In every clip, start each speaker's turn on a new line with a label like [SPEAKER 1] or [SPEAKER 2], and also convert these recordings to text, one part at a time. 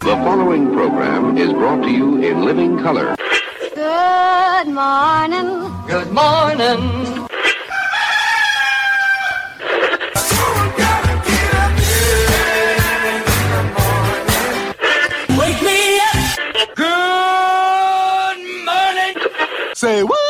[SPEAKER 1] The following program is brought to you in living color.
[SPEAKER 2] Good morning.
[SPEAKER 3] Good morning.
[SPEAKER 4] Wake me up. Good morning.
[SPEAKER 5] Say what?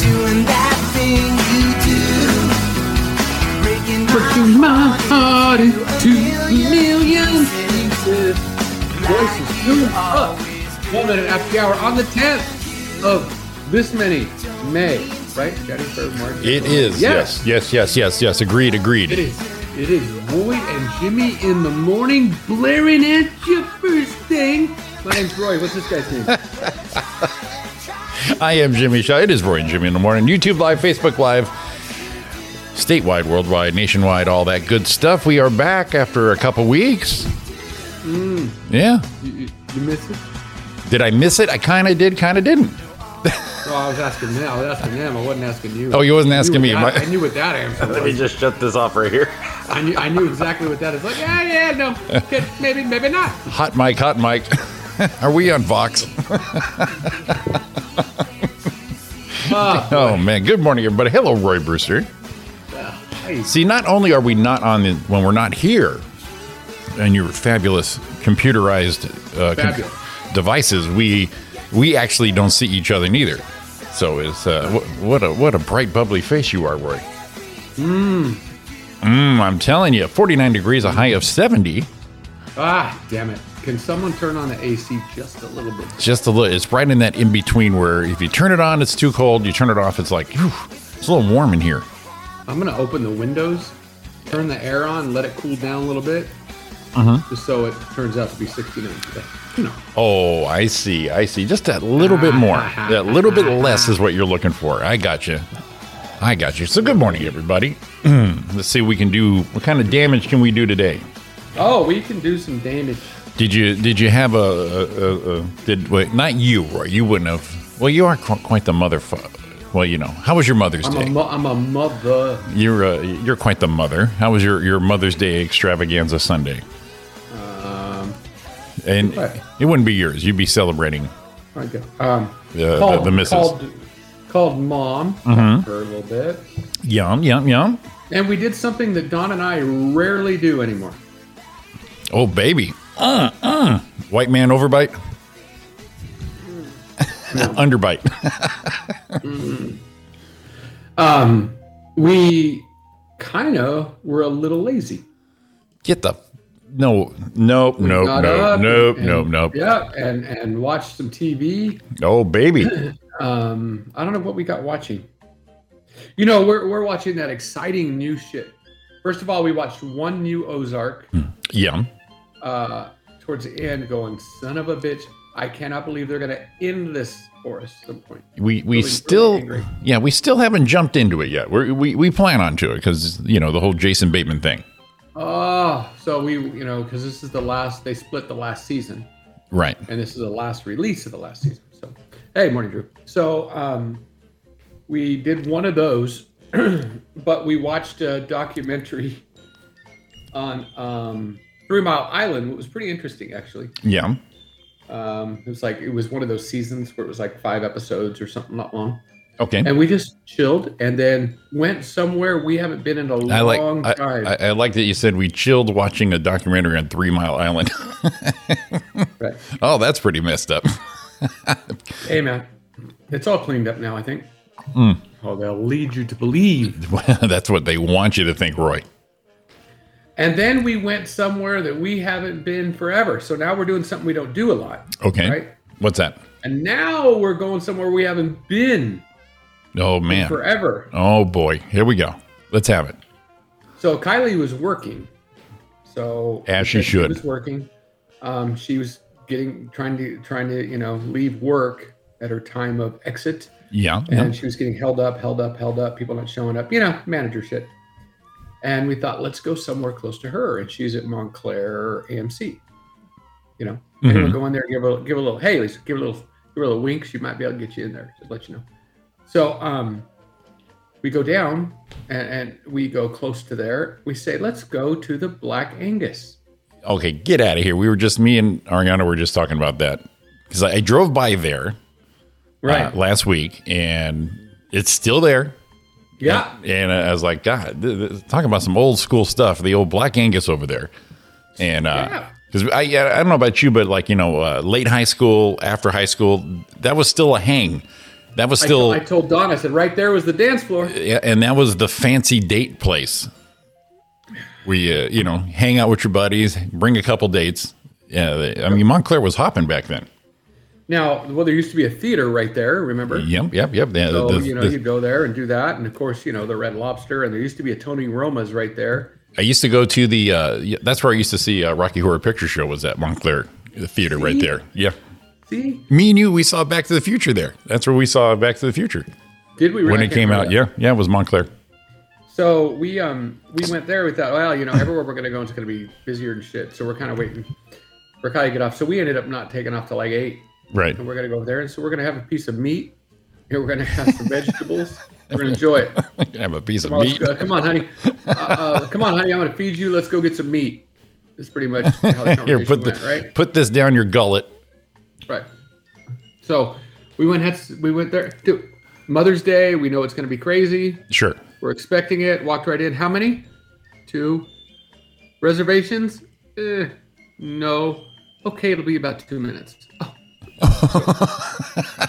[SPEAKER 4] Doing that thing you do. Breaking my
[SPEAKER 6] Breaking my heart in two million pieces. Voices tuned up. One minute after the hour on the 10th of this many May, right? January, February, March.
[SPEAKER 7] It
[SPEAKER 6] April.
[SPEAKER 7] is. Yes. Yes. Yes. Yes. Yes. Agreed. Agreed.
[SPEAKER 6] It is. It is. Roy and Jimmy in the morning blaring at you first thing. My name's Roy. What's this guy's name?
[SPEAKER 7] I am Jimmy Shaw. It is Roy and Jimmy in the morning. YouTube Live, Facebook Live, statewide, worldwide, nationwide, all that good stuff. We are back after a couple weeks.
[SPEAKER 6] Hmm.
[SPEAKER 7] Yeah.
[SPEAKER 6] you, you, you missed it?
[SPEAKER 7] Did I miss it? I kind of did. Kind of didn't.
[SPEAKER 6] Oh, I was asking them. I was asking them. I wasn't asking you.
[SPEAKER 7] Oh, you wasn't
[SPEAKER 6] I knew
[SPEAKER 7] asking
[SPEAKER 6] what
[SPEAKER 7] me.
[SPEAKER 6] that-
[SPEAKER 7] My-
[SPEAKER 6] I knew what that answer was.
[SPEAKER 8] Let me just shut this off right here.
[SPEAKER 6] I knew, I knew exactly what that is. Like, yeah, yeah, no, good, maybe, maybe not.
[SPEAKER 7] Hot mic. Hot mic. are we on Vox?
[SPEAKER 6] Uh,
[SPEAKER 7] Oh man. Good morning, everybody. Hello, Roy Brewster.
[SPEAKER 6] hey,
[SPEAKER 7] See, not only are we not on the, when we're not here, and your fabulous computerized uh, com-
[SPEAKER 6] Fabulous.
[SPEAKER 7] devices, we we actually don't see each other neither. So it's uh, wh- what a what a bright bubbly face you are, Roy. Mmm. Mmm. I'm telling you, 49 degrees, a high of 70.
[SPEAKER 6] ah, damn it. Can someone turn on the AC just a little bit?
[SPEAKER 7] Just a little. It's right in that in between where if you turn it on, it's too cold. You turn it off, it's like whew, it's a little warm in here.
[SPEAKER 6] I'm gonna open the windows, turn the air on, let it cool down a little bit,
[SPEAKER 7] Uh-huh.
[SPEAKER 6] just so it turns out to be 69 today. You know,
[SPEAKER 7] Oh, I see. I see. Just that little bit more. That little bit less is what you're looking for. I got you. I got you. So good morning, everybody. Mm. Let's see what we can do. What kind of damage can we do today?
[SPEAKER 6] oh, we can do some damage.
[SPEAKER 7] Did you Did you have a, a, a, a did wait, not you Roy? You wouldn't have. Well, you are qu- quite the motherfucker. Well, you know. How was your Mother's
[SPEAKER 6] I'm a,
[SPEAKER 7] Day?
[SPEAKER 6] mo- I'm a mother.
[SPEAKER 7] you're uh, You're quite the mother. How was your your Mother's Day extravaganza Sunday?
[SPEAKER 6] Um,
[SPEAKER 7] And
[SPEAKER 6] Right.
[SPEAKER 7] it wouldn't be yours. You'd be celebrating
[SPEAKER 6] I go. Um,
[SPEAKER 7] the the, the missus. Mm-hmm.
[SPEAKER 6] Called, called mom for a little bit,
[SPEAKER 7] Yum yum yum.
[SPEAKER 6] and we did something that Don and I rarely do anymore.
[SPEAKER 7] Oh baby. Uh uh. White man overbite.
[SPEAKER 6] Hmm.
[SPEAKER 7] Underbite.
[SPEAKER 6] Um, we kind of were a little lazy.
[SPEAKER 7] Get the no nope nope
[SPEAKER 6] Got
[SPEAKER 7] nope
[SPEAKER 6] up
[SPEAKER 7] nope
[SPEAKER 6] and-
[SPEAKER 7] nope nope.
[SPEAKER 6] Yeah, and and watched some TV.
[SPEAKER 7] Oh baby.
[SPEAKER 6] Um, I don't know what we got watching. You know, we're we're watching that exciting new shit. First of all, we watched one new Ozark
[SPEAKER 7] Hmm. Yum.
[SPEAKER 6] uh, towards the end, going son of a bitch. I cannot believe they're gonna end this for us at some point.
[SPEAKER 7] We we
[SPEAKER 6] Really, really
[SPEAKER 7] still
[SPEAKER 6] angry.
[SPEAKER 7] yeah we still haven't jumped into it yet. We're, we we plan on to it because you know the whole Jason Bateman thing.
[SPEAKER 6] Oh, so we you know because this is the last they split the last season.
[SPEAKER 7] Right.
[SPEAKER 6] and this is the last release of the last season. So, hey, morning, Drew. So, um, we did one of those, but we watched a documentary on um, Three Mile Island. It was pretty interesting, actually.
[SPEAKER 7] Yum.
[SPEAKER 6] Um, it was like it was one of those seasons where it was like five episodes or something, not long.
[SPEAKER 7] Okay.
[SPEAKER 6] And we just chilled and then went somewhere we haven't been in a
[SPEAKER 7] I like
[SPEAKER 6] long
[SPEAKER 7] I,
[SPEAKER 6] time.
[SPEAKER 7] I, I like that you said we chilled watching a documentary on Three Mile Island.
[SPEAKER 6] Right.
[SPEAKER 7] oh, that's pretty messed up.
[SPEAKER 6] Hey, man, it's all cleaned up now. I think.
[SPEAKER 7] Hmm.
[SPEAKER 6] Oh, they'll lead you to believe.
[SPEAKER 7] that's what they want you to think, Roy.
[SPEAKER 6] And then we went somewhere that we haven't been forever. So now we're doing something we don't do a lot.
[SPEAKER 7] Okay.
[SPEAKER 6] Right.
[SPEAKER 7] What's that?
[SPEAKER 6] And now we're going somewhere we haven't been
[SPEAKER 7] Oh man.
[SPEAKER 6] forever.
[SPEAKER 7] Oh boy. Here we go. Let's have it.
[SPEAKER 6] So Kylie was working. So
[SPEAKER 7] As she
[SPEAKER 6] because
[SPEAKER 7] should.
[SPEAKER 6] was working. Um, she was getting trying to trying to you know leave work at her time of exit,
[SPEAKER 7] Yeah.
[SPEAKER 6] and
[SPEAKER 7] yeah.
[SPEAKER 6] she was getting held up, held up, held up. People not showing up. You know, manager shit. And we thought, let's go somewhere close to her. And she's at Montclair AMC. You know, And we'll
[SPEAKER 7] Mhm.
[SPEAKER 6] go in there, give a give a little, hey, Lisa, give a little, give her a little wink. She might be able to get you in there. Just let you know. So um, we go down and, and we go close to there. We say, let's go to the Black Angus.
[SPEAKER 7] Okay, get out of here. We were just me and Ariana were just talking about that because I, I drove by there uh,
[SPEAKER 6] Right.
[SPEAKER 7] last week and it's still there.
[SPEAKER 6] yeah.
[SPEAKER 7] And I was like, God, th- th- talking about some old school stuff, the old Black Angus over there. And
[SPEAKER 6] Yeah.
[SPEAKER 7] because I, yeah, I don't know about you, but like, you know, uh, late high school, after high school, that was still a hang. That was
[SPEAKER 6] I,
[SPEAKER 7] still, Uh,
[SPEAKER 6] I told Don, I said, right there was the dance floor.
[SPEAKER 7] yeah, and that was the fancy date place. We, uh, you know, hang out with your buddies, bring a couple dates. Yeah, they- I mean, Montclair was hopping back then.
[SPEAKER 6] Now, well, there used to be a theater right there, remember?
[SPEAKER 7] Yep, yep, yep. The-
[SPEAKER 6] So,
[SPEAKER 7] the-
[SPEAKER 6] you know,
[SPEAKER 7] the-
[SPEAKER 6] you'd go there and do that. And of course, you know, the Red Lobster. And there used to be a Tony Roma's right there.
[SPEAKER 7] I used to go to the. Uh, yeah, that's where I used to see uh, Rocky Horror Picture Show. Was at Montclair the theater right there? Yeah,
[SPEAKER 6] See?
[SPEAKER 7] me and you, we saw Back to the Future there. That's where we saw Back to the Future
[SPEAKER 6] Did we I
[SPEAKER 7] when it
[SPEAKER 6] can't
[SPEAKER 7] came
[SPEAKER 6] remember
[SPEAKER 7] out.
[SPEAKER 6] that.
[SPEAKER 7] Yeah, yeah, it was Montclair.
[SPEAKER 6] So we um we went there. We thought, well, you know, everywhere we're gonna go is gonna be busier and shit. So we're kind of waiting for Kai to get off. So we ended up not taking off till like eight,
[SPEAKER 7] Right.
[SPEAKER 6] and we're gonna go there. And so we're gonna have a piece of meat, and we're gonna have some vegetables. We're gonna enjoy it.
[SPEAKER 7] Have a piece of
[SPEAKER 6] Well, let's
[SPEAKER 7] meat.
[SPEAKER 6] go- come on, honey. Uh, uh, come on, honey. I'm gonna feed you. Let's go get some meat. That's pretty much how the conversation
[SPEAKER 7] Here, put
[SPEAKER 6] went,
[SPEAKER 7] the,
[SPEAKER 6] right?
[SPEAKER 7] put this down your gullet.
[SPEAKER 6] Right. So we went. heads- We went there. Dude, Mother's Day. We know it's gonna be crazy.
[SPEAKER 7] Sure.
[SPEAKER 6] We're expecting it. Walked right in. How many? Two. Reservations? Eh, no. Okay, it'll be about two minutes. Oh.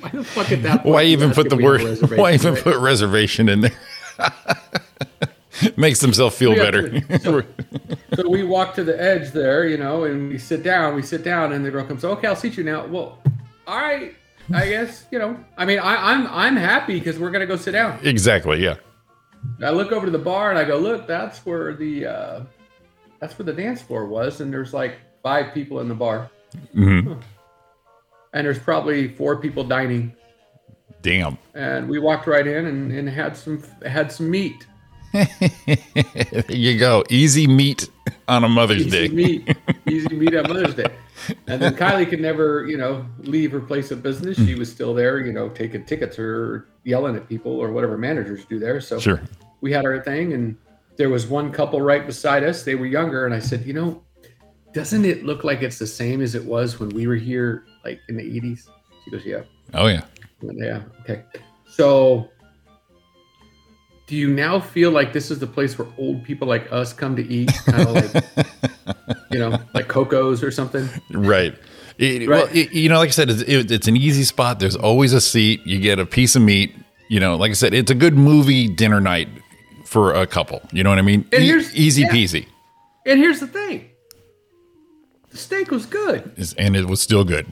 [SPEAKER 6] why the fuck at that? Point
[SPEAKER 7] Why
[SPEAKER 6] you
[SPEAKER 7] even
[SPEAKER 6] ask
[SPEAKER 7] put
[SPEAKER 6] if
[SPEAKER 7] the
[SPEAKER 6] we have
[SPEAKER 7] word?
[SPEAKER 6] a reservation,
[SPEAKER 7] Why even
[SPEAKER 6] right?
[SPEAKER 7] put reservation in there? Makes themselves feel
[SPEAKER 6] Yeah,
[SPEAKER 7] better.
[SPEAKER 6] So we walk to the edge there, you know, and we sit down. We sit down, and the girl comes. Okay, I'll seat you now. Well, all right. I guess you know. I mean, I, I'm I'm happy because we're gonna go sit down.
[SPEAKER 7] exactly. Yeah.
[SPEAKER 6] I look over to the bar and I go, look, that's where the uh, that's where the dance floor was, and there's like five people in the bar,
[SPEAKER 7] Mhm.
[SPEAKER 6] and there's probably four people dining.
[SPEAKER 7] Damn.
[SPEAKER 6] And we walked right in and, and had some had some meat.
[SPEAKER 7] there you go. Easy meat on a Mother's
[SPEAKER 6] Easy
[SPEAKER 7] Day.
[SPEAKER 6] meat, easy meat on Mother's Day. And then Kylie could never, you know, leave her place of business.
[SPEAKER 7] Mm.
[SPEAKER 6] She was still there, you know, taking tickets or yelling at people or whatever managers do there. So
[SPEAKER 7] Sure.
[SPEAKER 6] we had our thing and there was one couple right beside us they were younger and i said you know doesn't it look like it's the same as it was when we were here like in the 80s she goes yeah
[SPEAKER 7] Oh yeah.
[SPEAKER 6] I went, yeah okay so do you now feel like this is the place where old people like us come to eat kind of like you know like cocos or something
[SPEAKER 7] Right. It-
[SPEAKER 6] Right.
[SPEAKER 7] Well, it- you know, like I said, it's, it, it's an easy spot. There's always a seat. You get a piece of meat. You know, like I said, it's a good movie dinner night for a couple. You know what I mean?
[SPEAKER 6] And
[SPEAKER 7] E-
[SPEAKER 6] here's-
[SPEAKER 7] easy
[SPEAKER 6] yeah.
[SPEAKER 7] peasy,
[SPEAKER 6] and here's the thing the steak was good
[SPEAKER 7] It's- and it was still good.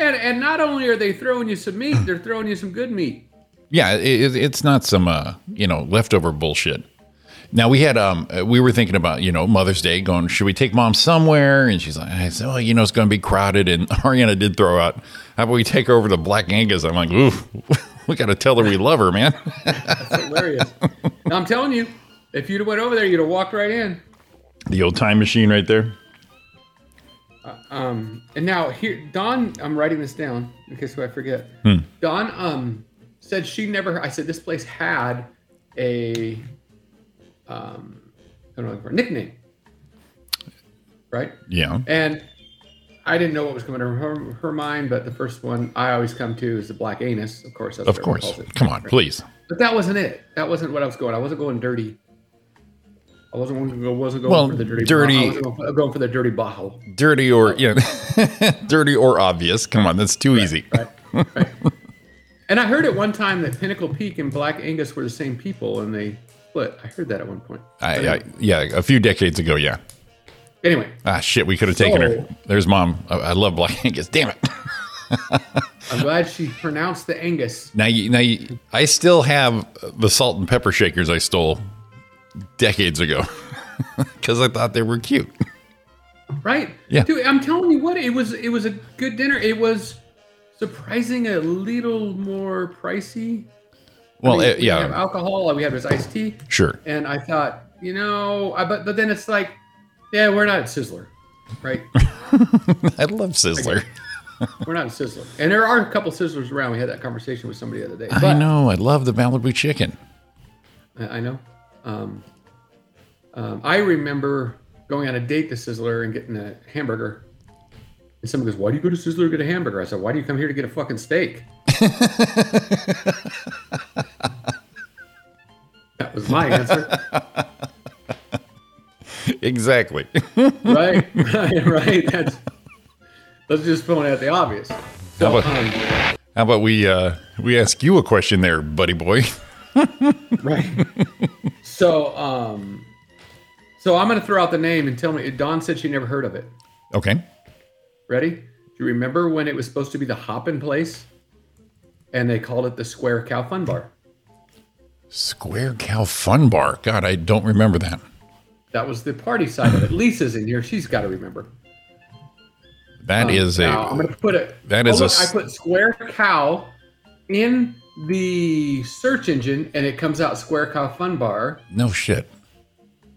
[SPEAKER 6] and and not only are they throwing you some meat they're throwing you some good meat
[SPEAKER 7] Yeah, it, it- it's not some uh, you know leftover bullshit. Now we had um uh, we were thinking about you know Mother's Day going should we take mom somewhere and she's like I said well you know it's going to be crowded and Ariana did throw out how about we take her over to Black Angus I'm like ooh we got to tell her we love her man
[SPEAKER 6] hilarious. Now, I'm telling you, if you'd have went over there, you'd have walked right in.
[SPEAKER 7] the old time machine right there
[SPEAKER 6] Um, and now here, Don, I'm writing this down in case I forget.
[SPEAKER 7] Hmm.
[SPEAKER 6] Don um, said she never. I said this place had a um, I don't know for nickname, right?
[SPEAKER 7] yeah
[SPEAKER 6] And I didn't know what was coming to her, her mind, but the first one I always come to is the black anus, of course. That's what
[SPEAKER 7] of
[SPEAKER 6] everyone
[SPEAKER 7] course
[SPEAKER 6] calls it.
[SPEAKER 7] come on please
[SPEAKER 6] But that wasn't it. That wasn't what I was going. I wasn't going dirty. I wasn't going to go. Wasn't going
[SPEAKER 7] Well,
[SPEAKER 6] for the dirty.
[SPEAKER 7] dirty-
[SPEAKER 6] I wasn't going for, going for the dirty bottle.
[SPEAKER 7] dirty or yeah dirty or obvious come on that's too easy
[SPEAKER 6] And I heard at one time that Pinnacle Peak and Black Angus were the same people, and they split. I heard that at one point.
[SPEAKER 7] I, I, yeah a few decades ago yeah
[SPEAKER 6] Anyway,
[SPEAKER 7] Ah, shit, we could have taken
[SPEAKER 6] So-
[SPEAKER 7] her. There's mom. I, I love Black Angus. Damn it.
[SPEAKER 6] I'm glad she pronounced the Angus.
[SPEAKER 7] Now, you, now you, I still have the salt and pepper shakers I stole decades ago because I thought they were cute.
[SPEAKER 6] Right?
[SPEAKER 7] Yeah.
[SPEAKER 6] Dude, I'm telling you what, it was. It was a good dinner. It was surprising a little more pricey.
[SPEAKER 7] Well,
[SPEAKER 6] We-
[SPEAKER 7] eh,
[SPEAKER 6] we didn't have
[SPEAKER 7] yeah,
[SPEAKER 6] alcohol. All we had was iced tea.
[SPEAKER 7] sure.
[SPEAKER 6] and I thought, you know, I, but but then it's like, yeah, we're not at Sizzler, right?
[SPEAKER 7] I love Sizzler.
[SPEAKER 6] We're not a sizzler, and there are a couple sizzlers around. We had that conversation with somebody the other day.
[SPEAKER 7] I know. I love the Malibu chicken.
[SPEAKER 6] I, I know. Um, um, I remember going on a date to Sizzler and getting a hamburger. And someone goes, Why do you go to Sizzler to get a hamburger? I said, Why do you come here to get a fucking steak? that was my answer.
[SPEAKER 7] Exactly.
[SPEAKER 6] right, right, right. That's, let's just point out the obvious. So,
[SPEAKER 7] How about-
[SPEAKER 6] um,
[SPEAKER 7] How about we uh, we ask you a question there, buddy boy?
[SPEAKER 6] Right. so, um, so I'm going to throw out the name and tell me. Don said she never heard of it.
[SPEAKER 7] Okay.
[SPEAKER 6] Ready? Do you remember when it was supposed to be the Hoppin' Place, and they called it the Square Cow Fun Bar?
[SPEAKER 7] Square Cow Fun Bar. God, I don't remember that.
[SPEAKER 6] That was the party side of it. Lisa's in here; she's got to remember. Oh,
[SPEAKER 7] That is
[SPEAKER 6] Now, I'm going
[SPEAKER 7] a
[SPEAKER 6] to put it.
[SPEAKER 7] that is a
[SPEAKER 6] look, I
[SPEAKER 7] s-
[SPEAKER 6] put Square Cow in the search engine, and it comes out Square Cow Fun Bar.
[SPEAKER 7] no shit.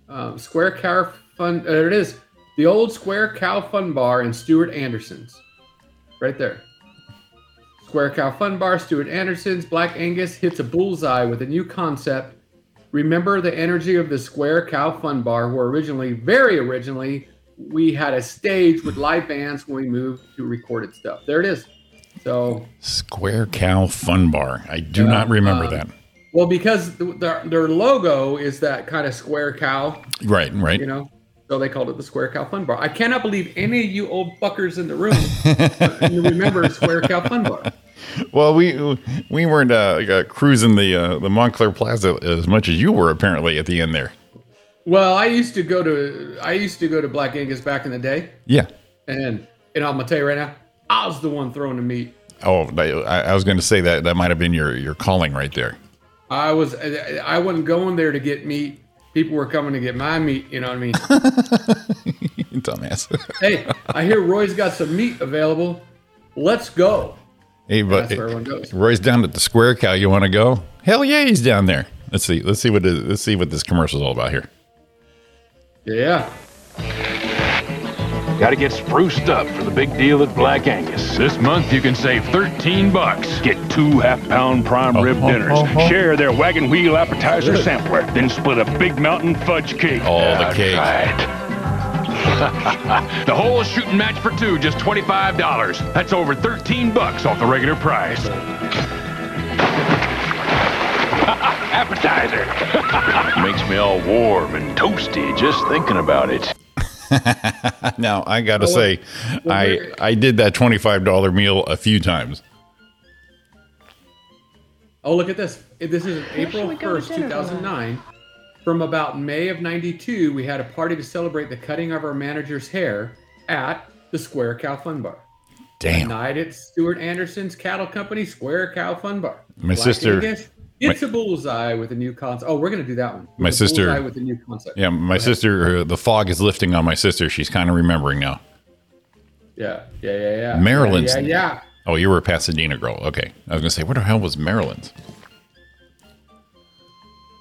[SPEAKER 6] um, Square Cow Fun. uh, There it is. The old Square Cow Fun Bar and Stuart Anderson's. Right there. Square Cow Fun Bar, Stuart Anderson's. Black Angus hits a bullseye with a new concept. Remember the energy of the Square Cow Fun Bar, where originally, very originally, we had a stage with live bands when we moved to recorded stuff. There it is. So,
[SPEAKER 7] Square Cow Fun Bar. I do not remember that.
[SPEAKER 6] well, because th- their, their logo is that kind of square cow.
[SPEAKER 7] Right, right.
[SPEAKER 6] you know. So they called it the Square Cow Fun Bar. I cannot believe any of you old buckers in the room remember Square Cow Fun Bar.
[SPEAKER 7] Well, we we weren't uh, like, uh, cruising the uh, the Montclair Plaza as much as you were apparently at the end there.
[SPEAKER 6] Well, I used to go to I used to go to Black Angus back in the day,
[SPEAKER 7] Yeah.
[SPEAKER 6] and and I'm gonna tell you right now, I was the one throwing the meat.
[SPEAKER 7] Oh, I, I was going to say that that might have been your your calling right there.
[SPEAKER 6] I was I I wasn't going there to get meat. People were coming to get my meat. You know what I mean?
[SPEAKER 7] Dumbass.
[SPEAKER 6] hey, I hear Roy's got some meat available. Let's go.
[SPEAKER 7] Hey, but
[SPEAKER 6] That's where everyone goes.
[SPEAKER 7] Roy's down at the Square Cow. You want to go? Hell yeah, he's down there. Let's see. Let's see what it- let's see what this commercial's all about here.
[SPEAKER 6] Yeah.
[SPEAKER 5] Gotta get spruced up for the big deal at Black Angus. This month you can save 13 bucks. Get two half-pound prime
[SPEAKER 7] Oh,
[SPEAKER 5] rib
[SPEAKER 7] oh,
[SPEAKER 5] dinners.
[SPEAKER 7] oh, oh.
[SPEAKER 5] Share their wagon wheel appetizer sampler. Then split a big mountain fudge cake.
[SPEAKER 7] Oh, the
[SPEAKER 5] That's
[SPEAKER 7] cake.
[SPEAKER 5] right. the whole shooting match for two, just $25. That's over 13 bucks off the regular price. appetizer. Makes me all warm and toasty just thinking about it.
[SPEAKER 7] Now I gotta
[SPEAKER 6] Well,
[SPEAKER 7] say,
[SPEAKER 6] well,
[SPEAKER 7] I
[SPEAKER 6] we're-
[SPEAKER 7] I did that twenty five dollar meal a few times.
[SPEAKER 6] Oh, look at this. This is April 1st, 2009. From about May of 92, we had a party to celebrate the cutting of our manager's hair at the Square Cow Fun Bar.
[SPEAKER 7] Damn.
[SPEAKER 6] Night at Stuart Anderson's Cattle Company, Square Cow Fun Bar.
[SPEAKER 7] My sister-
[SPEAKER 6] It's a bullseye with a new concept. Oh, we're going to do that one.
[SPEAKER 7] My
[SPEAKER 6] It's a
[SPEAKER 7] sister-
[SPEAKER 6] Bullseye with a new concept.
[SPEAKER 7] Yeah, my sister. uh, The fog is lifting on my sister. She's kind of remembering now.
[SPEAKER 6] Yeah. Yeah. Yeah. yeah.
[SPEAKER 7] Maryland's-
[SPEAKER 6] Yeah. Yeah.
[SPEAKER 7] Oh, you were a Pasadena girl. Okay, I was gonna say, what the hell was Maryland's?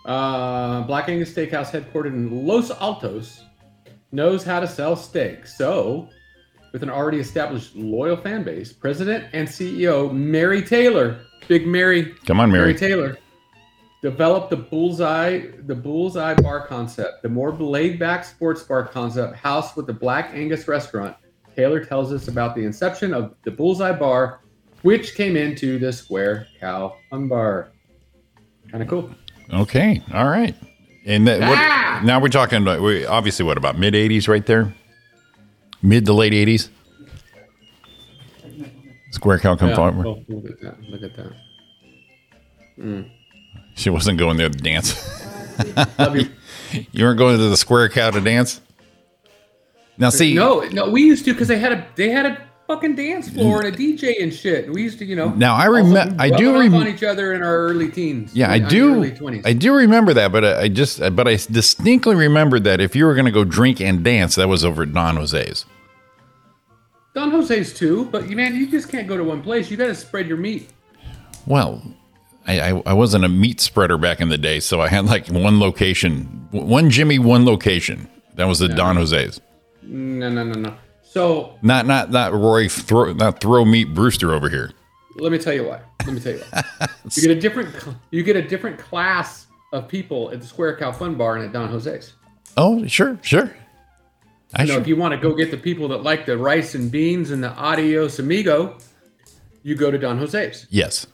[SPEAKER 6] yeah. Uh, Black Angus Steakhouse, headquartered in Los Altos, knows how to sell steak. So, with an already established loyal fan base, president and CEO Mary Taylor, Big Mary,
[SPEAKER 7] Come on,
[SPEAKER 6] Mary
[SPEAKER 7] Mary.
[SPEAKER 6] Taylor, developed the bullseye, the bullseye bar concept, the more laid-back sports bar concept, house with the Black Angus restaurant. Taylor tells us about the inception of the Bullseye Bar, which came into the Square Cow Fun Bar. Kind of cool.
[SPEAKER 7] Okay, all right. And that, what, now we're talking. Like, we obviously what about mid '80s, right there? Mid to late '80s. Square cow come
[SPEAKER 6] Yeah,
[SPEAKER 7] forward.
[SPEAKER 6] oh, look at that. Look at that.
[SPEAKER 7] She wasn't going there to dance.
[SPEAKER 6] Love you.
[SPEAKER 7] you weren't going to the square cow to dance. Now see,
[SPEAKER 6] No, no, we used to because they had a they had a fucking dance floor and a DJ and shit. And we used to, you know.
[SPEAKER 7] Now, I
[SPEAKER 6] also
[SPEAKER 7] remem- I do
[SPEAKER 6] rubbing up
[SPEAKER 7] rem-
[SPEAKER 6] on each other in our early teens.
[SPEAKER 7] Yeah, I
[SPEAKER 6] in our
[SPEAKER 7] do.
[SPEAKER 6] Early twenties.
[SPEAKER 7] I do remember that, but I, I just, but I distinctly remembered that if you were going to go drink and dance, that was over at Don Jose's.
[SPEAKER 6] Don Jose's too, but you man, you just can't go to one place. You got to spread your meat.
[SPEAKER 7] Well, I, I, I wasn't a meat spreader back in the day, so I had like one location, w- one Jimmy, one location. That was the Don Jose's.
[SPEAKER 6] No, no, no, no. So
[SPEAKER 7] Not not not Roy throw not throw meat Brewster over here.
[SPEAKER 6] Let me tell you why. Let me tell you why. you get a different you get a different class of people at the Square Cow Fun Bar and at Don Jose's.
[SPEAKER 7] Oh sure sure. I
[SPEAKER 6] You know,
[SPEAKER 7] sure.
[SPEAKER 6] if you want to go get the people that like the rice and beans and the adios amigo, you go to Don Jose's.
[SPEAKER 7] yes.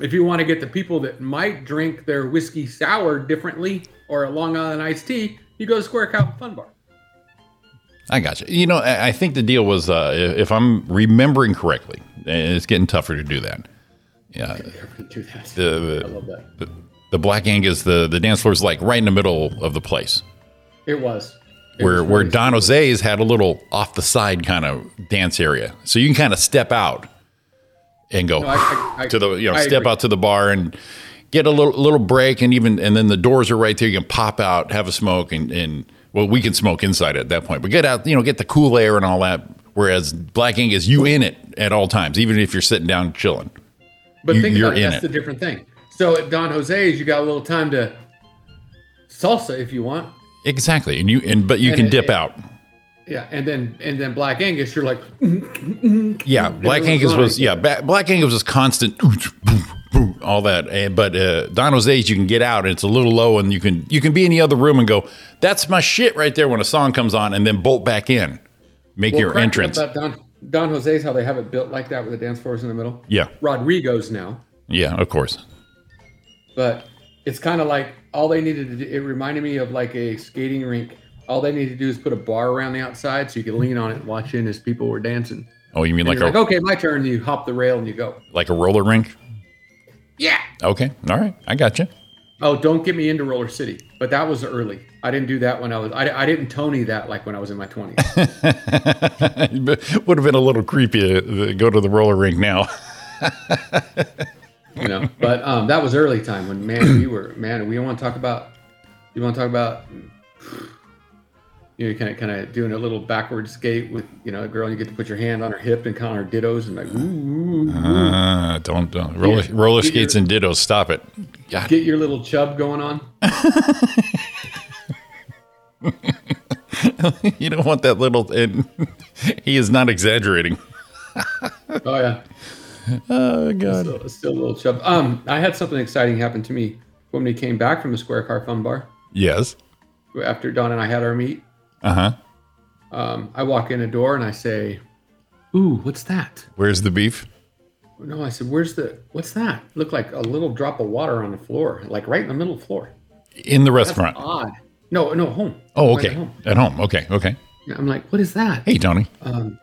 [SPEAKER 6] If you want to get the people that might drink their whiskey sour differently or a Long Island iced tea, you go to Square Cow Fun Bar.
[SPEAKER 7] I got you. You know, I I think the deal was, uh, if if I'm remembering correctly, and it's getting tougher to do that. Yeah,
[SPEAKER 6] Everybody do that. I
[SPEAKER 7] the
[SPEAKER 6] love that.
[SPEAKER 7] the, the Black Angus, the the dance floor is like right in the middle of the place,
[SPEAKER 6] It was. It
[SPEAKER 7] where
[SPEAKER 6] was
[SPEAKER 7] where
[SPEAKER 6] really-
[SPEAKER 7] Don Jose's had a little off the side kind of dance area, so you can kind of step out and go
[SPEAKER 6] No, I- I- I-
[SPEAKER 7] to the you know
[SPEAKER 6] I
[SPEAKER 7] step
[SPEAKER 6] agree.
[SPEAKER 7] out to the bar and get a little little break and even and then the doors are right there. You can pop out, have a smoke, and and well, we can smoke inside at that point, but get out, you know, get the cool air and all that. Whereas Black Ink is you in it at all times, even if you're sitting down chilling.
[SPEAKER 6] But
[SPEAKER 7] You-
[SPEAKER 6] think
[SPEAKER 7] you're
[SPEAKER 6] about it.
[SPEAKER 7] in
[SPEAKER 6] That's
[SPEAKER 7] it.
[SPEAKER 6] the different thing. So at Don Jose's, you got a little time to salsa if you want.
[SPEAKER 7] Exactly, and you and but you
[SPEAKER 6] And
[SPEAKER 7] can
[SPEAKER 6] it-
[SPEAKER 7] dip
[SPEAKER 6] it-
[SPEAKER 7] out.
[SPEAKER 6] Yeah, and then and then Black Angus, you're like,
[SPEAKER 7] Yeah, Black
[SPEAKER 6] everyone's
[SPEAKER 7] Angus
[SPEAKER 6] running.
[SPEAKER 7] was yeah, ba- Black Angus was constant all that. And, but uh, Don Jose's you can get out and it's a little low and you can you can be in the other room and go, that's my shit right there when a song comes on and then bolt back in. Make
[SPEAKER 6] Well,
[SPEAKER 7] your
[SPEAKER 6] crack
[SPEAKER 7] entrance.
[SPEAKER 6] About Don, Don Jose's, how they have it built like that with the dance floors in the middle.
[SPEAKER 7] Yeah.
[SPEAKER 6] Rodrigo's now,
[SPEAKER 7] Yeah, of course.
[SPEAKER 6] but it's kind of like all they needed to do. It reminded me of like a skating rink. All they needed to do is put a bar around the outside so you could lean on it and watch in as people were dancing.
[SPEAKER 7] Oh, you mean
[SPEAKER 6] Like,
[SPEAKER 7] like
[SPEAKER 6] like
[SPEAKER 7] a like,
[SPEAKER 6] okay, my turn. You hop the rail and you go.
[SPEAKER 7] a roller rink?
[SPEAKER 6] Yeah.
[SPEAKER 7] Okay, all right, I got you.
[SPEAKER 6] Oh, don't get me into Roller City, but that was early. I didn't do that when I was. I, I didn't Tony that like when I was in my twenties.
[SPEAKER 7] Would have been a little creepy to go to the roller rink now.
[SPEAKER 6] you know. But um, that was early time when man, we were man. We want to talk about. You want to talk about. You know, kind of kind of doing a little backward skate with you know a girl, and you get to put your hand on her hip and count her dittos and like ooh, ooh, ooh.
[SPEAKER 7] Uh, don't don't roller,
[SPEAKER 6] Yeah.
[SPEAKER 7] roller
[SPEAKER 6] Get your-
[SPEAKER 7] skates and dittos. Stop it. God,
[SPEAKER 6] get your little chub going on.
[SPEAKER 7] you don't want that little. And he is not exaggerating.
[SPEAKER 6] Oh yeah,
[SPEAKER 7] Oh God.
[SPEAKER 6] still, still a little chub. Um, I had something exciting happen to me when we came back from the Square Car Fun Bar
[SPEAKER 7] Yes.
[SPEAKER 6] after Don and I had our meet.
[SPEAKER 7] Uh huh.
[SPEAKER 6] Um, I walk in a door and I say, "Ooh, what's that?"
[SPEAKER 7] Where's the beef?
[SPEAKER 6] No, I said, "Where's the? What's that? Looked like a little drop of water on the floor, like right in the middle of the floor."
[SPEAKER 7] In the
[SPEAKER 6] That's
[SPEAKER 7] restaurant.
[SPEAKER 6] odd. No, no, home.
[SPEAKER 7] Oh,
[SPEAKER 6] Like
[SPEAKER 7] okay.
[SPEAKER 6] home.
[SPEAKER 7] At home. Okay. Okay.
[SPEAKER 6] Yeah, I'm like, what is that?
[SPEAKER 7] Hey, Tony.
[SPEAKER 6] Um,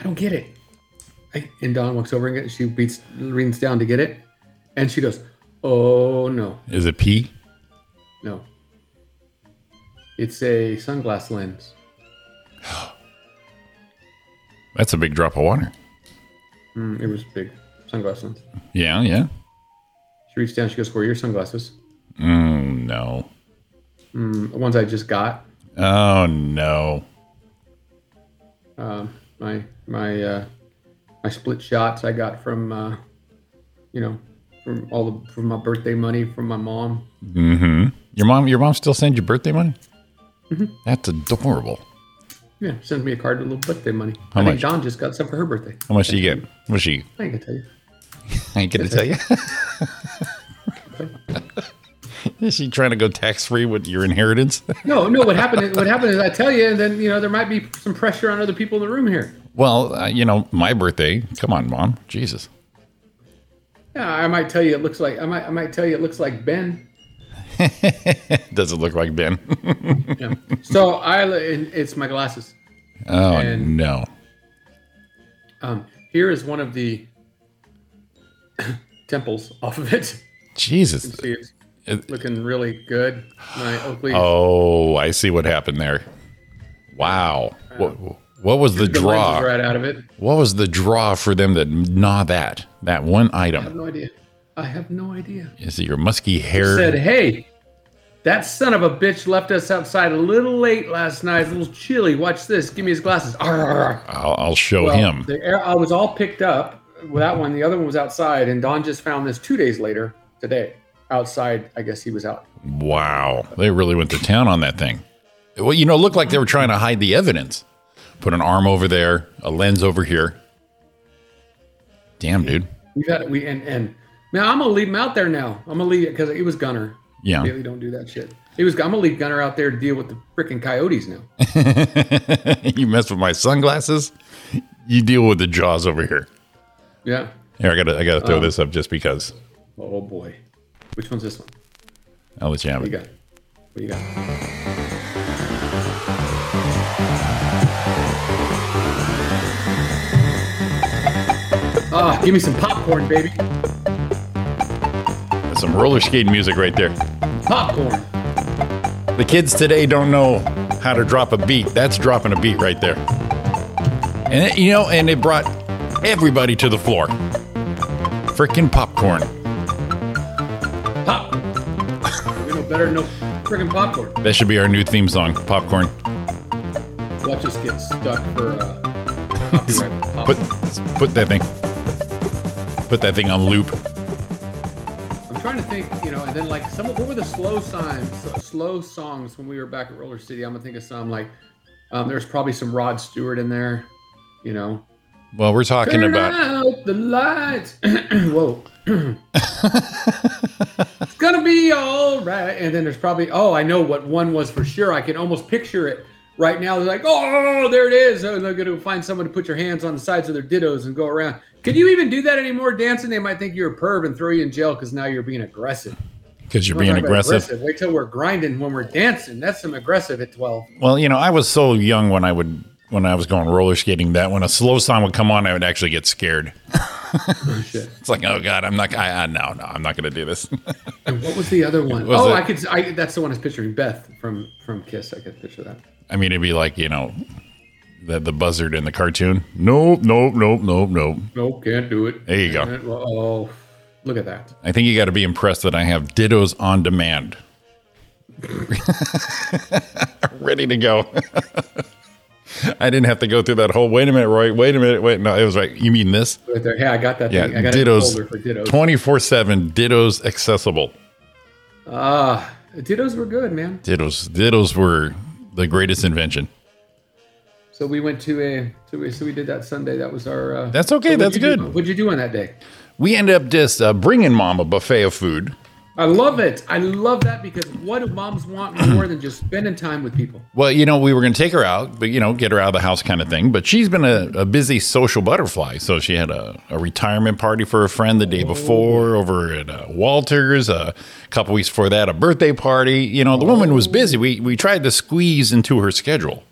[SPEAKER 6] I don't get it. I, and Dawn walks over and gets, she beats, leans down to get it, and she goes, "Oh no,
[SPEAKER 7] Is it pee?
[SPEAKER 6] no, it's a sunglass lens."
[SPEAKER 7] That's a big drop of water.
[SPEAKER 6] Mm, it was big, sunglass lens.
[SPEAKER 7] Yeah. Yeah.
[SPEAKER 6] She reached down, she goes, "Where are your sunglasses?
[SPEAKER 7] Mm, no.
[SPEAKER 6] Mm, the ones I just got."
[SPEAKER 7] Oh no.
[SPEAKER 6] um, my my uh, my split shots I got from uh, you know from all the from my birthday money from my mom.
[SPEAKER 7] Mm-hmm. Your mom. Your mom still sends you birthday money. That's adorable.
[SPEAKER 6] Yeah, sends me a card with a little birthday money.
[SPEAKER 7] How
[SPEAKER 6] I
[SPEAKER 7] much?
[SPEAKER 6] think Don just got some for her birthday.
[SPEAKER 7] How much do you get? What's she?
[SPEAKER 6] I ain't gonna tell you.
[SPEAKER 7] I ain't gonna tell you. Is she trying to go tax free with your inheritance?
[SPEAKER 6] No, no. What happened? is- what happened is I tell you, and then you know there might be some pressure on other people in the room here.
[SPEAKER 7] well, uh, you know, my birthday. Come on, mom. Jesus.
[SPEAKER 6] Yeah, I might tell you it looks like I might I might tell you it looks like Ben.
[SPEAKER 7] Does it look like Ben?
[SPEAKER 6] Yeah. so I and it's my glasses.
[SPEAKER 7] oh
[SPEAKER 6] And-
[SPEAKER 7] no.
[SPEAKER 6] Um, here is one of the temples off of it.
[SPEAKER 7] Jesus.
[SPEAKER 6] See, it's
[SPEAKER 7] It-
[SPEAKER 6] looking really good. My Oakley.
[SPEAKER 7] Oh, I see what happened there. Wow. What, what was the
[SPEAKER 6] the lens is
[SPEAKER 7] draw?
[SPEAKER 6] right out of it. I
[SPEAKER 7] What was the draw for them to gnaw that that one
[SPEAKER 6] have
[SPEAKER 7] item?
[SPEAKER 6] no idea. I have no idea.
[SPEAKER 7] Is it your musky hair?
[SPEAKER 6] Said, hey, that son of a bitch left us outside a little late last night. It's a little chilly. Watch this. Give me his glasses. Arr, arr, arr.
[SPEAKER 7] I'll, I'll show
[SPEAKER 6] Well,
[SPEAKER 7] him.
[SPEAKER 6] The air, I was all picked up with that one. The other one was outside, and Don just found this two days later today. Outside, I guess he was out.
[SPEAKER 7] Wow, they really went to town on that thing. Well, you know, it looked like they were trying to hide the evidence. Put an arm over there, a lens over here. Damn, dude.
[SPEAKER 6] We got we and and man, I'm gonna leave him out there now. I'm gonna leave it because it was Gunner.
[SPEAKER 7] Yeah.
[SPEAKER 6] Really don't do that shit. He was. I'm gonna leave Gunner out there to deal with the freaking coyotes now.
[SPEAKER 7] you mess with my sunglasses, you deal with the jaws over here.
[SPEAKER 6] Yeah.
[SPEAKER 7] Here, I gotta, I gotta throw this up just because.
[SPEAKER 6] Oh boy. Which one's this one? What
[SPEAKER 7] I'll let you have
[SPEAKER 6] do you
[SPEAKER 7] it.
[SPEAKER 6] got? What do you got? Ah, give me some popcorn, baby.
[SPEAKER 7] That's some roller skating music right there.
[SPEAKER 6] Popcorn.
[SPEAKER 7] The kids today don't know how to drop a beat. That's dropping a beat right there. And it, you know, and it brought everybody to the floor. Freaking popcorn.
[SPEAKER 6] Pop. We know better than no freaking popcorn.
[SPEAKER 7] That should be our new theme song, popcorn.
[SPEAKER 6] Watch us get stuck for uh, copyright.
[SPEAKER 7] Put
[SPEAKER 6] Popcorn.
[SPEAKER 7] put that thing. Put that thing on loop.
[SPEAKER 6] I'm trying to think, you know, and then like some. What were the slow signs, slow songs when we were back at Roller City? I'm gonna think of some like. Um, there's probably some Rod Stewart in there, you know.
[SPEAKER 7] Well, we're talking
[SPEAKER 6] Turn
[SPEAKER 7] about
[SPEAKER 6] out the lights. Whoa. it's gonna be all right. And then there's probably oh, I know what one was for sure. I can almost picture it right now. They're like, oh, there it is. Oh, they're gonna find someone to put your hands on the sides of their dittos and go around. Could you even do that anymore dancing? They might think you're a perv and throw you in jail because now you're being aggressive.
[SPEAKER 7] because you're being
[SPEAKER 6] Talk about
[SPEAKER 7] aggressive.
[SPEAKER 6] Wait till we're grinding when we're dancing. That's some aggressive at twelve.
[SPEAKER 7] Well, you know, I was so young when I would when I was going roller skating that when a slow song would come on, I would actually get scared.
[SPEAKER 6] shit.
[SPEAKER 7] it's like, oh god, I'm not. I, I, no, no, I'm not going to do this.
[SPEAKER 6] And what was the other one?
[SPEAKER 7] was
[SPEAKER 6] Oh,
[SPEAKER 7] it?
[SPEAKER 6] I could. I, that's the one I was picturing. Beth from from Kiss. I could picture that.
[SPEAKER 7] I mean, it'd be like you know, the the buzzard in the cartoon. Nope, nope, nope, nope, nope.
[SPEAKER 6] Nope, can't do it.
[SPEAKER 7] There you go.
[SPEAKER 6] Oh, look at that.
[SPEAKER 7] I think you got to be impressed that I have Ditto's on demand, ready to go. I didn't have to go through that whole. Wait a minute, Roy. Wait a minute. Wait, no, it was right. You mean this?
[SPEAKER 6] Right there. Yeah, I got that. thing. I
[SPEAKER 7] Yeah,
[SPEAKER 6] got
[SPEAKER 7] Ditto's
[SPEAKER 6] it in the folder for Ditto's.
[SPEAKER 7] twenty four seven. Ditto's accessible.
[SPEAKER 6] Ah, Ditto's were good, man.
[SPEAKER 7] Dittos. Dittos were the greatest invention.
[SPEAKER 6] So we went to a, to a so we did that Sunday. That was our. Uh,
[SPEAKER 7] That's
[SPEAKER 6] so
[SPEAKER 7] okay,
[SPEAKER 6] what'd
[SPEAKER 7] that's
[SPEAKER 6] you do-
[SPEAKER 7] good.
[SPEAKER 6] what'd you do on that day?
[SPEAKER 7] We ended up just uh, bringing mom a buffet of food.
[SPEAKER 6] I love it. I love that because what do moms want more than just spending time with people?
[SPEAKER 7] Well, you know, we were going to take her out, but you know, get her out of the house kind of thing. But she's been a, a busy social butterfly. So she had a, a retirement party for a friend the day before over at uh, Walter's, a couple weeks before that, a birthday party. You know, the woman was busy. We, we tried to squeeze into her schedule.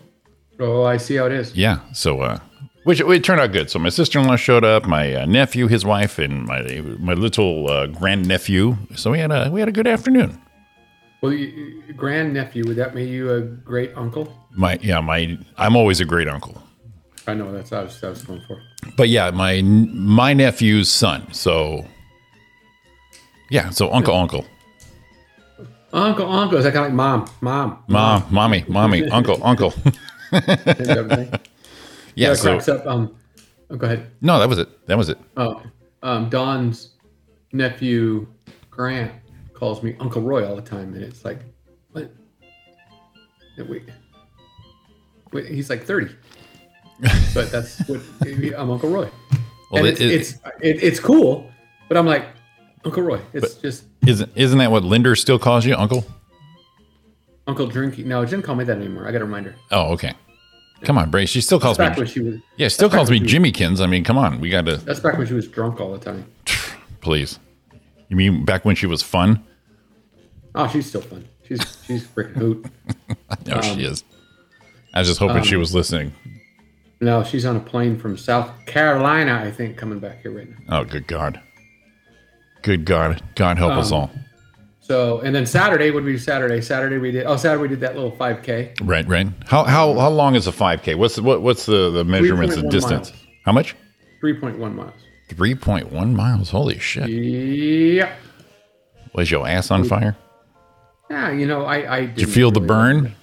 [SPEAKER 6] Oh, I see how it is.
[SPEAKER 7] Yeah. So, uh, which it turned out good. So my sister in law showed up, my uh, nephew, his wife, and my my little uh, grandnephew. So we had a we had a good afternoon.
[SPEAKER 6] Well, you, grand nephew, would that make you a great uncle?
[SPEAKER 7] My yeah, my I'm always a great uncle.
[SPEAKER 6] I know that's what I was, I was going for.
[SPEAKER 7] But yeah, my my nephew's son. So yeah, so uncle, uncle,
[SPEAKER 6] Uncle, uncle. Is that kind of like mom, mom,
[SPEAKER 7] mom, mommy, mommy, uncle, uncle.
[SPEAKER 6] and everything?
[SPEAKER 7] Yeah.
[SPEAKER 6] that
[SPEAKER 7] So
[SPEAKER 6] cracks up. Um, oh, go ahead.
[SPEAKER 7] no, that was it. That was it.
[SPEAKER 6] Oh, um, Don's nephew Grant calls me Uncle Roy all the time, and it's like, what? Yeah, Wait, wait, he's like thirty, but that's what I'm Uncle Roy, and
[SPEAKER 7] Well,
[SPEAKER 6] it's
[SPEAKER 7] it-
[SPEAKER 6] it's, it, it's cool, but I'm like Uncle Roy. It's just
[SPEAKER 7] Isn't isn't that what Linder still calls you, uncle?
[SPEAKER 6] Uncle Drinky. No, she didn't call me that anymore. I got a reminder.
[SPEAKER 7] Oh, okay. Come on, Bray. She still calls
[SPEAKER 6] Back when
[SPEAKER 7] me.
[SPEAKER 6] she was
[SPEAKER 7] Yeah, still calls me
[SPEAKER 6] when she
[SPEAKER 7] Jimmykins. I mean, come on, we gotta.
[SPEAKER 6] that's back when she was drunk all the time.
[SPEAKER 7] Please. You mean back when she was fun?
[SPEAKER 6] Oh, she's still fun. She's she's freaking hoot.
[SPEAKER 7] No,
[SPEAKER 6] Um,
[SPEAKER 7] she is. I was just hoping she was listening.
[SPEAKER 6] No, she's on a plane from South Carolina, I think, coming back here right now.
[SPEAKER 7] Oh, good God. Good God. God help
[SPEAKER 6] um,
[SPEAKER 7] us all.
[SPEAKER 6] So, and then Saturday would be Saturday. Saturday we did. Oh, Saturday we did that little 5K.
[SPEAKER 7] Right, right. How how how long is a 5K? What's the, what what's the, the measurements of
[SPEAKER 6] 3.1
[SPEAKER 7] distance?
[SPEAKER 6] miles.
[SPEAKER 7] How much?
[SPEAKER 6] 3.1 miles.
[SPEAKER 7] 3.1 miles. Holy shit.
[SPEAKER 6] Yeah.
[SPEAKER 7] Was your ass on fire?
[SPEAKER 6] Yeah. You know, I. I didn't
[SPEAKER 7] Did you feel the
[SPEAKER 6] really-
[SPEAKER 7] burn?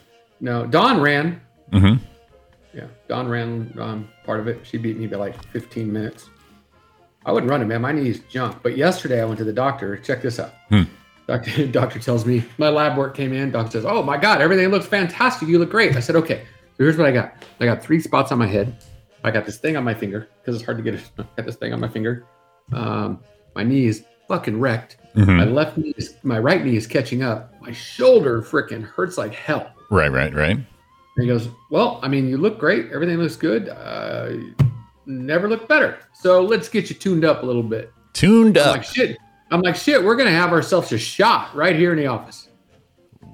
[SPEAKER 6] No. Dawn ran.
[SPEAKER 7] Mhm.
[SPEAKER 6] Yeah. Dawn ran um, part of it. She beat me by like 15 minutes. I wouldn't run it, man. My knees jump. But yesterday I went to the doctor. Check this out. Doctor, doctor tells me my lab work came in. Doctor says, "Oh my God, everything looks fantastic. You look great." I said, "Okay, so here's what I got. I got three spots on my head. I got this thing on my finger because it's hard to get. it- I got this thing on my finger. Um, my knee is fucking wrecked. My left knee is, my right knee is catching up. My shoulder freaking hurts like hell."
[SPEAKER 7] Right, right, right.
[SPEAKER 6] And he goes, Well, I mean, you look great. Everything looks good. Uh, never looked better. So let's get you tuned up a little bit.
[SPEAKER 7] Tuned
[SPEAKER 6] I'm
[SPEAKER 7] up.
[SPEAKER 6] like, Shit. I'm like, Shit, we're going to have ourselves a shot right here in the office.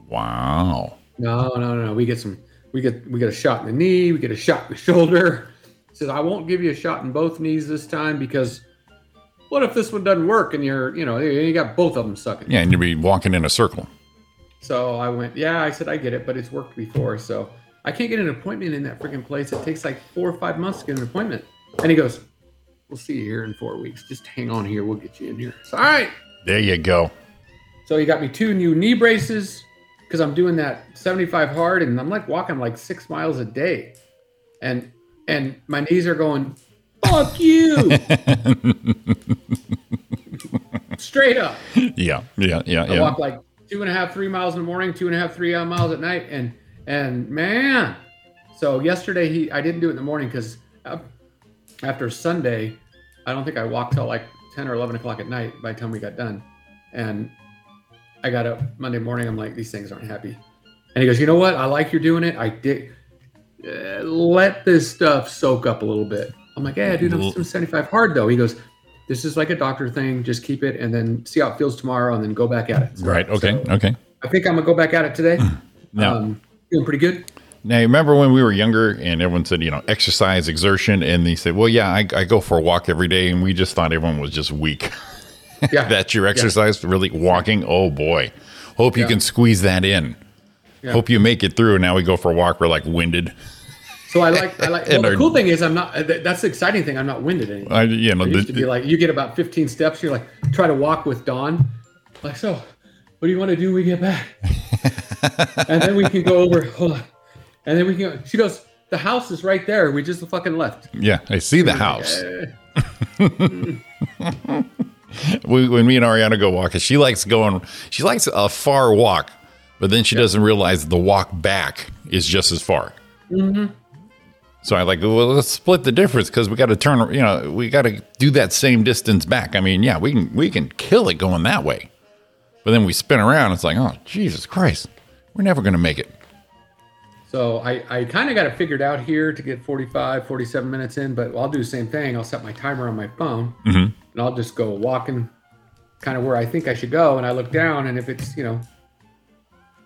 [SPEAKER 7] Wow.
[SPEAKER 6] No, no, no, no. We get some, we get, we get a shot in the knee. We get a shot in the shoulder. He says, I won't give you a shot in both knees this time because what if this one doesn't work and you're, you know, you got both of them sucking?
[SPEAKER 7] Yeah, and you'd be walking in a circle.
[SPEAKER 6] So I went, yeah, I said, I get it, but it's worked before. So I can't get an appointment in that freaking place. It takes like four or five months to get an appointment. And he goes, We'll see you here in four weeks. Just hang on here. We'll get you in here. So, all right.
[SPEAKER 7] There you go.
[SPEAKER 6] So he got me two new knee braces because I'm doing that 75 hard and I'm like walking like six miles a day. And and my knees are going, fuck you. Straight up.
[SPEAKER 7] Yeah, yeah, yeah,
[SPEAKER 6] I
[SPEAKER 7] yeah.
[SPEAKER 6] walk like two and a half, three miles in the morning, two and a half, three uh, miles at night, and and man, so yesterday he I didn't do it in the morning because after Sunday, I don't think I walked till like ten or eleven o'clock at night by the time we got done, and I got up Monday morning. I'm like, these things aren't happy, and he goes, you know what? I like you're doing it. I did. Uh, let this stuff soak up a little bit. I'm like, yeah, dude, I'm
[SPEAKER 7] Well-
[SPEAKER 6] doing 75 hard though. He goes, this is like a doctor thing. Just keep it and then see how it feels tomorrow, and then go back at it. So-
[SPEAKER 7] Right. Okay.
[SPEAKER 6] so
[SPEAKER 7] Okay.
[SPEAKER 6] I think I'm gonna go back at it today.
[SPEAKER 7] Now,
[SPEAKER 6] Um, doing pretty good.
[SPEAKER 7] Now, you remember when we were younger and everyone said, you know, exercise, exertion, and they said, well, yeah, I, I go for a walk every day, and we just thought everyone was just weak.
[SPEAKER 6] Yeah.
[SPEAKER 7] That's your exercise, really walking. Oh boy, hope you
[SPEAKER 6] Yeah.
[SPEAKER 7] can squeeze that in.
[SPEAKER 6] Yeah.
[SPEAKER 7] Hope you make it through. Now we go for a walk. We're like winded.
[SPEAKER 6] So I like. I like. Well,
[SPEAKER 7] And
[SPEAKER 6] the
[SPEAKER 7] our-
[SPEAKER 6] cool thing is, I'm not. th- That's the exciting thing. I'm not winded anymore.
[SPEAKER 7] I, you know,
[SPEAKER 6] It used to be
[SPEAKER 7] the,
[SPEAKER 6] like you get about 15 steps. You're like try to walk with Dawn. Like so, what do you want to do? when We get back, and then we can go over. Hold on, and then we can. Go, she goes. The house is right there. We just fucking left.
[SPEAKER 7] yeah, I see the house. we, when me and Ariana go walking, she likes going. She likes a far walk, but then she doesn't realize the walk back is just as far.
[SPEAKER 6] Mm-hmm.
[SPEAKER 7] So I like, well, let's split the difference because we got to turn. You know, we got to do that same distance back. I mean, yeah, we can we can kill it going that way, but then we spin around. It's like, oh Jesus Christ, we're never gonna make it.
[SPEAKER 6] So I, I kind of got it figured out here to get 45, 47 minutes in, but I'll do the same thing. I'll set my timer on my phone
[SPEAKER 7] Mm-hmm.
[SPEAKER 6] and I'll just go walking kind of where I think I should go. And I look down and if it's, you know,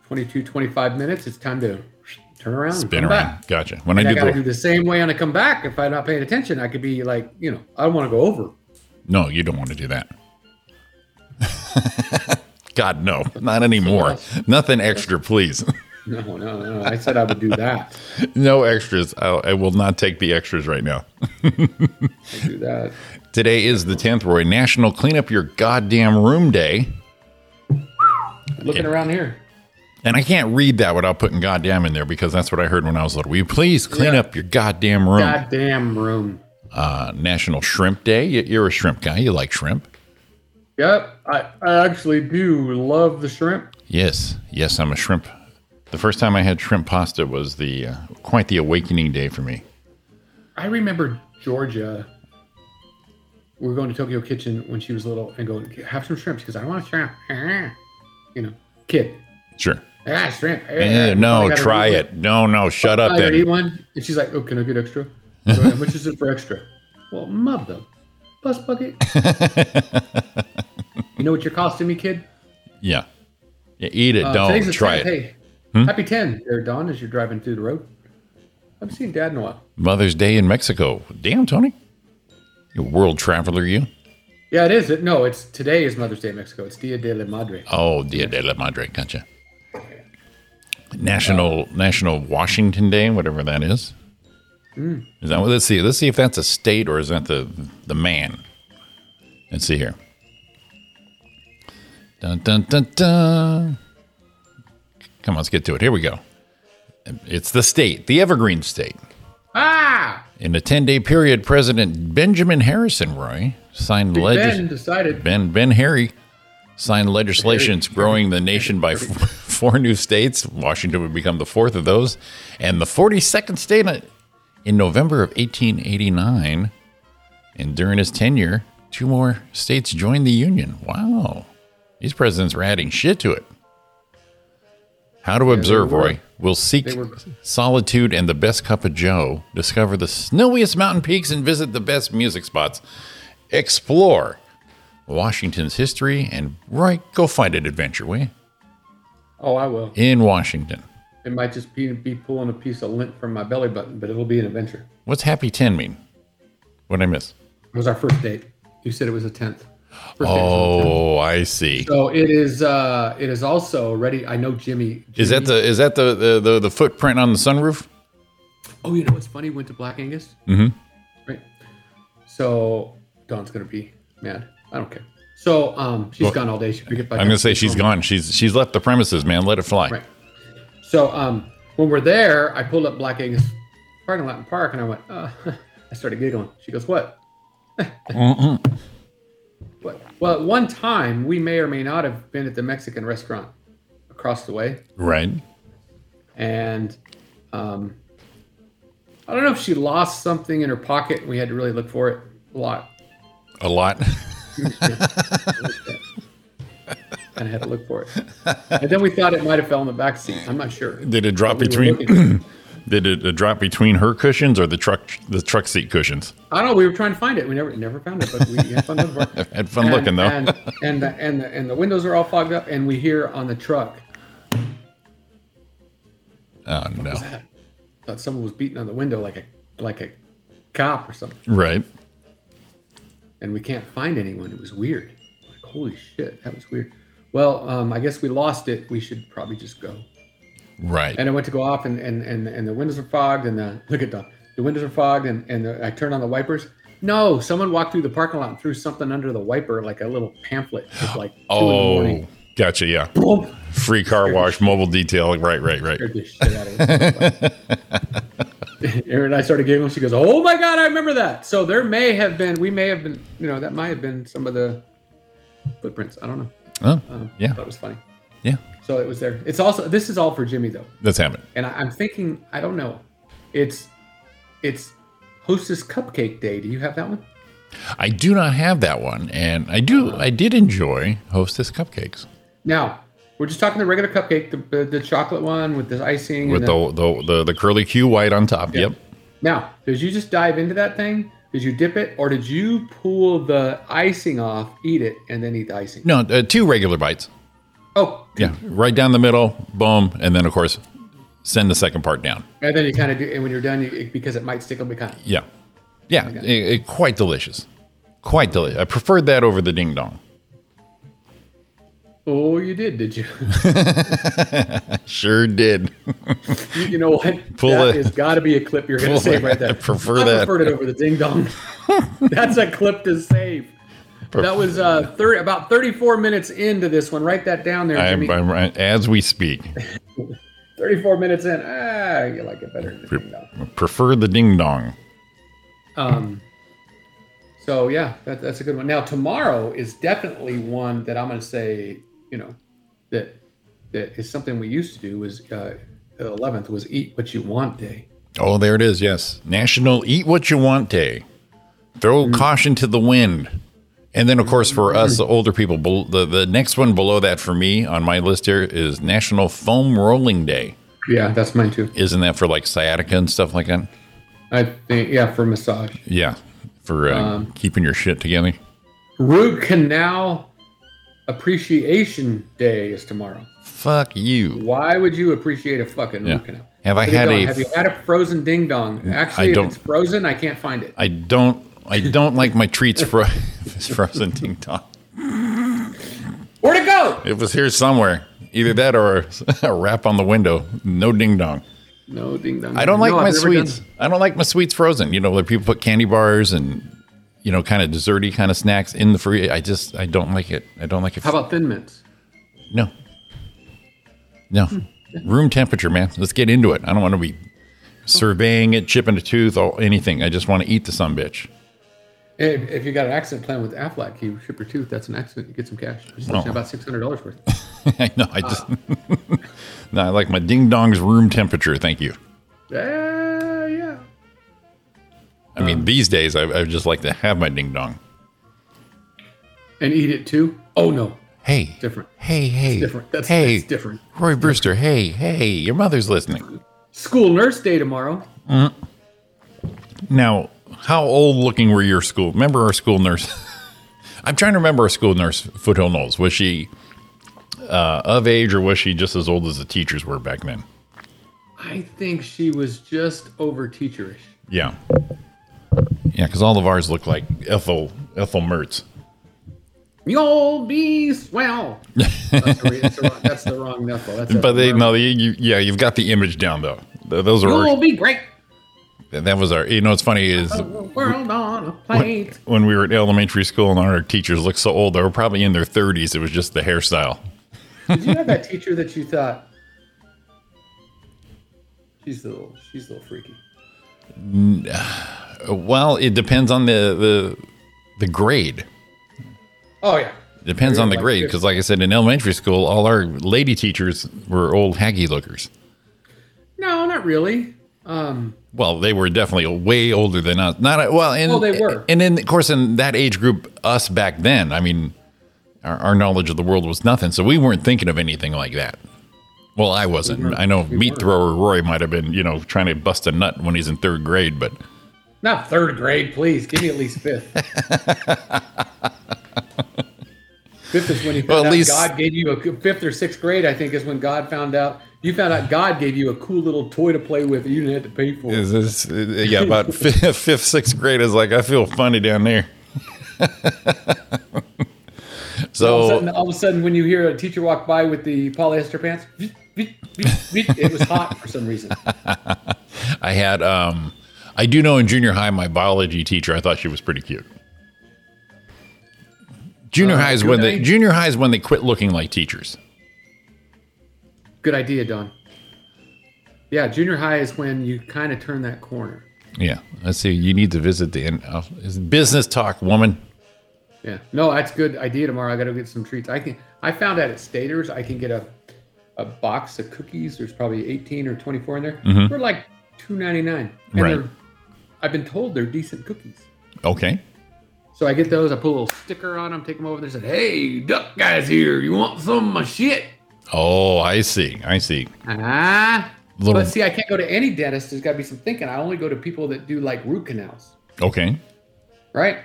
[SPEAKER 6] 22, 25 minutes, it's time to turn around. and
[SPEAKER 7] Spin
[SPEAKER 6] come
[SPEAKER 7] around.
[SPEAKER 6] Back.
[SPEAKER 7] Gotcha. When
[SPEAKER 6] And
[SPEAKER 7] I
[SPEAKER 6] I
[SPEAKER 7] do
[SPEAKER 6] got to
[SPEAKER 7] the
[SPEAKER 6] do the same way on a comeback. If I'm not paying attention, I could be like, you know, I don't want to go over.
[SPEAKER 7] No, you don't want to do that. God, no, not anymore. Nothing extra, please.
[SPEAKER 6] No, no, no. no. I said I would do that.
[SPEAKER 7] no extras. I, I will not take the extras right now.
[SPEAKER 6] I do that.
[SPEAKER 7] Today is the 10th, Roy. National Clean Up Your Goddamn Room Day.
[SPEAKER 6] Looking around here.
[SPEAKER 7] And I can't read that without putting goddamn in there because that's what I heard when I was little. Will you please clean
[SPEAKER 6] Yeah.
[SPEAKER 7] up your goddamn room?
[SPEAKER 6] Goddamn room.
[SPEAKER 7] Uh, National Shrimp Day. You- You're a shrimp guy. You like shrimp.
[SPEAKER 6] Yep. I, I actually do love the shrimp.
[SPEAKER 7] Yes, yes, I'm a shrimp. The first time I had shrimp pasta was the uh, quite the awakening day for me.
[SPEAKER 6] I remember Georgia. We were going to Tokyo Kitchen when she was little and going, have some shrimp. She goes, I don't want shrimp. You know, kid.
[SPEAKER 7] Sure.
[SPEAKER 6] Ah, shrimp.
[SPEAKER 7] Eh,
[SPEAKER 6] I
[SPEAKER 7] no,
[SPEAKER 6] gotta
[SPEAKER 7] try
[SPEAKER 6] eat one.
[SPEAKER 7] it. No, no, shut up
[SPEAKER 6] I gotta eat
[SPEAKER 7] then.
[SPEAKER 6] one. And she's like, oh, can I get extra? So, How much is it for extra? Well, mother. Bus bucket. you know what you're costing me, kid?
[SPEAKER 7] Yeah. yeah eat it.
[SPEAKER 6] Uh, today's
[SPEAKER 7] Don't
[SPEAKER 6] the
[SPEAKER 7] try it. Hmm?
[SPEAKER 6] 10th. Hey, happy 10 there, Don, as you're driving through the road. I haven't seen Dad in a while.
[SPEAKER 7] Mother's Day in Mexico. Damn, Tony. You world traveler, you.
[SPEAKER 6] Yeah, it is. It, no, it's today is Mother's Day in Mexico. It's Dia de la Madre.
[SPEAKER 7] Oh, Dia de la Madre. Gotcha. National National Washington Day, whatever that is. Is that what? Let's see. Let's see if that's a state or is that the the man. Let's see here. Dun dun dun dun. Come on, let's get to it. Here we go. It's the state, the Evergreen State.
[SPEAKER 6] Ah!
[SPEAKER 7] In a 10 day period, President Benjamin Harrison Roy signed
[SPEAKER 6] Ben
[SPEAKER 7] legislation.
[SPEAKER 6] decided
[SPEAKER 7] Ben Ben Harry signed legislation growing the nation by f- four new states. Washington would become the fourth of those, and the 42nd state in November of 1889. And during his tenure, two more states joined the Union. Wow. These presidents were adding shit to it. How to observe,
[SPEAKER 6] were.
[SPEAKER 7] Roy. We'll seek
[SPEAKER 6] They were.
[SPEAKER 7] solitude and the best cup of Joe, discover the snowiest mountain peaks, and visit the best music spots. Explore Washington's history and, Roy, go find an adventure, will you?
[SPEAKER 6] Oh, I will.
[SPEAKER 7] In Washington.
[SPEAKER 6] It might just be, be pulling a piece of lint from my belly button, but it'll be an adventure.
[SPEAKER 7] What's Happy 10 mean? What'd I miss?
[SPEAKER 6] It was our first date. You said it was the tenth.
[SPEAKER 7] Oh, I see.
[SPEAKER 6] So it is. uh It is also ready. I know Jimmy.
[SPEAKER 7] Is that the is that the the, the, the footprint on the sunroof?
[SPEAKER 6] Oh, you know what's funny? Went to Black Angus.
[SPEAKER 7] Mhm.
[SPEAKER 6] Right. So Dawn's gonna be mad. I don't care. So um, she's
[SPEAKER 7] Well,
[SPEAKER 6] gone all day. She picked up by
[SPEAKER 7] I'm gonna say she's gone. She's she's left the premises, man. Let it fly.
[SPEAKER 6] Right. So um, when we're there, I pulled up Black Angus parking lot in park, and I went. Uh, I started giggling. She goes, "What?
[SPEAKER 7] Uh-uh.
[SPEAKER 6] what? Well, at one time we may or may not have been at the Mexican restaurant across the way,
[SPEAKER 7] Right.
[SPEAKER 6] and um, I don't know if she lost something in her pocket, and we had to really look for it a lot.
[SPEAKER 7] A lot.
[SPEAKER 6] Kind of had to look for it, and then we thought it might have fell in the back seat. I'm not sure.
[SPEAKER 7] Did it drop
[SPEAKER 6] We were
[SPEAKER 7] between?
[SPEAKER 6] looking.
[SPEAKER 7] did it drop between her cushions or the truck the truck seat cushions?
[SPEAKER 6] I don't know. We were trying to find it. We never never found it, but we had fun looking for it.
[SPEAKER 7] Had fun
[SPEAKER 6] and,
[SPEAKER 7] looking though.
[SPEAKER 6] And and the, and the and the windows are all fogged up, and we hear on the truck
[SPEAKER 7] oh no.
[SPEAKER 6] that someone was beating on the window like a like a cop or something,
[SPEAKER 7] Right.
[SPEAKER 6] and we can't find anyone. It was weird. Like holy shit, that was weird. Well, um, I guess we lost it. We should probably just go.
[SPEAKER 7] Right.
[SPEAKER 6] And I went to go off, and and and, and the windows are fogged, and the look at the the windows are fogged, and and the, I turned on the wipers. No, someone walked through the parking lot and threw something under the wiper, like a little pamphlet. It's like two in the
[SPEAKER 7] Oh,
[SPEAKER 6] morning.
[SPEAKER 7] gotcha. Yeah.
[SPEAKER 6] Boom.
[SPEAKER 7] Free car wash, mobile detailing. Right. Right. Right.
[SPEAKER 6] scared the shit out of us. Erin and I started giggling. She goes, "Oh my god, I remember that." So there may have been, we may have been, you know, that might have been some of the footprints. I don't know.
[SPEAKER 7] Oh,
[SPEAKER 6] Um,
[SPEAKER 7] yeah.
[SPEAKER 6] that was funny.
[SPEAKER 7] Yeah.
[SPEAKER 6] So it was there. It's also this is all for Jimmy though,
[SPEAKER 7] That's happened.
[SPEAKER 6] and I, I'm thinking, I don't know, it's it's Hostess Cupcake Day. Do you have that one?
[SPEAKER 7] I do not have that one, and I do. I did enjoy Hostess cupcakes
[SPEAKER 6] Now we're just talking the regular cupcake, the, the, the chocolate one with the icing.
[SPEAKER 7] with
[SPEAKER 6] and the,
[SPEAKER 7] the the, the the curly Q white on top. Yep.
[SPEAKER 6] Now, did you just dive into that thing? Did you dip it, or did you pull the icing off, eat it, and then eat the icing?
[SPEAKER 7] No, uh, two regular bites.
[SPEAKER 6] Oh,
[SPEAKER 7] Yeah, right down the middle, boom, and then of course send the second part down.
[SPEAKER 6] and then you kind of do, and when you're done, you, it- because it might stick on the kind.
[SPEAKER 7] Yeah, yeah, it, it- quite delicious, quite delicious. I preferred that over the ding dong.
[SPEAKER 6] Oh, you did, did you?
[SPEAKER 7] Sure did.
[SPEAKER 6] you, you know what?
[SPEAKER 7] Pull
[SPEAKER 6] that
[SPEAKER 7] it.
[SPEAKER 6] has got to be a clip you're going
[SPEAKER 7] Pull
[SPEAKER 6] to save right
[SPEAKER 7] it.
[SPEAKER 6] there.
[SPEAKER 7] I prefer
[SPEAKER 6] I
[SPEAKER 7] that.
[SPEAKER 6] preferred it over the ding dong. That's a clip to save. That was uh, 30, about 34 minutes into this one. Write that down there,
[SPEAKER 7] I'm,
[SPEAKER 6] Jimmy.
[SPEAKER 7] I'm, as we speak,
[SPEAKER 6] 34 minutes in. Ah, you like it better than the ding dong.
[SPEAKER 7] prefer the ding dong.
[SPEAKER 6] Um, so yeah, that, that's a good one. Now tomorrow is definitely one that I'm going to say, you know, that that is something we used to do was uh, the 11th was Eat What You Want Day.
[SPEAKER 7] Oh, there it is. Yes, National Eat What You Want Day. Throw
[SPEAKER 6] Mm.
[SPEAKER 7] caution to the wind. And then, of course, for us, the older people, bel- the, the next one below that for me on my list here is National Foam Rolling Day.
[SPEAKER 6] Yeah, that's mine too.
[SPEAKER 7] Isn't that for like sciatica and stuff like that?
[SPEAKER 6] I think yeah for massage.
[SPEAKER 7] Yeah, for uh,
[SPEAKER 6] Um.
[SPEAKER 7] keeping your shit together.
[SPEAKER 6] Root Canal Appreciation Day is tomorrow.
[SPEAKER 7] Fuck you.
[SPEAKER 6] Why would you appreciate a fucking
[SPEAKER 7] Yeah.
[SPEAKER 6] root canal?
[SPEAKER 7] Have I
[SPEAKER 6] Ding
[SPEAKER 7] had
[SPEAKER 6] dong.
[SPEAKER 7] a-
[SPEAKER 6] Have you had a frozen ding dong? Actually, if
[SPEAKER 7] don't-
[SPEAKER 6] it's frozen, I can't find it.
[SPEAKER 7] I don't. I don't like my treats fro- frozen ting tong.
[SPEAKER 6] Where'd it go?
[SPEAKER 7] It was here somewhere. Either that or a rap on the window. No ding dong.
[SPEAKER 6] No ding dong.
[SPEAKER 7] I don't like
[SPEAKER 6] No, I've
[SPEAKER 7] my
[SPEAKER 6] never done-
[SPEAKER 7] sweets. I don't like my sweets frozen. You know, where people put candy bars and you know, kind of desserty kind of snacks in the free. I just I don't like it. I don't like it.
[SPEAKER 6] How about Thin Mints?
[SPEAKER 7] no, no,
[SPEAKER 6] Hmm.
[SPEAKER 7] room temperature, man. Let's get into it. I don't want to be surveying it, chipping a tooth, or anything. I just want to eat the some bitch.
[SPEAKER 6] If, if you got an accident plan with Aflac, you ship your tooth. That's an accident. You get some cash. It's
[SPEAKER 7] Oh.
[SPEAKER 6] about six hundred dollars worth.
[SPEAKER 7] I know. I just no. I like my ding dong's room temperature. Thank you.
[SPEAKER 6] Yeah, yeah.
[SPEAKER 7] I
[SPEAKER 6] Um,
[SPEAKER 7] mean, these days I, I would just like to have my ding dong.
[SPEAKER 6] And eat it too. Oh no,
[SPEAKER 7] Hey,
[SPEAKER 6] different.
[SPEAKER 7] hey, hey,
[SPEAKER 6] different. That's-
[SPEAKER 7] hey,
[SPEAKER 6] that's different.
[SPEAKER 7] Roy Brewster. Hey, hey, your mother's listening.
[SPEAKER 6] School nurse day tomorrow.
[SPEAKER 7] Now, how old looking were your school? Remember our school nurse? I'm trying to remember our school nurse, Foothill Knowles. Was she uh, of age, or was she just as old as the teachers were back then?
[SPEAKER 6] I think she was just over teacherish.
[SPEAKER 7] Yeah, yeah, because all of ours look like Ethel Ethel Mertz.
[SPEAKER 6] You'll be swell. that's, the, re- that's, the wrong, that's the wrong knuckle. That's
[SPEAKER 7] But they
[SPEAKER 6] Ethel
[SPEAKER 7] no, you, you, yeah, you've got the image down though. Th- Those are
[SPEAKER 6] Mertz.
[SPEAKER 7] our,
[SPEAKER 6] You'll be great.
[SPEAKER 7] that was our. You know, what's funny is
[SPEAKER 6] The world on a plate.
[SPEAKER 7] when we were at elementary school and our teachers looked so old, they were probably in their 30s. It was just the hairstyle.
[SPEAKER 6] Did you have that teacher that you thought? She's a little. She's a little freaky.
[SPEAKER 7] Well, it depends on the the, the grade.
[SPEAKER 6] Oh yeah.
[SPEAKER 7] Depends on the
[SPEAKER 6] Like
[SPEAKER 7] grade,
[SPEAKER 6] this.
[SPEAKER 7] because like I said, in elementary school, all our lady teachers were old haggy lookers.
[SPEAKER 6] No, not really. Um,
[SPEAKER 7] Well, they were definitely way older than us. Not well, and
[SPEAKER 6] Well, they were.
[SPEAKER 7] and then of course in that age group, us back then. I mean, our, our knowledge of the world was nothing, so we weren't thinking of anything like that. Well, I wasn't.
[SPEAKER 6] weren't.
[SPEAKER 7] I know
[SPEAKER 6] We
[SPEAKER 7] meat
[SPEAKER 6] weren't.
[SPEAKER 7] thrower Roy might have been, you know, trying to bust a nut when he's in third grade, but
[SPEAKER 6] not third grade, please. Give me at least fifth. fifth is when you
[SPEAKER 7] Well,
[SPEAKER 6] found
[SPEAKER 7] at
[SPEAKER 6] out
[SPEAKER 7] least-
[SPEAKER 6] God gave you a fifth or sixth grade. I think is when God found out you found out God gave you a cool little toy to play with that you didn't have to pay for.
[SPEAKER 7] Is this, yeah, about fifth, fifth, sixth grade is like, I feel funny down there.
[SPEAKER 6] all, of a
[SPEAKER 7] so,
[SPEAKER 6] sudden, all of a sudden, when you hear a teacher walk by with the polyester pants, it was hot for some reason.
[SPEAKER 7] I had, um, I do know in junior high, my biology teacher, I thought she was pretty cute. Junior
[SPEAKER 6] Uh,
[SPEAKER 7] high is when
[SPEAKER 6] good
[SPEAKER 7] they,
[SPEAKER 6] night.
[SPEAKER 7] junior high is when they quit looking like teachers.
[SPEAKER 6] Good idea, Don. Yeah, junior high is when you kind of turn that corner.
[SPEAKER 7] Yeah, let's see. You need to visit the in- uh, is business talk woman.
[SPEAKER 6] Yeah. No, that's good idea tomorrow. I gotta get some treats. I can I found out at Staters I can get a a box of cookies. There's probably eighteen or twenty four in there. They're like two ninety nine.
[SPEAKER 7] Mm-hmm. Right.
[SPEAKER 6] I've been told they're decent cookies.
[SPEAKER 7] Okay,
[SPEAKER 6] So I get those, I put a little sticker on them, take them over there, said, Hey, duck guy's here, you want some of my shit?
[SPEAKER 7] oh, I see, I see.
[SPEAKER 6] Ah.
[SPEAKER 7] Little-
[SPEAKER 6] But see, I can't go to any dentist. There's gotta be some thinking. I only go to people that do like root canals.
[SPEAKER 7] Okay,
[SPEAKER 6] right?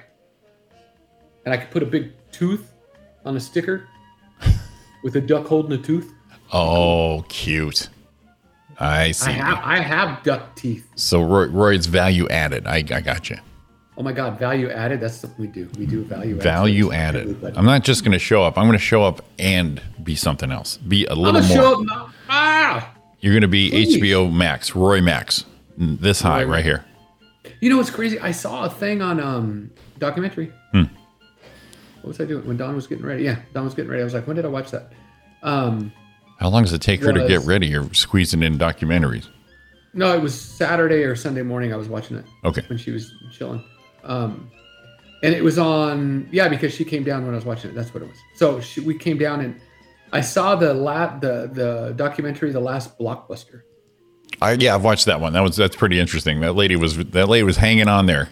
[SPEAKER 6] And I could put a big tooth on a sticker with a duck holding a tooth.
[SPEAKER 7] oh, cute. I see.
[SPEAKER 6] I have I have duck teeth.
[SPEAKER 7] So Roy, Roy's value added. I, I got you.
[SPEAKER 6] Oh my god, value added. That's something we do. We do value added.
[SPEAKER 7] Value
[SPEAKER 6] service.
[SPEAKER 7] added.
[SPEAKER 6] But
[SPEAKER 7] I'm not just going to show up. I'm going to show up and be something else. Be a
[SPEAKER 6] I'm
[SPEAKER 7] little
[SPEAKER 6] gonna
[SPEAKER 7] more.
[SPEAKER 6] show up. now. Ah!
[SPEAKER 7] You're going to be
[SPEAKER 6] Please.
[SPEAKER 7] HBO Max, Roy Max, Mm, this high
[SPEAKER 6] Roy-
[SPEAKER 7] right here.
[SPEAKER 6] You know what's crazy? I saw a thing on um documentary.
[SPEAKER 7] Hmm.
[SPEAKER 6] What was I doing when Don was getting ready? Yeah, Don was getting ready. I was like, when did I watch that? Um,
[SPEAKER 7] How long does it take her to get
[SPEAKER 6] Was-
[SPEAKER 7] ready? You're squeezing in documentaries.
[SPEAKER 6] no, it was Saturday or Sunday morning. I was watching it.
[SPEAKER 7] Okay.
[SPEAKER 6] when she was chilling. Um, and it was on, yeah, because she came down when I was watching it. That's what it was. So she, we came down and I saw the la- the the documentary, The Last Blockbuster.
[SPEAKER 7] I, yeah, I've watched that one. That was that's pretty interesting. That lady was that lady was hanging on there.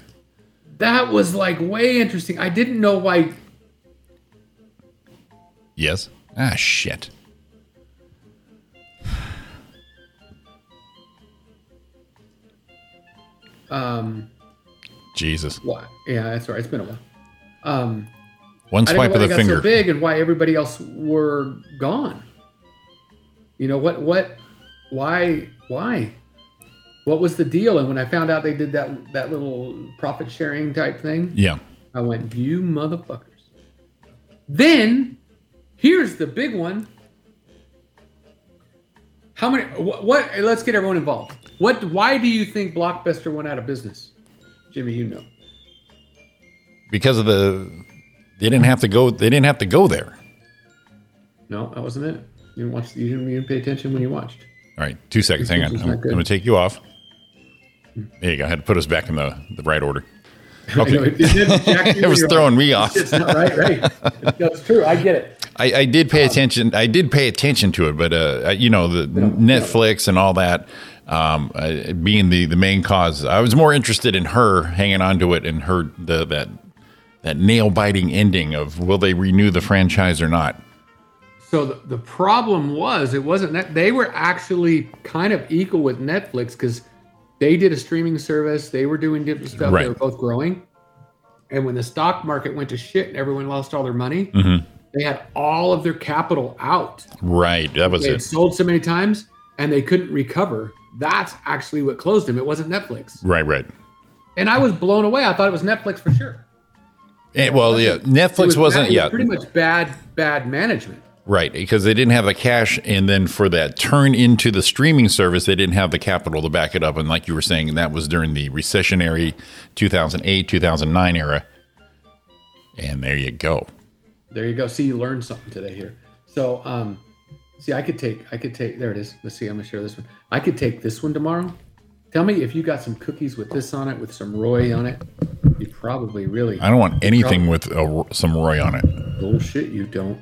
[SPEAKER 6] That was like way interesting. I didn't know why.
[SPEAKER 7] Yes. Ah, shit.
[SPEAKER 6] Um,
[SPEAKER 7] Jesus.
[SPEAKER 6] why? Yeah, that's right. It's been a while. Um,
[SPEAKER 7] One
[SPEAKER 6] I didn't
[SPEAKER 7] swipe
[SPEAKER 6] know why
[SPEAKER 7] of
[SPEAKER 6] they
[SPEAKER 7] the
[SPEAKER 6] got
[SPEAKER 7] finger.
[SPEAKER 6] so big and why everybody else were gone. You know what? What? Why? Why? What was the deal? And when I found out they did that that little profit sharing type thing,
[SPEAKER 7] yeah.
[SPEAKER 6] I went, you motherfuckers. Then, here's the big one. How many? What? what let's get everyone involved. What? Why do you think Blockbuster went out of business, Jimmy? You know.
[SPEAKER 7] Because of the they didn't have to go they didn't have to go there.
[SPEAKER 6] No, that wasn't it. You didn't watch. You didn't, you didn't pay attention when you watched.
[SPEAKER 7] All right, two seconds. Hang on.
[SPEAKER 6] This is
[SPEAKER 7] I'm,
[SPEAKER 6] not good.
[SPEAKER 7] going to take you off. There you go. I had to put us back in the, the right order.
[SPEAKER 6] I know, it, it, Jack,
[SPEAKER 7] It was
[SPEAKER 6] you're
[SPEAKER 7] throwing me
[SPEAKER 6] like,
[SPEAKER 7] off.
[SPEAKER 6] It's not right, right? That's true. I get it.
[SPEAKER 7] I, I did pay attention. I did pay attention to it, but uh, I- you know, the Netflix and all that um, uh, being the the main cause, I was more interested in her hanging on to it and her the that that nail biting ending of will they renew the franchise or not?
[SPEAKER 6] So the, the problem was it wasn't that they were actually kind of equal with Netflix because they did a streaming service, they were doing different stuff,
[SPEAKER 7] Right.
[SPEAKER 6] they were both growing. And when the stock market went to shit and everyone lost all their money,
[SPEAKER 7] Mm-hmm.
[SPEAKER 6] they had all of their capital out.
[SPEAKER 7] Right, that was
[SPEAKER 6] They had
[SPEAKER 7] it.
[SPEAKER 6] sold so many times and they couldn't recover. That's actually what closed them. It wasn't Netflix.
[SPEAKER 7] Right, right.
[SPEAKER 6] And I was blown away. I thought it was Netflix for sure.
[SPEAKER 7] Eh, well, yeah,
[SPEAKER 6] It
[SPEAKER 7] Netflix
[SPEAKER 6] was
[SPEAKER 7] wasn't
[SPEAKER 6] bad- it was
[SPEAKER 7] yet
[SPEAKER 6] pretty much bad, bad management.
[SPEAKER 7] right because they didn't have the cash, and then for that turn into the streaming service, they didn't have the capital to back it up. And like you were saying, that was during the recessionary 2008 2009 era. And there you go.
[SPEAKER 6] There you go. See, you learned something today here. So, um, see, I could take, I could take. There it is. Let's see. I'm gonna share this one. I could take this one tomorrow. Tell me if you got some cookies with this on it, with some Roy on it. You probably really
[SPEAKER 7] I don't want anything with a, r- some Roy on it.
[SPEAKER 6] bullshit. You don't.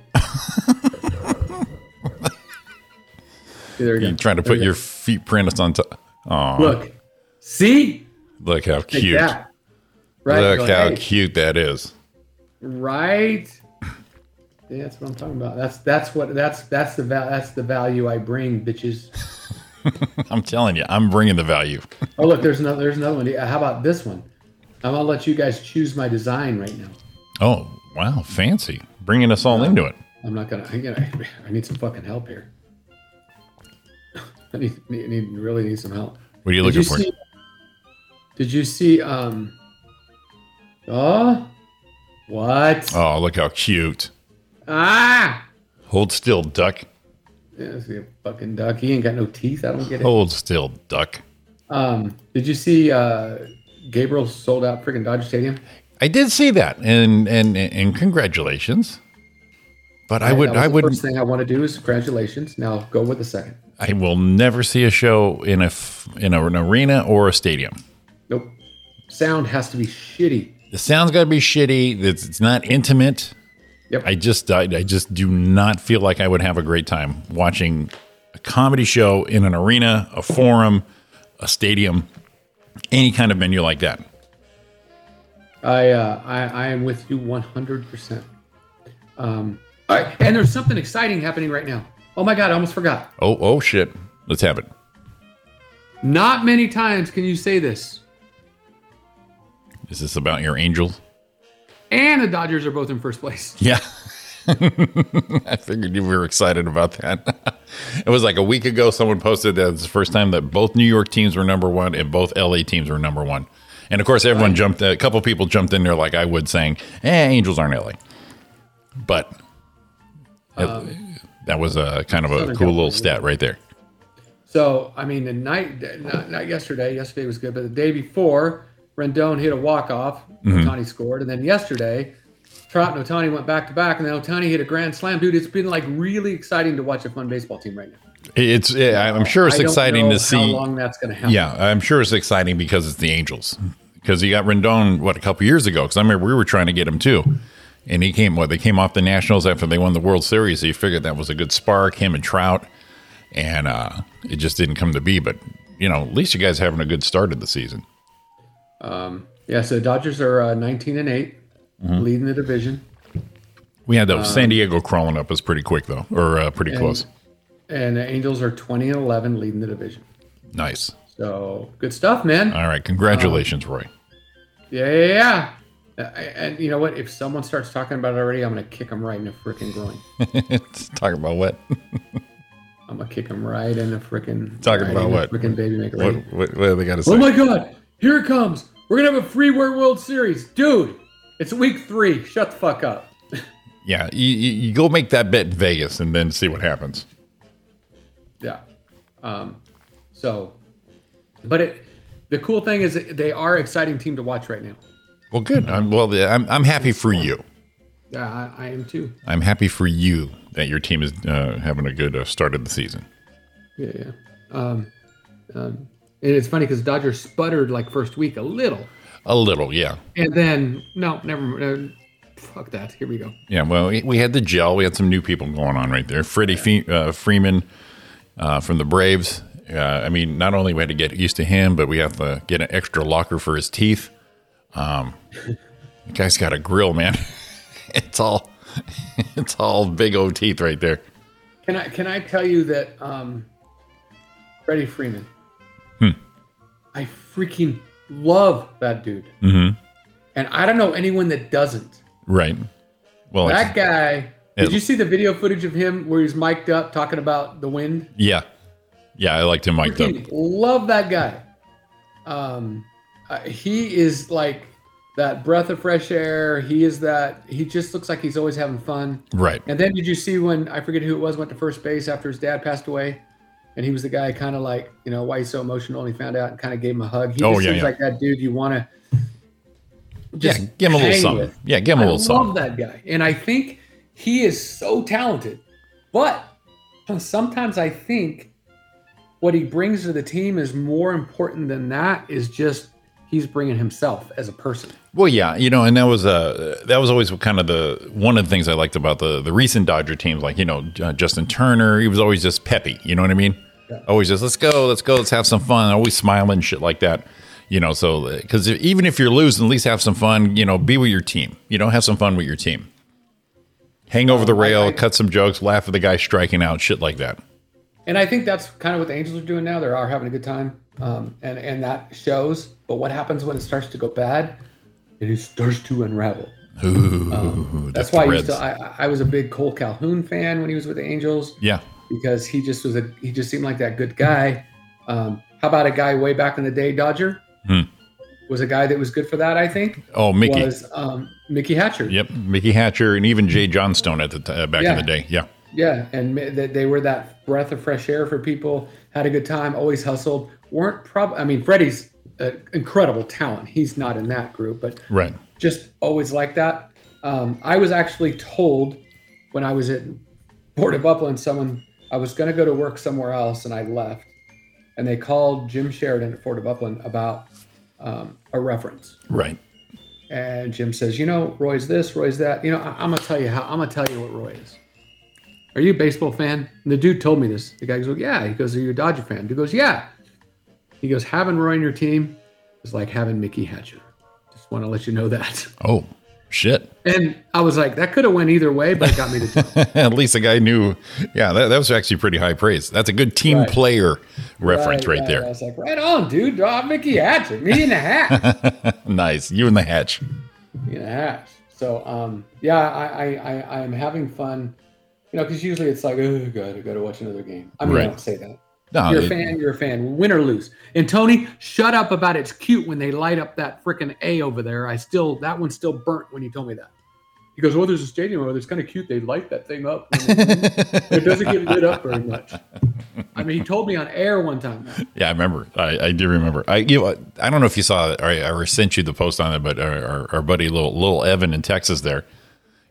[SPEAKER 6] See, there you
[SPEAKER 7] You're
[SPEAKER 6] go.
[SPEAKER 7] trying to put your feet print on top. Aw, look,
[SPEAKER 6] Look, see,
[SPEAKER 7] how
[SPEAKER 6] Take
[SPEAKER 7] cute.
[SPEAKER 6] that. Right.
[SPEAKER 7] look
[SPEAKER 6] You're like,
[SPEAKER 7] how
[SPEAKER 6] hey,
[SPEAKER 7] cute that is.
[SPEAKER 6] Right. Yeah, that's what I'm talking about. That's that's what that's that's the val- that's the value I bring, bitches.
[SPEAKER 7] I'm telling you, I'm bringing the value.
[SPEAKER 6] Oh look, there's another there's another one. Yeah, How about this one? I'm gonna let you guys choose my design right now.
[SPEAKER 7] Oh, wow. Fancy. Bringing us all into it.
[SPEAKER 6] I'm not gonna. I, gotta, I need some fucking help here. I need, need, need really need some help.
[SPEAKER 7] What are you
[SPEAKER 6] Did
[SPEAKER 7] looking
[SPEAKER 6] you
[SPEAKER 7] for?
[SPEAKER 6] see? Did you see? Um. Oh. What?
[SPEAKER 7] Oh, look how cute.
[SPEAKER 6] Ah.
[SPEAKER 7] Hold still, duck.
[SPEAKER 6] Yeah, let's see a fucking duck. He ain't got no teeth. I don't get it.
[SPEAKER 7] Hold still, duck.
[SPEAKER 6] Um, did you see uh, Gabriel sold out freaking Dodger Stadium?
[SPEAKER 7] I did see that, and and and congratulations. But I would,
[SPEAKER 6] That was
[SPEAKER 7] I
[SPEAKER 6] the
[SPEAKER 7] would,
[SPEAKER 6] First thing I want to do is congratulations. Now go with the second.
[SPEAKER 7] I will never see a show in a f- in a, an arena or a stadium.
[SPEAKER 6] Nope. Sound has to be shitty.
[SPEAKER 7] The sound's got to be shitty. It's, it's not intimate.
[SPEAKER 6] Yep.
[SPEAKER 7] I just I, I just do not feel like I would have a great time watching a comedy show in an arena, a forum, a stadium, any kind of venue like that.
[SPEAKER 6] I uh, I, I am with you 100. percent Um, all right, and there's something exciting happening right now. Oh my God, I almost forgot.
[SPEAKER 7] Oh oh shit! Let's have it.
[SPEAKER 6] Not many times can you say this.
[SPEAKER 7] Is this about your angels?
[SPEAKER 6] And the Dodgers are both in first place.
[SPEAKER 7] Yeah. I figured you were excited about that. it was like a week ago someone posted that it's the first time that both New York teams were number 1 and both LA teams were number 1. And of course everyone jumped a couple people jumped in there like I would saying, "Eh, Angels aren't LA." But it- that was a kind of a
[SPEAKER 6] Um, Southern
[SPEAKER 7] cool
[SPEAKER 6] California.
[SPEAKER 7] little stat right there.
[SPEAKER 6] So I mean, the night not, not yesterday. Yesterday was good, but the day before, Rendon hit a walk off.
[SPEAKER 7] Mm-hmm.
[SPEAKER 6] Otani scored, and then yesterday, Trout and Otani went back to back, and then Otani hit a grand slam. Dude, it's been like really exciting to watch a fun baseball team right now.
[SPEAKER 7] It's yeah, I'm sure it's
[SPEAKER 6] I don't
[SPEAKER 7] exciting
[SPEAKER 6] know
[SPEAKER 7] to see
[SPEAKER 6] how long that's going to happen.
[SPEAKER 7] Yeah, I'm sure it's exciting because it's the Angels. Because you got Rendon what a couple years ago. Because I remember we were trying to get him too, and he came. What they came off the Nationals after they won the World Series. So you figured that was a good spark, him and Trout, and uh, it just didn't come to be. But you know, at least you guys having a good start of the season.
[SPEAKER 6] Um, yeah, so Dodgers are uh, 19 and 8,
[SPEAKER 7] Mm-hmm.
[SPEAKER 6] leading the division.
[SPEAKER 7] We had
[SPEAKER 6] Um,
[SPEAKER 7] those San Diego crawling up us pretty quick though, or uh, pretty close.
[SPEAKER 6] And the Angels are 20 and 11, leading the division.
[SPEAKER 7] Nice.
[SPEAKER 6] So good stuff, man.
[SPEAKER 7] All right, congratulations, Roy.
[SPEAKER 6] Yeah, yeah, yeah. Uh, I- And you know what? If someone starts talking about it already, I'm going to kick them right in the freaking groin.
[SPEAKER 7] Talking about what?
[SPEAKER 6] I'm going to kick them right in the freaking.
[SPEAKER 7] Talking
[SPEAKER 6] right
[SPEAKER 7] about
[SPEAKER 6] in the
[SPEAKER 7] what?
[SPEAKER 6] Freaking baby maker.
[SPEAKER 7] What,
[SPEAKER 6] Right?
[SPEAKER 7] what, what do they got to say?
[SPEAKER 6] Oh my God. Here it comes. We're going to have a free World World Series. Dude, it's week three. Shut the fuck up.
[SPEAKER 7] yeah, you, you, you go make that bet in Vegas and then see what happens.
[SPEAKER 6] Yeah. Um, so, but it, the cool thing is that they are an exciting team to watch right now.
[SPEAKER 7] Well, good. I'm, well, the- I'm, I'm happy for you.
[SPEAKER 6] Yeah, I, I am too.
[SPEAKER 7] I'm happy for you that your team is uh, having a good uh, start of the season.
[SPEAKER 6] Yeah, yeah. Um, um, and it's funny because Dodgers sputtered like first week a little.
[SPEAKER 7] A little, yeah.
[SPEAKER 6] And then no, never. mind. Uh, fuck that. Here we go.
[SPEAKER 7] Yeah, well, we- we had the gel. We had some new people going on right there. Freddie Fe- uh, Freeman uh, from the Braves. Uh, I mean, not only we had to get used to him, but we have to get an extra locker for his teeth. Um, the guy's got a grill, man. it's all, it's all big old teeth right there.
[SPEAKER 6] Can I can I tell you that um, Freddie Freeman?
[SPEAKER 7] Hmm.
[SPEAKER 6] I freaking love that dude.
[SPEAKER 7] Mm-hmm.
[SPEAKER 6] And I don't know anyone that doesn't.
[SPEAKER 7] Right. Well, it's-
[SPEAKER 6] That guy. Did
[SPEAKER 7] It-
[SPEAKER 6] you see the video footage of him where he's mic'd up talking about the wind?
[SPEAKER 7] yeah, yeah. I liked him mic'd up.
[SPEAKER 6] Freaking love that guy. Um, uh, he is like that breath of fresh air. He is that. He just looks like he's always having fun.
[SPEAKER 7] Right.
[SPEAKER 6] And then did you see when I forget who it was went to first base after his dad passed away, and he was the guy kind of like you know why he's so emotional and he found out and kind of gave him a hug. He
[SPEAKER 7] Oh,
[SPEAKER 6] just
[SPEAKER 7] yeah,
[SPEAKER 6] seems
[SPEAKER 7] yeah.
[SPEAKER 6] like that dude you want to.
[SPEAKER 7] Yeah, give him a little something. Yeah, give him a
[SPEAKER 6] I
[SPEAKER 7] little
[SPEAKER 6] love
[SPEAKER 7] something.
[SPEAKER 6] that guy, and I think he is so talented. But sometimes I think what he brings to the team is more important than that. Is just he's bringing himself as a person.
[SPEAKER 7] Well, yeah, you know, and that was uh, that was always kind of the one of the things I liked about the the recent Dodger teams, like you know J- uh, Justin Turner. He was always just peppy, you know what I mean? Always just let's go, let's go, let's have some fun. Always smiling, shit like that, you know. So because even if you're losing, at least have some fun, you know. Be with your team, you know. Have some fun with your team. Hang over the rail, cut some jokes, laugh at the guy striking out, shit like that.
[SPEAKER 6] And I think that's kind of what the Angels are doing now. They are having a good time, um, and and that shows. But what happens when it starts to go bad? It starts to unravel.
[SPEAKER 7] Ooh,
[SPEAKER 6] That's
[SPEAKER 7] the
[SPEAKER 6] why I, used to,
[SPEAKER 7] threads.
[SPEAKER 6] I I- I was a big Cole Calhoun fan when he was with the Angels
[SPEAKER 7] yeah,
[SPEAKER 6] because he just was a he just seemed like that good guy. Um, how about a guy way back in the day, Dodger?
[SPEAKER 7] Hmm.
[SPEAKER 6] Was a guy that was good for that. I think
[SPEAKER 7] oh Mickey,
[SPEAKER 6] was um, Mickey Hatcher.
[SPEAKER 7] yep, Mickey Hatcher, and even Jay Johnstone at the t- uh, back in
[SPEAKER 6] Yeah.
[SPEAKER 7] the day, yeah.
[SPEAKER 6] Yeah, and ma- that they were that breath of fresh air for people. Had a good time, always hustled. weren't prob. I mean, Freddie's uh, incredible talent. He's not in that group, but
[SPEAKER 7] Right.
[SPEAKER 6] just always like that. Um, I was actually told when I was at Board of Upland, someone I was going to go to work somewhere else, and I left, and they called Jim Sheridan at Fort of Upland about um, a reference.
[SPEAKER 7] Right.
[SPEAKER 6] And Jim says, "You know, Roy's this, Roy's that. You know, I- I'm gonna tell you how. I'm gonna tell you what Roy is. Are you a baseball fan?" And the dude told me this. The guy goes, well, "Yeah." He goes, "Are you a Dodger fan?" He goes, "Yeah." He goes, "Having Roy on your team is like having Mickey Hatcher. Just want to let you know that."
[SPEAKER 7] Oh shit!
[SPEAKER 6] And I was like, "That could have went either way, but it got me to." tell him."
[SPEAKER 7] At least the guy knew. Yeah, that, that was actually pretty high praise. That's a good team
[SPEAKER 6] Right.
[SPEAKER 7] player reference right,
[SPEAKER 6] I
[SPEAKER 7] there.
[SPEAKER 6] was like, "Right on, dude. Oh, Mickey Hatcher, me in the hat."
[SPEAKER 7] Nice. You and the hatch.
[SPEAKER 6] Yeah. So um, yeah, I, I, I, I'm having fun, you know, because usually it's like, oh god, I got to watch another game. I mean, I
[SPEAKER 7] Right.
[SPEAKER 6] don't say that.
[SPEAKER 7] No,
[SPEAKER 6] you're a
[SPEAKER 7] it-
[SPEAKER 6] fan. You're a fan. Win or lose. And Tony, shut up about it's cute when they light up that freaking A over there. I still that one's still burnt when you told me that. He goes, well, there's a stadium over there. It's kind of cute. They light that thing up. it doesn't get lit up very much. I mean, he told me on air one time. that.
[SPEAKER 7] yeah, I remember. I, I do remember. I you, know, I don't know if you saw it or, I- or sent you the post on it, but our, our, our buddy little little Evan in Texas there,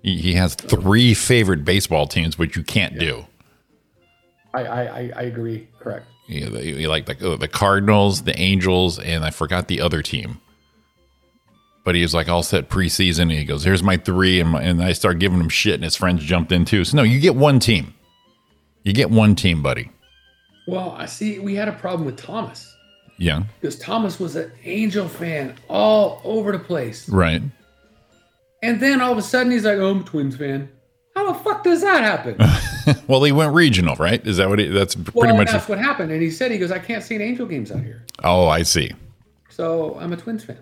[SPEAKER 7] he, he has three favorite baseball teams, which you can't do.
[SPEAKER 6] I, I, I, I agree. Correct.
[SPEAKER 7] You, know, you- you like the, oh, the Cardinals, the Angels, and I forgot the other team. But he was like all set preseason. And he goes, "Here's my three, and, my, and I start giving him shit, and his friends jumped in too. So no, you get one team. You get one team, buddy.
[SPEAKER 6] Well, I see. We had a problem with Thomas.
[SPEAKER 7] Yeah,
[SPEAKER 6] because Thomas was an Angel fan all over the place.
[SPEAKER 7] right.
[SPEAKER 6] And then all of a sudden he's like, oh, I'm a Twins fan. How the fuck does that happen?
[SPEAKER 7] Well, he went regional, right? Is that what? He, that's pretty
[SPEAKER 6] well,
[SPEAKER 7] much.
[SPEAKER 6] that's what happened. And he said, he goes, I can't see an Angel games out here.
[SPEAKER 7] oh, I see.
[SPEAKER 6] So I'm a Twins fan.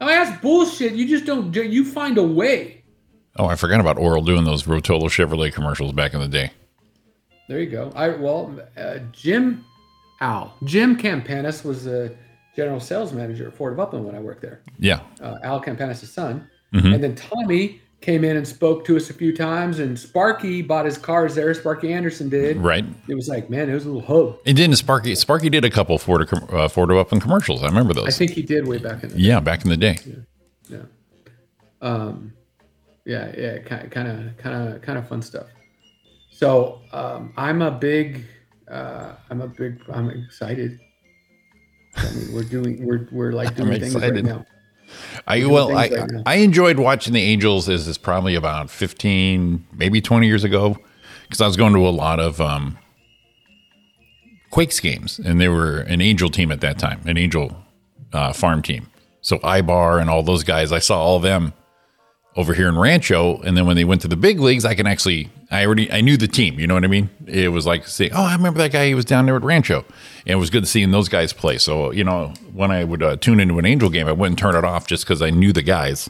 [SPEAKER 6] Now that's bullshit. You just don't, do- you find a way.
[SPEAKER 7] Oh, I forgot about Oral doing those Rotolo Chevrolet commercials back in the day.
[SPEAKER 6] There you go. I Well, uh, Jim, Al, Jim Campanis was the general sales manager at Ford of Upland when I worked there.
[SPEAKER 7] Yeah,
[SPEAKER 6] uh, Al Campanis' son. And then Tommy came in and spoke to us a few times, and Sparky bought his cars there. Sparky Anderson did.
[SPEAKER 7] right.
[SPEAKER 6] It was like, man, it was a little hope.
[SPEAKER 7] And didn't Sparky? Sparky did a couple Ford uh, Ford up in commercials. I remember
[SPEAKER 6] I
[SPEAKER 7] those.
[SPEAKER 6] think he did way back in the
[SPEAKER 7] yeah, back in the day.
[SPEAKER 6] um, yeah, yeah, kind of, kind of, kind of fun stuff. So um, I'm a big, uh, I'm a big, I'm excited. I mean, we're doing, we're, we're like doing things right
[SPEAKER 7] excited.
[SPEAKER 6] now.
[SPEAKER 7] I well, I,
[SPEAKER 6] things right now.
[SPEAKER 7] I enjoyed watching the Angels. Is is probably about fifteen, maybe twenty years ago, because I was going to a lot of um, Quakes games, and they were an Angel team at that time, an Angel uh, farm team. So Ibar and all those guys, I saw all of them over here in Rancho, and then when they went to the big leagues, I can actually, I already, I knew the team. You know what I mean? It was like saying, "Oh, I remember that guy. He was down there at Rancho," and it was good seeing those guys play. So you know, when I would uh, tune into an Angel game, I wouldn't turn it off just because I knew the guys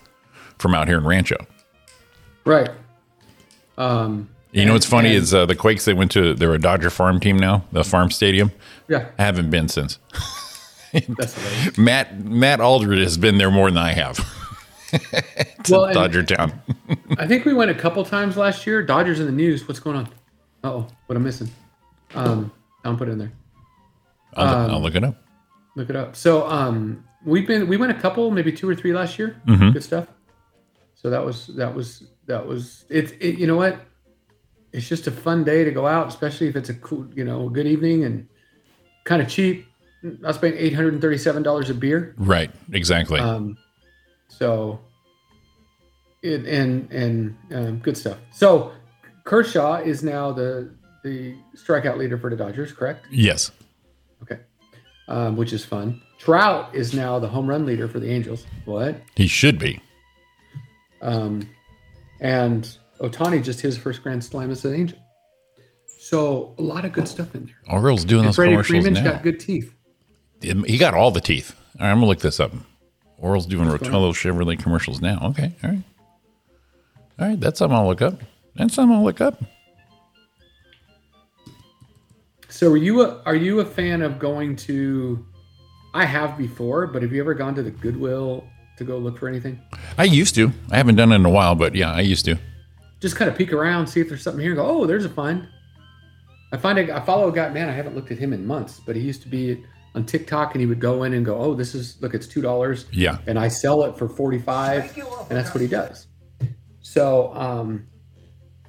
[SPEAKER 7] from out here in Rancho.
[SPEAKER 6] Right. Um,
[SPEAKER 7] You know what's funny
[SPEAKER 6] and-
[SPEAKER 7] is uh, the Quakes. They went to they're a Dodger farm team now, the farm stadium.
[SPEAKER 6] yeah,
[SPEAKER 7] I haven't been since.
[SPEAKER 6] that's hilarious.
[SPEAKER 7] Matt Matt Aldred has been there more than I have. It's
[SPEAKER 6] Well, and-
[SPEAKER 7] Dodger Town.
[SPEAKER 6] I think we went a couple times last year. Dodgers in the news. What's going on? Uh oh, what I'm missing. Um, I'll put it in there.
[SPEAKER 7] I'll,
[SPEAKER 6] um,
[SPEAKER 7] I'll look it up.
[SPEAKER 6] Look it up. So um, we've been we went a couple, maybe two or three last year. Good stuff. So that was that was that was it, it. You know what? It's just a fun day to go out, especially if it's a cool, you know, good evening and kind of cheap. I spent eight hundred and thirty-seven dollars a beer.
[SPEAKER 7] Right, exactly.
[SPEAKER 6] Um, so, it, and and um, good stuff. So, Kershaw is now the the strikeout leader for the Dodgers, correct?
[SPEAKER 7] yes.
[SPEAKER 6] Okay, um, which is fun. Trout is now the home run leader for the Angels. What?
[SPEAKER 7] He should be.
[SPEAKER 6] Um, and Otani just his first grand slam as an Angel. So a lot of good stuff in there.
[SPEAKER 7] Orioles doing
[SPEAKER 6] And
[SPEAKER 7] those
[SPEAKER 6] Freddie
[SPEAKER 7] commercials
[SPEAKER 6] Freeman's
[SPEAKER 7] now.
[SPEAKER 6] got good teeth.
[SPEAKER 7] he got all the teeth. All right, I'm gonna look this up. Orioles doing Rotello Chevrolet commercials now. Okay, all right, all right. That's something I'll look up. That's something I'll look up.
[SPEAKER 6] So are you a, are you a fan of going to? I have before, but have you ever gone to the Goodwill to go look for anything?
[SPEAKER 7] I used to. I haven't done it in a while, but yeah, I used to.
[SPEAKER 6] Just kind of peek around, see if there's something here, and go, oh, there's a find. I find a, I follow a guy, man. I haven't looked at him in months, but he used to be on TikTok, and he would go in and go, oh, this is look, it's two dollars,
[SPEAKER 7] Yeah,
[SPEAKER 6] and I sell it for forty five, and that's what he does. So um,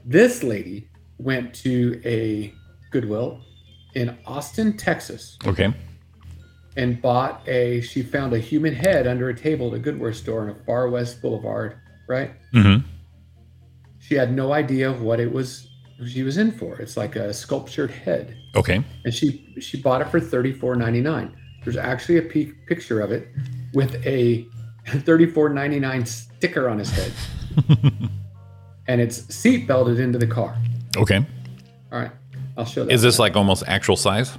[SPEAKER 6] this lady went to a Goodwill in Austin, Texas.
[SPEAKER 7] okay.
[SPEAKER 6] and bought a she found a human head under a table at a goodwill store in a far west boulevard right
[SPEAKER 7] Mm-hmm.
[SPEAKER 6] she had no idea what it was she was in for it's like a sculptured head
[SPEAKER 7] Okay.
[SPEAKER 6] and she she bought it for $34.99 there's actually a peak picture of it with a $34.99 sticker on his head and it's seat belted into the car
[SPEAKER 7] Okay.
[SPEAKER 6] all right i'll show that
[SPEAKER 7] Is this like almost actual size?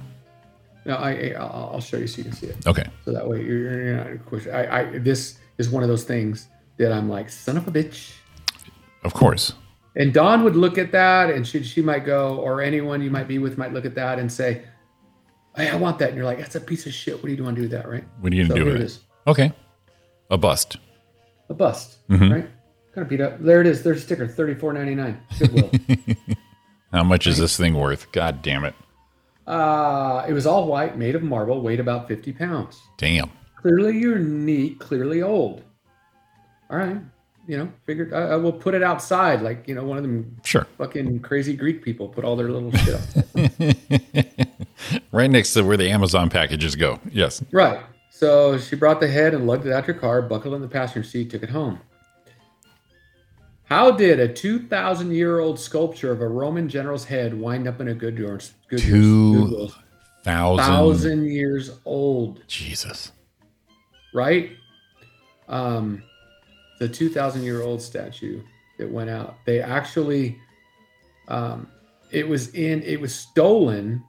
[SPEAKER 6] no i I- i'll I'll show you so you can see it
[SPEAKER 7] Okay.
[SPEAKER 6] So that way, you're, you're not. Of course, I, I this is one of those things that I'm like, son of a bitch.
[SPEAKER 7] Of course.
[SPEAKER 6] And Dawn would look at that, and she she might go, or anyone you might be with might look at that and say, "Hey, I want that." And you're like, "That's a piece of shit. What do you want to do with that, right?"
[SPEAKER 7] What are you
[SPEAKER 6] So
[SPEAKER 7] gonna do
[SPEAKER 6] here
[SPEAKER 7] with
[SPEAKER 6] it
[SPEAKER 7] it?
[SPEAKER 6] is.
[SPEAKER 7] Okay. A bust.
[SPEAKER 6] A bust,
[SPEAKER 7] Mm-hmm.
[SPEAKER 6] right? Kind of beat up. There it is. There's a sticker, thirty-four ninety-nine. Goodwill.
[SPEAKER 7] How much is this thing worth? God damn it.
[SPEAKER 6] uh, it was all white, made of marble, weighed about fifty pounds.
[SPEAKER 7] Damn.
[SPEAKER 6] clearly unique, clearly old. All right, you know, figured I, I will put it outside, like you know, one of them
[SPEAKER 7] Sure.
[SPEAKER 6] fucking crazy Greek people put all their little shit up.
[SPEAKER 7] Right next to where the Amazon packages go. Yes.
[SPEAKER 6] Right. So she brought the head and lugged it out to her car, buckled it in the passenger seat, took it home. How did a two thousand year old sculpture of a Roman general's head wind up in a good yours? Good
[SPEAKER 7] Two
[SPEAKER 6] Goodwill?
[SPEAKER 7] Thousand.
[SPEAKER 6] thousand years old,
[SPEAKER 7] Jesus.
[SPEAKER 6] right? Um, the 2,000 year old statue that went out. They actually, um, it was in, it was stolen.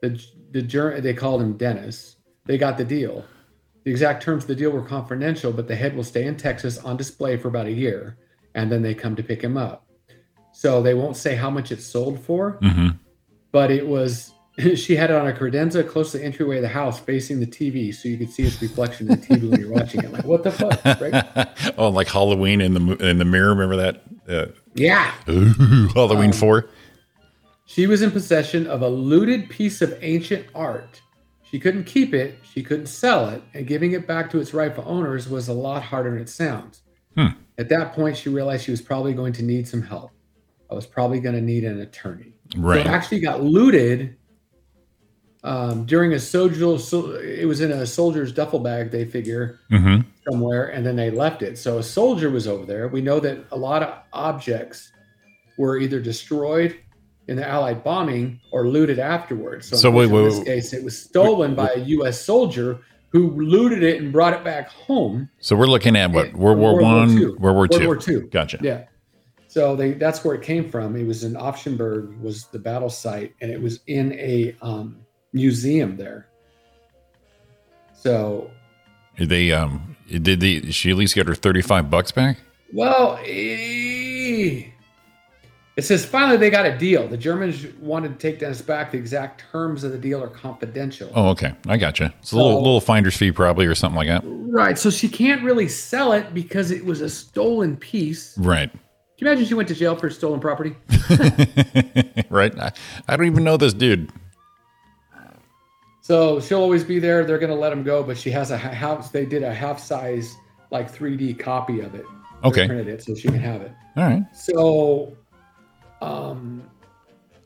[SPEAKER 6] The the jur- they called him Dennis. They got the deal. The exact terms of the deal were confidential, but the head will stay in Texas on display for about a year, and then they come to pick him up. So they won't say how much it sold for,
[SPEAKER 7] Mm-hmm.
[SPEAKER 6] but it was she had it on a credenza close to the entryway of the house facing the TV so you could see its reflection in the TV when you're watching it. Like, what the fuck? Right?
[SPEAKER 7] oh, like Halloween in the mo- in the mirror. Remember that uh,
[SPEAKER 6] Yeah.
[SPEAKER 7] Halloween
[SPEAKER 6] Um,
[SPEAKER 7] four?
[SPEAKER 6] She was in possession of a looted piece of ancient art. She couldn't keep it, she couldn't sell it, and giving it back to its rightful owners was a lot harder than it sounds.
[SPEAKER 7] Hmm.
[SPEAKER 6] At that point, she realized she was probably going to need some help. I was probably going to need an attorney. So
[SPEAKER 7] Right.
[SPEAKER 6] it actually got looted. um, during a soldier, so it was in a soldier's duffel bag, they figure
[SPEAKER 7] Mhm.
[SPEAKER 6] somewhere, and then they left it. So a soldier was over there. We know that a lot of objects were either destroyed in the Allied bombing or looted afterwards. So,
[SPEAKER 7] So wait,
[SPEAKER 6] in
[SPEAKER 7] wait,
[SPEAKER 6] this
[SPEAKER 7] wait.
[SPEAKER 6] case, it was stolen by a U.S. soldier who looted it and brought it back home.
[SPEAKER 7] So we're looking at what
[SPEAKER 6] Yeah,
[SPEAKER 7] World War
[SPEAKER 6] World War
[SPEAKER 7] One,
[SPEAKER 6] II.
[SPEAKER 7] World War
[SPEAKER 6] World
[SPEAKER 7] Two.
[SPEAKER 6] War II.
[SPEAKER 7] Gotcha.
[SPEAKER 6] Yeah. So they that's where it came from. It was in Optionburg was the battle site, and it was in a um, museum there. So
[SPEAKER 7] They um did the she at least get her thirty five bucks back?
[SPEAKER 6] well, eh, it says finally they got a deal. The Germans wanted to take this back. The exact terms of the deal are confidential.
[SPEAKER 7] Oh, okay. I gotcha. It's a little
[SPEAKER 6] So-
[SPEAKER 7] little finder's fee probably or something like that.
[SPEAKER 6] Right. So she can't really sell it because it was a stolen piece. Can
[SPEAKER 7] Right.
[SPEAKER 6] you imagine she went to jail for stolen property?
[SPEAKER 7] right. I, I don't even know this dude.
[SPEAKER 6] So she'll always be there. They're gonna let him go, but she has a ha- house. They did a half size like 3D copy of it. They
[SPEAKER 7] Okay.
[SPEAKER 6] printed it so she can have it.
[SPEAKER 7] All right.
[SPEAKER 6] So, um,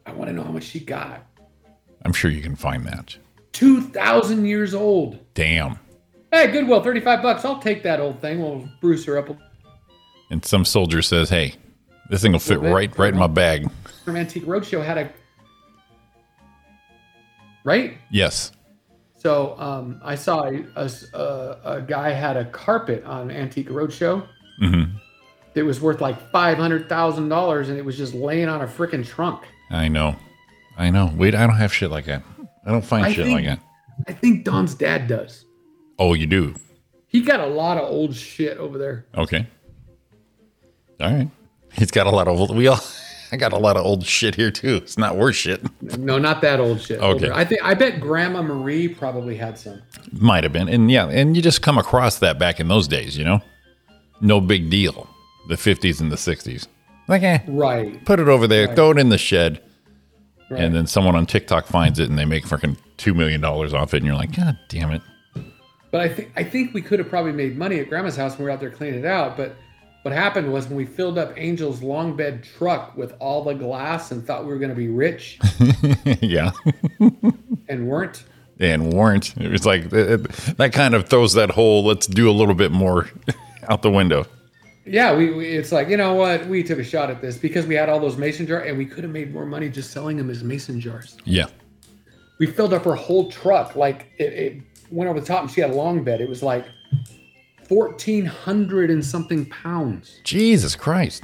[SPEAKER 6] I want to know how much she got.
[SPEAKER 7] I'm sure you can find that.
[SPEAKER 6] Two thousand years old.
[SPEAKER 7] Damn.
[SPEAKER 6] Hey, Goodwill, thirty-five bucks. I'll take that old thing. We'll bruise her up a-
[SPEAKER 7] And some soldier says, "Hey, this thing will fit
[SPEAKER 6] Little bit.
[SPEAKER 7] right right in my bag."
[SPEAKER 6] from Antique Roadshow. Had a right.
[SPEAKER 7] Yes.
[SPEAKER 6] So um, I saw a, a s- a- a guy had a carpet on Antique Roadshow.
[SPEAKER 7] Mhm.
[SPEAKER 6] It was worth like five hundred thousand dollars, and it was just laying on a freaking trunk.
[SPEAKER 7] I know. I know. Wait, I don't have shit like that. I don't find
[SPEAKER 6] I
[SPEAKER 7] shit
[SPEAKER 6] think-
[SPEAKER 7] like that.
[SPEAKER 6] I think Don's dad does.
[SPEAKER 7] Oh, you do.
[SPEAKER 6] He got a lot of old shit over there.
[SPEAKER 7] Okay. All right. He's got a lot of old. We all. I got a lot of old shit here too. It's not worth shit.
[SPEAKER 6] No, not that old shit.
[SPEAKER 7] Okay.
[SPEAKER 6] Older. I think I bet Grandma Marie probably had some.
[SPEAKER 7] Might have been, and yeah, and you just come across that back in those days, you know, no big deal. The fifties and the sixties, like eh,
[SPEAKER 6] Right.
[SPEAKER 7] put it over there, throw it in the shed,
[SPEAKER 6] right.
[SPEAKER 7] and then someone on TikTok finds it and they make fucking two million dollars off it, and you're like, God damn it!
[SPEAKER 6] but I think I think we could have probably made money at Grandma's house when we were out there cleaning it out. But what happened was when we filled up Angel's long bed truck with all the glass and thought we were going to be rich
[SPEAKER 7] yeah,
[SPEAKER 6] and weren't.
[SPEAKER 7] and warrant. It was like it- it- that kind of throws that whole let's do a little bit more out the window.
[SPEAKER 6] Yeah, we, we it's like you know what we took a shot at this because we had all those mason jars and we could have made more money just selling them as mason jars.
[SPEAKER 7] Yeah,
[SPEAKER 6] we filled up her whole truck. Like it, it went over the top, and she had a long bed. It was like fourteen hundred and something pounds,
[SPEAKER 7] Jesus Christ.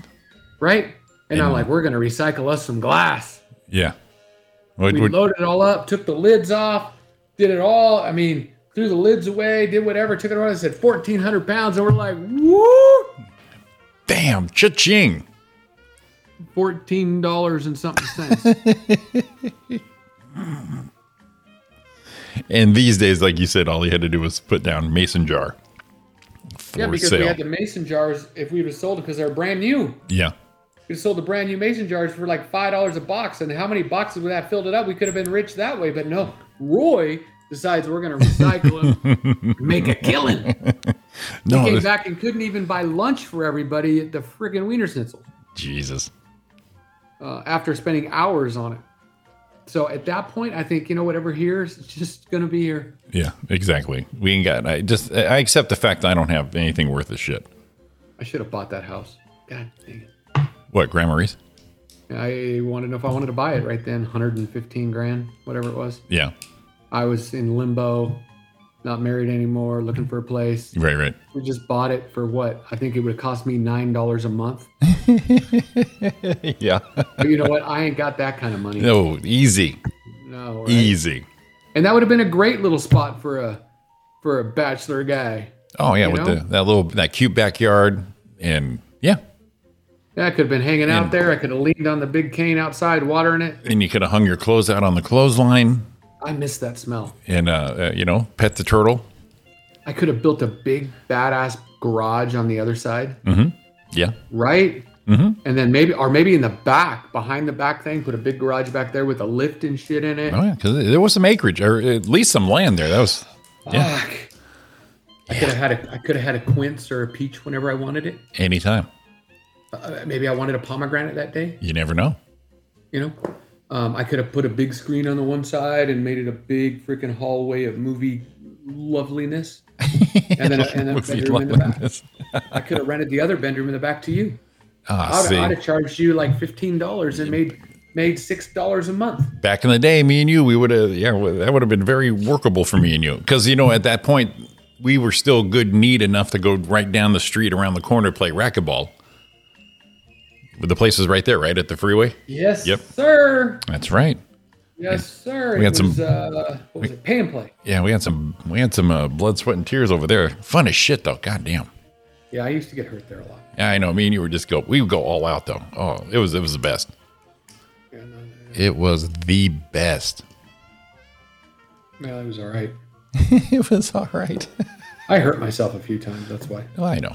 [SPEAKER 6] right? And I'm
[SPEAKER 7] Yeah.
[SPEAKER 6] like, we're gonna recycle us some glass.
[SPEAKER 7] Yeah. What,
[SPEAKER 6] We
[SPEAKER 7] what-
[SPEAKER 6] loaded it all up, took the lids off, did it all. I mean, threw the lids away, did whatever, took it around. and said fourteen hundred pounds, and we're like, woo,
[SPEAKER 7] damn, cha-ching.
[SPEAKER 6] fourteen dollars and something cents.
[SPEAKER 7] And these days, like you said, all you had to do was put down mason jar for
[SPEAKER 6] yeah, because
[SPEAKER 7] sale.
[SPEAKER 6] we had the mason jars. If we would have sold them, because they're brand new.
[SPEAKER 7] yeah.
[SPEAKER 6] We sold the brand new mason jars for like five dollars a box, and how many boxes would that filled it up? We could have been rich that way, but no. Roy decides we're going to recycle them, make a killing.
[SPEAKER 7] No,
[SPEAKER 6] Came
[SPEAKER 7] this-
[SPEAKER 6] back and couldn't even buy lunch for everybody at the friggin' Wiener Schnitzel
[SPEAKER 7] Jesus.
[SPEAKER 6] uh, after spending hours on it. So at that point, I think you know whatever here is just going to be here.
[SPEAKER 7] Yeah, exactly. We ain't got. I just I accept the fact that I don't have anything worth a shit.
[SPEAKER 6] I should have bought that house. God dang it!
[SPEAKER 7] What Grammaries?
[SPEAKER 6] I wanted to know if I wanted to buy it right then. 115 grand, whatever it was.
[SPEAKER 7] Yeah,
[SPEAKER 6] I was in limbo, not married anymore, looking for a place.
[SPEAKER 7] right, right.
[SPEAKER 6] We just bought it for what? I think it would have cost me nine dollars a month.
[SPEAKER 7] yeah.
[SPEAKER 6] But you know what? I ain't got that kind of money.
[SPEAKER 7] no, easy,
[SPEAKER 6] No. right?
[SPEAKER 7] easy.
[SPEAKER 6] And that would have been a great little spot for a for a bachelor guy.
[SPEAKER 7] Oh yeah,
[SPEAKER 6] You
[SPEAKER 7] with
[SPEAKER 6] know?
[SPEAKER 7] the that little that cute backyard and yeah,
[SPEAKER 6] Yeah, I could have been hanging out there. I could have leaned on the big cane outside, watering it.
[SPEAKER 7] and you could have hung your clothes out on the clothesline
[SPEAKER 6] I miss that smell.
[SPEAKER 7] and uh, uh you know pet the turtle.
[SPEAKER 6] I could have built a big badass garage on the other side,
[SPEAKER 7] Yeah,
[SPEAKER 6] right? Mm. Mm-hmm. And then maybe, or maybe in the back, behind the back thing, put a big garage back there with a lift and shit in it.
[SPEAKER 7] oh yeah, because there was some acreage or at least some land there. That was yeah,
[SPEAKER 6] Fuck. I could have had a I could have had a quince or a peach whenever I wanted it.
[SPEAKER 7] anytime.
[SPEAKER 6] Uh, maybe I wanted a pomegranate that day,
[SPEAKER 7] You never know.
[SPEAKER 6] you know. Um, I could have put a big screen on the one side and made it a big freaking hallway of movie loveliness, and then a, and a
[SPEAKER 7] Movie
[SPEAKER 6] bedroom in the back.
[SPEAKER 7] loveliness.
[SPEAKER 6] I could have rented the other bedroom in the back to you.
[SPEAKER 7] Ah,
[SPEAKER 6] I'd,
[SPEAKER 7] see,
[SPEAKER 6] I'd have charged you like fifteen dollars and made made six dollars a month.
[SPEAKER 7] back in the day, me and you, we would have, yeah, well, that would have been very workable for me and you. Because, you know, at that point, we were still good need enough to go right down the street around the corner to play racquetball. But the place is right there, right? At the freeway?
[SPEAKER 6] Yes,
[SPEAKER 7] Yep.
[SPEAKER 6] sir.
[SPEAKER 7] That's right.
[SPEAKER 6] Yes, sir.
[SPEAKER 7] We
[SPEAKER 6] It
[SPEAKER 7] had some-
[SPEAKER 6] was, uh, what was it? Pay and play.
[SPEAKER 7] Yeah, we had some we had some uh, blood, sweat, and tears over there. Fun as shit though. God damn.
[SPEAKER 6] Yeah, I used to get hurt there a lot.
[SPEAKER 7] Yeah, I know. Me and you were just go. We would go all out though. Oh, it was it was the best. It was the best.
[SPEAKER 6] Yeah, it was all right.
[SPEAKER 7] it was all right.
[SPEAKER 6] I hurt myself a few times. That's why.
[SPEAKER 7] Well, I know.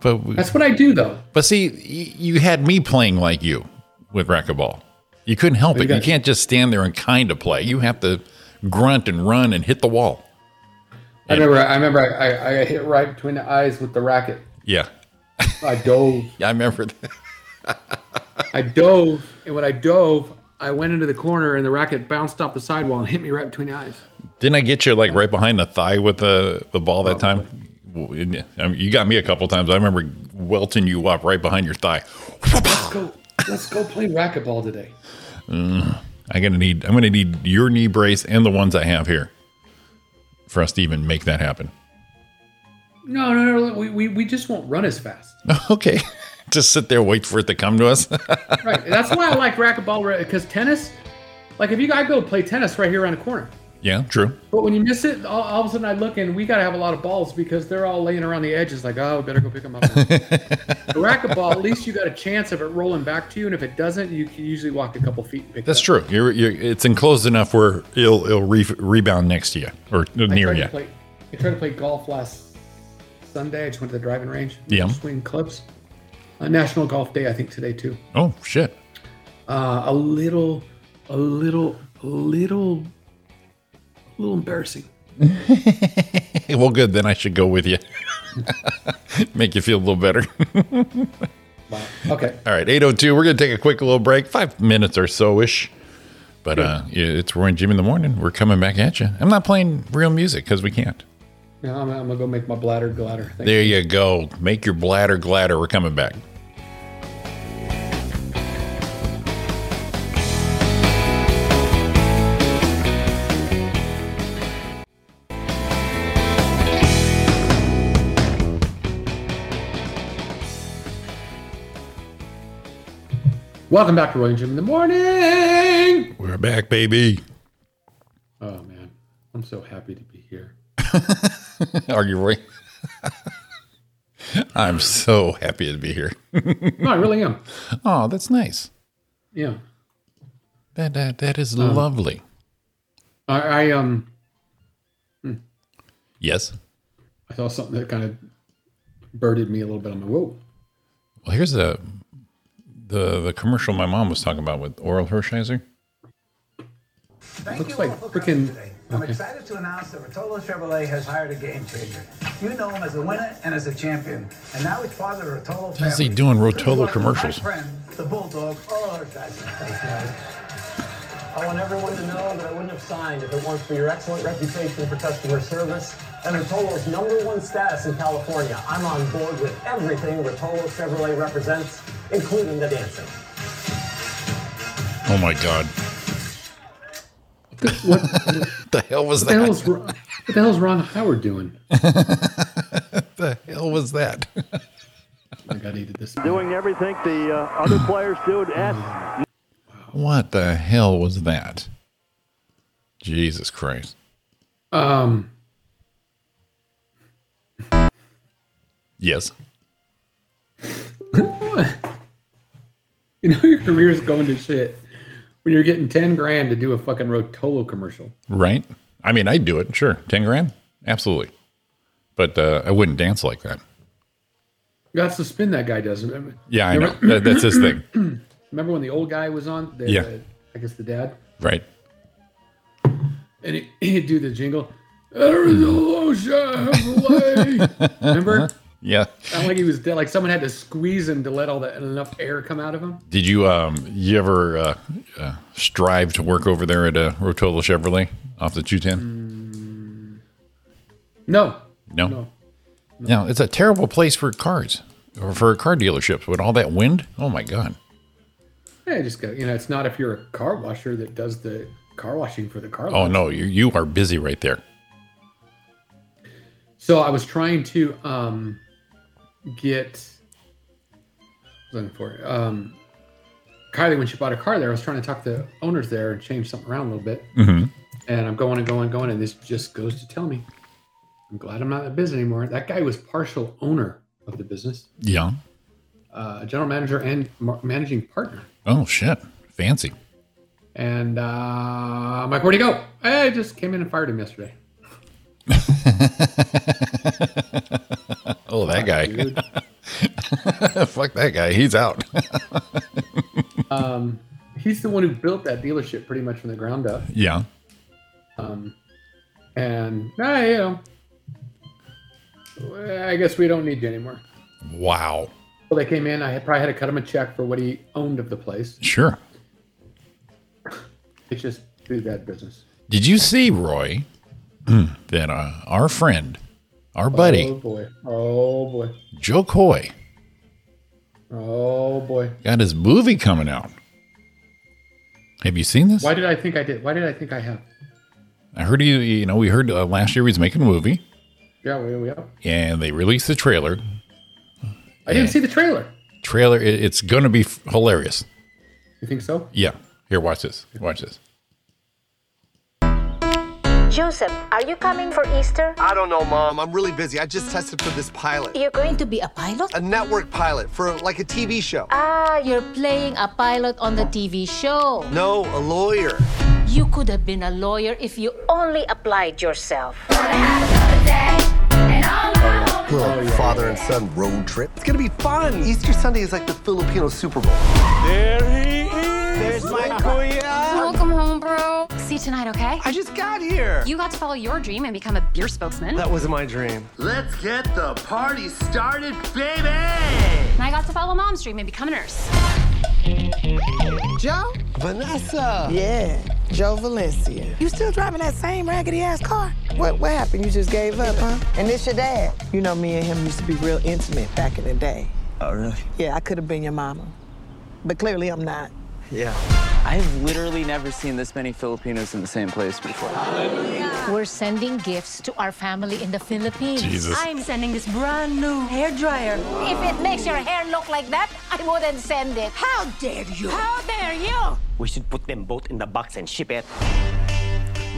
[SPEAKER 7] But we,
[SPEAKER 6] That's what I do though.
[SPEAKER 7] but see, y- you had me playing like you with racquetball. You couldn't help
[SPEAKER 6] You
[SPEAKER 7] it. You
[SPEAKER 6] got-
[SPEAKER 7] can't just stand there and kind of play. You have to grunt and run and hit the wall.
[SPEAKER 6] I remember. I remember. I, I, I hit right between the eyes with the racket.
[SPEAKER 7] Yeah,
[SPEAKER 6] I dove.
[SPEAKER 7] yeah I remember that.
[SPEAKER 6] I dove, and when I dove, I went into the corner, and the racket bounced off the sidewall and hit me right between the eyes.
[SPEAKER 7] Didn't I get you like right behind the thigh with the the ball that time? Well, and, um, You got me a couple times. I remember welting you up right behind your thigh.
[SPEAKER 6] Go. Let's go play racquetball today.
[SPEAKER 7] I'm gonna need I'm gonna need your knee brace and the ones I have here for us to even make that happen.
[SPEAKER 6] No, no, no. We, we, we just won't run as fast.
[SPEAKER 7] Okay, just sit there wait for it to come to us.
[SPEAKER 6] Right. That's why I like racquetball because tennis. Like if you I go play tennis right here around the corner,
[SPEAKER 7] yeah, true.
[SPEAKER 6] but when you miss it, all, all of a sudden I look and we got to have a lot of balls because they're all laying around the edges. Like oh, we better go pick them up. the racquetball, at least you got a chance of it rolling back to you, and if it doesn't, you can usually walk a couple feet and pick.
[SPEAKER 7] That's
[SPEAKER 6] it up.
[SPEAKER 7] true. You're, you're it's enclosed enough where it'll it'll re- rebound next to you or near
[SPEAKER 6] tried
[SPEAKER 7] you.
[SPEAKER 6] To play, I tried to play golf last Sunday. I just went to the driving range.
[SPEAKER 7] Yeah.
[SPEAKER 6] Swing clubs. Uh, National Golf Day, I think today too.
[SPEAKER 7] Oh shit!
[SPEAKER 6] Uh, a little, a little, a little, a little embarrassing.
[SPEAKER 7] Hey, well, good. Then I should go with you. Make you feel a little better.
[SPEAKER 6] Okay.
[SPEAKER 7] All right, 802. We're going to take a quick little break, five minutes or so ish. But uh, yeah, it's Roy and Jim in the morning. We're coming back at you. I'm not playing real music because we can't.
[SPEAKER 6] Now I'm, I'm gonna go make my bladder gladder. Thank you.
[SPEAKER 7] There you go. Make your bladder gladder. We're coming back.
[SPEAKER 6] Welcome back to Roy and Jim in the morning.
[SPEAKER 7] We're back, baby.
[SPEAKER 6] Oh man, I'm so happy to be here.
[SPEAKER 7] Are you Roy? I'm so happy to be here.
[SPEAKER 6] No, I really am.
[SPEAKER 7] Oh, that's nice.
[SPEAKER 6] Yeah.
[SPEAKER 7] That that, that is lovely.
[SPEAKER 6] I, I um
[SPEAKER 7] Yes.
[SPEAKER 6] I saw something that kind of birded me a little bit. I'm like, whoa.
[SPEAKER 7] Well, here's the the the commercial my mom was talking about with Oral Hershiser.
[SPEAKER 6] Looks like freaking.
[SPEAKER 9] I'm excited to announce that Rotolo Chevrolet has hired a game changer. You know him as a winner and as a champion, and now he's part of the Rotolo family.
[SPEAKER 7] How's he doing Rotolo
[SPEAKER 9] My
[SPEAKER 7] commercials?
[SPEAKER 9] friend, the Bulldog, all our guys. Thanks, guys. I want everyone to know that I wouldn't have signed if it weren't for your excellent reputation for customer service and Rotolo's number one status in California. I'm on board with everything Rotolo Chevrolet represents, including the dancing.
[SPEAKER 7] Oh my god.
[SPEAKER 6] What, what
[SPEAKER 7] The hell was
[SPEAKER 6] the
[SPEAKER 7] that?
[SPEAKER 6] hell's Ron, what the hell's Ron Howard doing?
[SPEAKER 7] the hell was that?
[SPEAKER 6] I got needed this.
[SPEAKER 10] doing everything the uh, other players do at
[SPEAKER 7] What the hell was that? Jesus Christ.
[SPEAKER 6] Um,
[SPEAKER 7] Yes.
[SPEAKER 6] you know your career's going to shit when you're getting ten grand to do a fucking Rotolo commercial.
[SPEAKER 7] Right? I mean, I'd do it, sure. 10 grand? Absolutely. But uh, I wouldn't dance like that.
[SPEAKER 6] That's the spin that guy does. Remember,
[SPEAKER 7] Yeah, I know. that, that's his thing.
[SPEAKER 6] remember when the old guy was on? The,
[SPEAKER 7] Yeah.
[SPEAKER 6] I guess the dad,
[SPEAKER 7] Right.
[SPEAKER 6] and
[SPEAKER 7] Uh-huh.
[SPEAKER 6] he, he'd do the jingle. Arizona Chevrolet. remember?
[SPEAKER 7] Yeah.
[SPEAKER 6] Not like he was dead. Like someone had to squeeze him to let all that enough air come out of him.
[SPEAKER 7] Did you um you ever uh, uh, strive to work over there at uh, Rotolo Chevrolet off the 210?
[SPEAKER 6] No,
[SPEAKER 7] No.
[SPEAKER 6] no.
[SPEAKER 7] No, it's a terrible place for cars or for car dealerships with all that wind. Oh my god.
[SPEAKER 6] Yeah, just go. You know, it's not if you're a car washer that does the car washing for the car.
[SPEAKER 7] Oh
[SPEAKER 6] lot.
[SPEAKER 7] no, you you are busy right there.
[SPEAKER 6] So I was trying to um, get what was I looking for um, Kylie when she bought a car there. I was trying to talk to the owners there and change something around a little bit.
[SPEAKER 7] Mhm.
[SPEAKER 6] And I'm going and going and going, and this just goes to tell me, I'm glad I'm not in business anymore. That guy was partial owner of the business,
[SPEAKER 7] Yeah.
[SPEAKER 6] uh, general manager and mar- managing partner.
[SPEAKER 7] Oh shit. Fancy.
[SPEAKER 6] And uh, I'm like, where'd he go? I just came in and fired him yesterday.
[SPEAKER 7] Oh, that guy.
[SPEAKER 6] Dude.
[SPEAKER 7] Fuck that guy. He's out.
[SPEAKER 6] He's the one who built that dealership pretty much from the ground up.
[SPEAKER 7] yeah.
[SPEAKER 6] Um, and uh, you know, well, I guess we don't need you anymore.
[SPEAKER 7] Wow.
[SPEAKER 6] Well, they came in. I had, probably had to cut him a check for what he owned of the place.
[SPEAKER 7] Sure.
[SPEAKER 6] It's just do that business.
[SPEAKER 7] Did you see Roy that uh, our friend, our buddy
[SPEAKER 6] Oh boy. Oh boy.
[SPEAKER 7] Joe Coy
[SPEAKER 6] Oh boy.
[SPEAKER 7] got his movie coming out? Have you seen this?
[SPEAKER 6] Why did I think I did? Why did I think I have?
[SPEAKER 7] I heard you. You know, we heard uh, last year he was making a movie,
[SPEAKER 6] Yeah, we, we have.
[SPEAKER 7] and they released the trailer.
[SPEAKER 6] I didn't see the trailer.
[SPEAKER 7] Trailer. It, it's gonna be f- hilarious.
[SPEAKER 6] You think so?
[SPEAKER 7] Yeah. Here, watch this. Watch this.
[SPEAKER 11] Joseph, are you coming for Easter?
[SPEAKER 4] I don't know, Mom. I'm really busy. I just tested for this pilot.
[SPEAKER 11] You're going to be a pilot?
[SPEAKER 4] A network pilot for like a TV show.
[SPEAKER 11] Ah, you're playing a pilot on the TV show.
[SPEAKER 4] No, a lawyer.
[SPEAKER 11] You could have been a lawyer if you only applied yourself.
[SPEAKER 4] Little father and son road trip. It's gonna be fun. Easter Sunday is like the Filipino Super Bowl.
[SPEAKER 2] Welcome home, bro. See you tonight, okay?
[SPEAKER 4] I just got here.
[SPEAKER 2] You got to follow your dream and become a beer spokesman.
[SPEAKER 4] That was my dream. Let's get the party started, baby!
[SPEAKER 2] And I got to follow mom's dream and become a nurse.
[SPEAKER 4] Joe? Vanessa!
[SPEAKER 12] Yeah, Joe Valencia. You still driving that same raggedy ass car? What what happened? You just gave up, huh? And it's your dad. You know, me and him used to be real intimate back in the day.
[SPEAKER 4] Oh, really?
[SPEAKER 12] Yeah, I could have been your mama, but clearly I'm not.
[SPEAKER 4] Yeah.
[SPEAKER 9] I've literally never seen this many Filipinos in the same place before.
[SPEAKER 11] We're sending gifts to our family in the Philippines.
[SPEAKER 7] Jesus.
[SPEAKER 11] I'm sending this brand new hair dryer. If it makes your hair look like that, I wouldn't send it. How dare you? How dare you?
[SPEAKER 9] We should put them both in the box and ship it.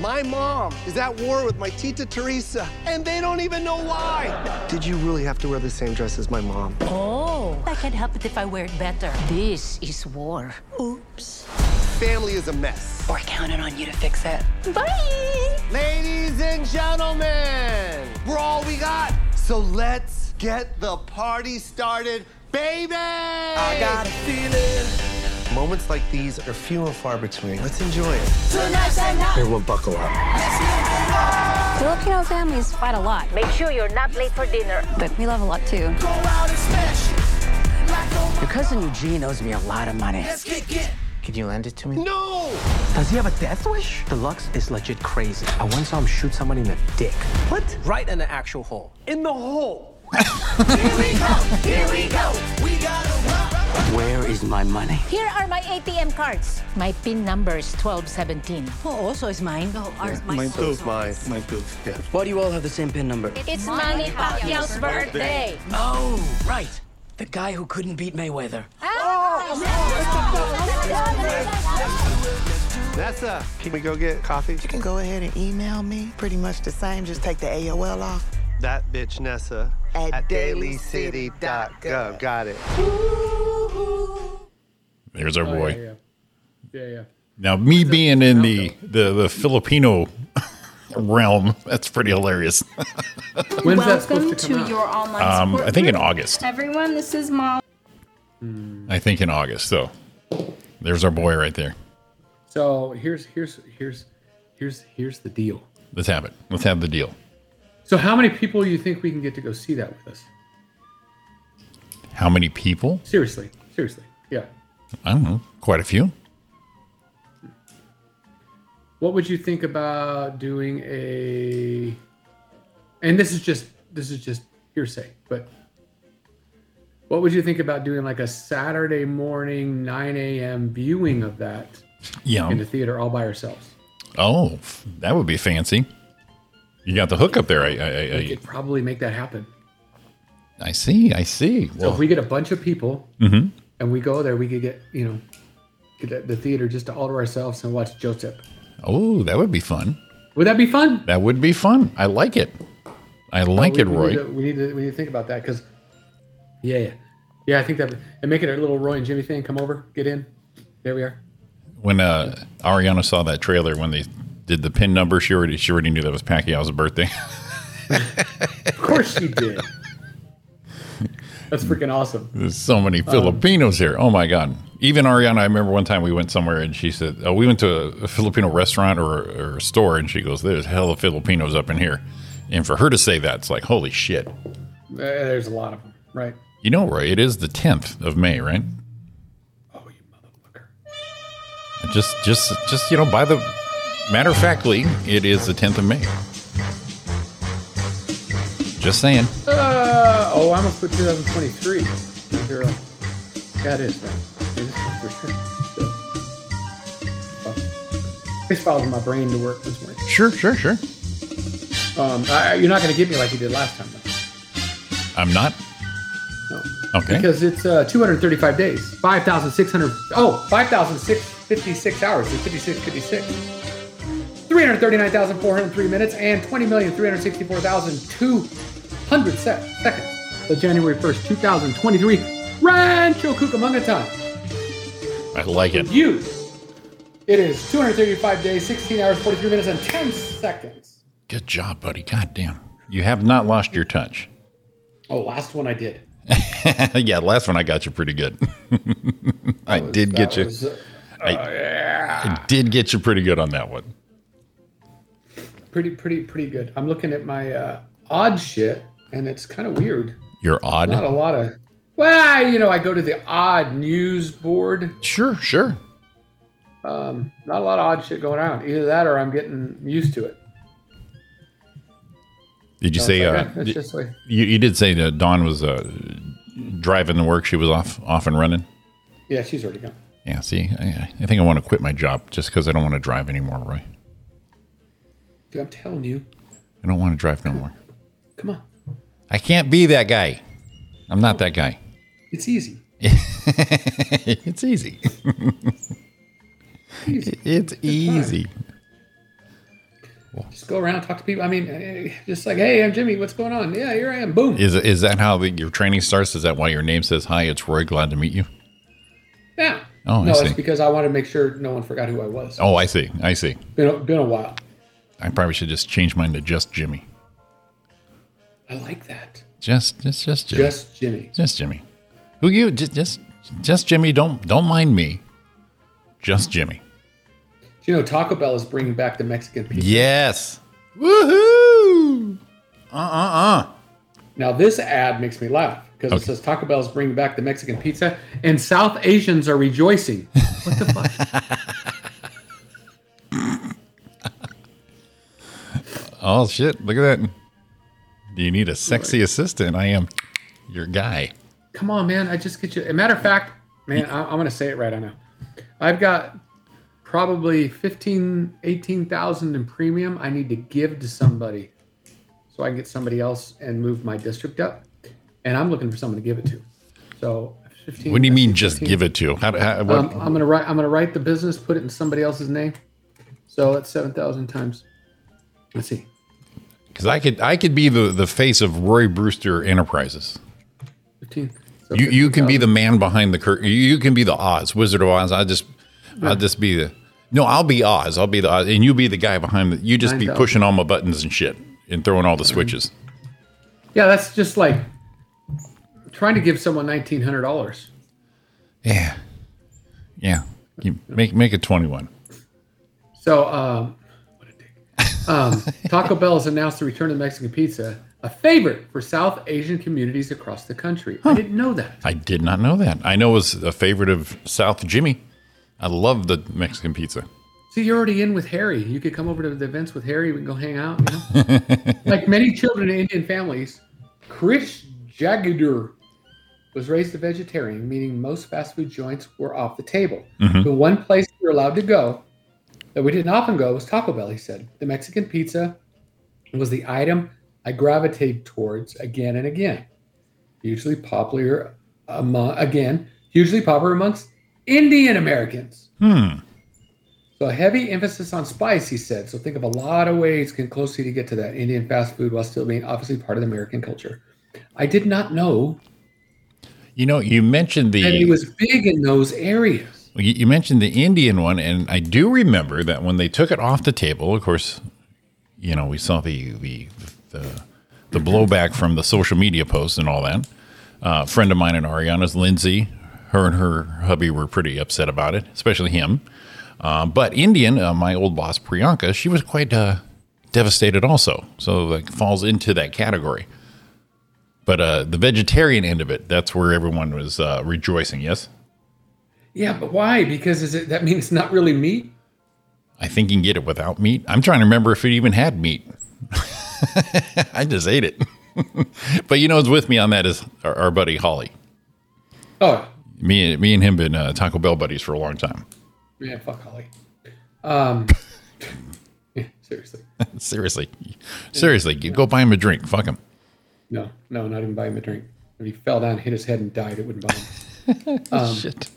[SPEAKER 4] My mom is at war with my Tita Teresa, and they don't even know why. Did you really have to wear the same dress as my mom?
[SPEAKER 11] Oh, I can't help it if I wear it better. This is war. Oops.
[SPEAKER 4] Family is a mess.
[SPEAKER 12] We're counting on you to fix it.
[SPEAKER 11] Bye.
[SPEAKER 4] Ladies and gentlemen, we're all we got. So let's get the party started, baby! I got a feeling. Moments like these are few and far between. Let's enjoy it. Everyone buckle up.
[SPEAKER 2] Filipino families fight a lot,
[SPEAKER 11] Make sure you're not late for dinner.
[SPEAKER 2] but we love a lot too.
[SPEAKER 9] Your cousin Eugene owes me a lot of money. Could you lend it to me?
[SPEAKER 4] No!
[SPEAKER 9] Does he have a death wish? The Lux is legit crazy. I once saw him shoot someone in the dick. What? Right in the actual hole. In the hole. here we go. Here we go. We gotta Where is my money?
[SPEAKER 11] Here are my ATM cards. My PIN number is 1217. Oh, also is mine. No, ours mine.
[SPEAKER 4] Those my, my goof. Yeah.
[SPEAKER 9] Why do you all have the same pin number?
[SPEAKER 11] It's Manny Pacquiao's birthday.
[SPEAKER 9] Oh, right. The guy who couldn't beat Mayweather.
[SPEAKER 4] Vanessa, can we go get coffee?
[SPEAKER 12] You can go ahead and email me. Pretty much the same. Just take the AOL off.
[SPEAKER 4] That bitch Nessa
[SPEAKER 12] At
[SPEAKER 4] dailycity.gov. Got it.
[SPEAKER 7] There's our boy.
[SPEAKER 6] Oh, Yeah, yeah, yeah, yeah.
[SPEAKER 7] Now, me being in the, the the Filipino realm, that's pretty hilarious.
[SPEAKER 6] When's that supposed to come out?
[SPEAKER 2] online
[SPEAKER 7] Um, I think in August.
[SPEAKER 2] Everyone, this is mom.
[SPEAKER 7] I think in August. So there's our boy right there.
[SPEAKER 6] so here's here's here's here's here's the deal.
[SPEAKER 7] Let's have it. Let's have the deal.
[SPEAKER 6] So how many people do you think we can get to go see that with us?
[SPEAKER 7] How many people?
[SPEAKER 6] Seriously, seriously, yeah.
[SPEAKER 7] I don't know. Quite a few.
[SPEAKER 6] What would you think about doing a? And this is just this is just hearsay, but what would you think about doing like a Saturday morning 9 a.m. viewing of that
[SPEAKER 7] Yeah.
[SPEAKER 6] in the theater all by ourselves?
[SPEAKER 7] Oh, f- that would be fancy. You got the hook up there. I, I, I,
[SPEAKER 6] We
[SPEAKER 7] I,
[SPEAKER 6] could probably make that happen.
[SPEAKER 7] I see. I see.
[SPEAKER 6] So if we get a bunch of people
[SPEAKER 7] Mhm.
[SPEAKER 6] and we go there, we could get you know get the- the theater just to all to ourselves and watch Joe Tip.
[SPEAKER 7] Oh, that would be fun.
[SPEAKER 6] Would that be fun?
[SPEAKER 7] That would be fun. I like it. I like
[SPEAKER 6] we-
[SPEAKER 7] it,
[SPEAKER 6] we
[SPEAKER 7] Roy.
[SPEAKER 6] Need to, we need to we need to think about that because yeah, yeah, yeah. I think that and make it a little Roy and Jimmy thing. Come over, get in. There we are.
[SPEAKER 7] When uh, Ariana saw that trailer, when they did the pin number, she already she already knew that was Pacquiao's birthday.
[SPEAKER 6] Of course you did. That's freaking awesome. Uh,
[SPEAKER 7] There's so many Filipinos here. Oh my God. Even Ariana, I remember one time we went somewhere and she said, oh, we went to a, a Filipino restaurant or, or a store and she goes, there's hella Filipinos up in here. And for her to say that, it's like, holy shit.
[SPEAKER 6] Uh, There's a lot of them, right?
[SPEAKER 7] You know, Roy, it is the 10th of May, right? Oh, you motherfucker. Just, just, just, you know, by the matter of factly, it is the 10th of May. Just saying.
[SPEAKER 6] Uh, oh, I almost put 2023. Zero. Yeah, it is. Right? It is for sure. Oh. Well, It's following my brain to work this morning.
[SPEAKER 7] Sure, sure, sure.
[SPEAKER 6] Um, I, you're not going to get me like you did last time, though.
[SPEAKER 7] I'm not. Okay.
[SPEAKER 6] Because it's uh, 235 days, 5,600. Oh, 5,656 hours. It's 56, 56. 339,403 minutes and 20,364,200 sec- seconds. The January 1st, 2023 Rancho Cucamonga time.
[SPEAKER 7] I like it.
[SPEAKER 6] You. It is 235 days, 16 hours, 43 minutes, and 10 seconds.
[SPEAKER 7] Good job, buddy. God damn. You have not lost your touch.
[SPEAKER 6] Oh, last one I did.
[SPEAKER 7] yeah, last one I got you pretty good. I did get
[SPEAKER 6] that
[SPEAKER 7] you.
[SPEAKER 6] was, uh,
[SPEAKER 7] I, I did get you pretty good on that one.
[SPEAKER 6] Pretty, pretty, pretty good. I'm looking at my uh, odd shit, and it's kind of weird.
[SPEAKER 7] You're odd.
[SPEAKER 6] Not a lot of. Well, you know, I go to the odd news board.
[SPEAKER 7] Sure, sure.
[SPEAKER 6] Um, not a lot of odd shit going on. Either that, or I'm getting used to it.
[SPEAKER 7] Did you
[SPEAKER 6] So
[SPEAKER 7] say
[SPEAKER 6] it's
[SPEAKER 7] uh,
[SPEAKER 6] like, eh, it's
[SPEAKER 7] d-
[SPEAKER 6] just like-
[SPEAKER 7] you, you did say that Dawn was uh, driving to work? She was off off and running.
[SPEAKER 6] Yeah, she's already gone.
[SPEAKER 7] Yeah. See, I, I think I want to quit my job just because I don't want to drive anymore, Roy.
[SPEAKER 6] Dude, I'm telling you.
[SPEAKER 7] I don't want to drive no more.
[SPEAKER 6] Come on.
[SPEAKER 7] I can't be that guy. I'm not that guy.
[SPEAKER 6] It's easy.
[SPEAKER 7] it's easy. it's easy.
[SPEAKER 6] Just go around, talk to people. I mean, eh, just like, hey, I'm Jimmy. What's going on? Yeah, here I am. Boom.
[SPEAKER 7] Is is that how the, your training starts? Is that why your name says hi? It's Roy. Glad to meet you.
[SPEAKER 6] Yeah.
[SPEAKER 7] Oh, I
[SPEAKER 6] no,
[SPEAKER 7] see.
[SPEAKER 6] it's because I wanted to make sure no one forgot who I was.
[SPEAKER 7] Oh, I see. I see.
[SPEAKER 6] Been a, been a while.
[SPEAKER 7] I probably should just change mine to just Jimmy.
[SPEAKER 6] I like that.
[SPEAKER 7] Just just just Jimmy.
[SPEAKER 6] Just Jimmy.
[SPEAKER 7] Just Jimmy. Who you just just just Jimmy? Don't don't mind me. Just Jimmy.
[SPEAKER 6] Do You know, Taco Bell is bringing back the Mexican pizza.
[SPEAKER 7] Yes. Woohoo! Uh uh uh.
[SPEAKER 6] Now this ad makes me laugh because it says Taco Bell's bringing back the Mexican pizza and South Asians are rejoicing. What the fuck?
[SPEAKER 7] Oh shit! Look at that. Do you need a sexy assistant? I am your guy.
[SPEAKER 6] Come on, man! I just get you. A matter of fact, man, I, I'm gonna say it right now. I've got probably 15, 18,000 in premium. I need to give to somebody so I can get somebody else and move my district up. And I'm looking for someone to give it to. So, 15,
[SPEAKER 7] What do you mean? Just give it to? How, how, what,
[SPEAKER 6] Um, I'm gonna write. I'm gonna write the business. Put it in somebody else's name. So it's seven thousand times. Let's see.
[SPEAKER 7] Because I could I could be the, the face of Roy Brewster Enterprises.
[SPEAKER 6] Fifteen.
[SPEAKER 7] you you can be the man behind the curtain. You, you can be the Oz Wizard of Oz. I just I'll just be the no. I'll be Oz. I'll be the Oz, and you be the guy behind the. You just be
[SPEAKER 6] 9,000.
[SPEAKER 7] pushing all my buttons and shit and throwing all the switches.
[SPEAKER 6] Yeah, that's just like trying to give someone nineteen hundred dollars.
[SPEAKER 7] Yeah, yeah. You make make it twenty one.
[SPEAKER 6] So um, what a dick. Um, Taco Bell has announced the return of the Mexican pizza. a favorite for South Asian communities across the country. I didn't know that.
[SPEAKER 7] I did not know that. I know it was a favorite of South Jimmy. I love the Mexican pizza.
[SPEAKER 6] See, you're already in with Harry. You could come over to the events with Harry. We can go hang out. You know? like many children in Indian families, Chris Jagadur was raised a vegetarian, meaning most fast food joints were off the table.
[SPEAKER 7] Mhm.
[SPEAKER 6] The one place we were allowed to go that we didn't often go was Taco Bell, he said. The Mexican pizza was the item I gravitate towards again and again. Hugely popular among, again, hugely popular amongst Indian Americans.
[SPEAKER 7] Hmm.
[SPEAKER 6] So a heavy emphasis on spice, he said. So think of a lot of ways can closely to get to that Indian fast food while still being obviously part of the American culture. I did not know
[SPEAKER 7] You know, you mentioned the.
[SPEAKER 6] that it was big in those areas.
[SPEAKER 7] Well, You, you mentioned the Indian one, and I do remember that when they took it off the table. Of course, you know we saw the the the, the blowback from the social media posts and all that. Uh, a friend of mine in Ariana's, Lindsay, her and her hubby were pretty upset about it, especially him. Uh, but Indian, uh, my old boss Priyanka, she was quite uh, devastated also. So like falls into that category. But uh, the vegetarian end of it, that's where everyone was uh, rejoicing. Yes.
[SPEAKER 6] Yeah, but why? Because is it that means it's not really meat?
[SPEAKER 7] I think you can get it without meat. I'm trying to remember if it even had meat. I just ate it. but you know what's with me on that is our, our buddy Holly.
[SPEAKER 6] Oh.
[SPEAKER 7] Me and me and him been uh, Taco Bell buddies for a long time.
[SPEAKER 6] Yeah, fuck Holly. Um, yeah, seriously,
[SPEAKER 7] seriously, seriously, you go buy him a drink. Fuck him.
[SPEAKER 6] no, no, not even buy him a drink. If he fell down, hit his head, and died, it wouldn't buy him. Um,
[SPEAKER 7] Shit.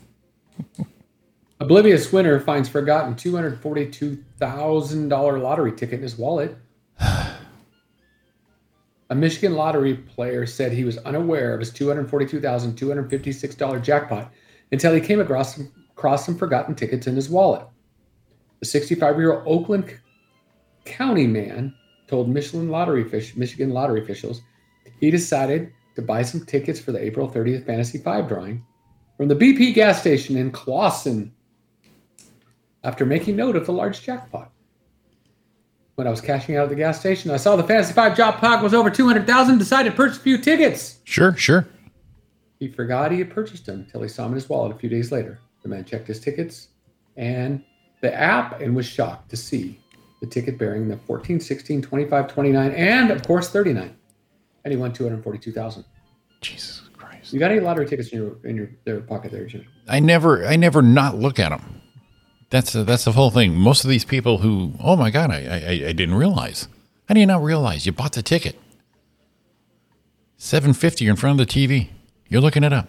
[SPEAKER 6] Oblivious winner finds forgotten two hundred forty-two thousand dollar lottery ticket in his wallet. A Michigan lottery player said he was unaware of his two hundred forty-two thousand two hundred fifty-six dollar jackpot until he came across some, across some forgotten tickets in his wallet. The sixty-five-year-old Oakland County man told Michelin lottery fish, Michigan lottery officials he decided to buy some tickets for the April 30th Fantasy 5 drawing from the BP gas station in Clawson after making note of the large jackpot. When I was cashing out at the gas station, I saw the Fantasy 5 jackpot was over 200,000, decided to purchase a few tickets.
[SPEAKER 7] Sure, sure.
[SPEAKER 6] He forgot he had purchased them until he saw them in his wallet a few days later. The man checked his tickets and the app and was shocked to see the ticket bearing the 14, 16, 25, 29, and of course 39. And he won 242,000.
[SPEAKER 7] Jesus Christ.
[SPEAKER 6] You got any lottery tickets in your in your their pocket there, Jimmy?
[SPEAKER 7] I never, I never not look at them. That's the that's the whole thing. Most of these people who, oh my god, I I, I- I didn't realize. How do you not realize you bought the ticket? Seven fifty. You're in front of the TV. You're looking it up.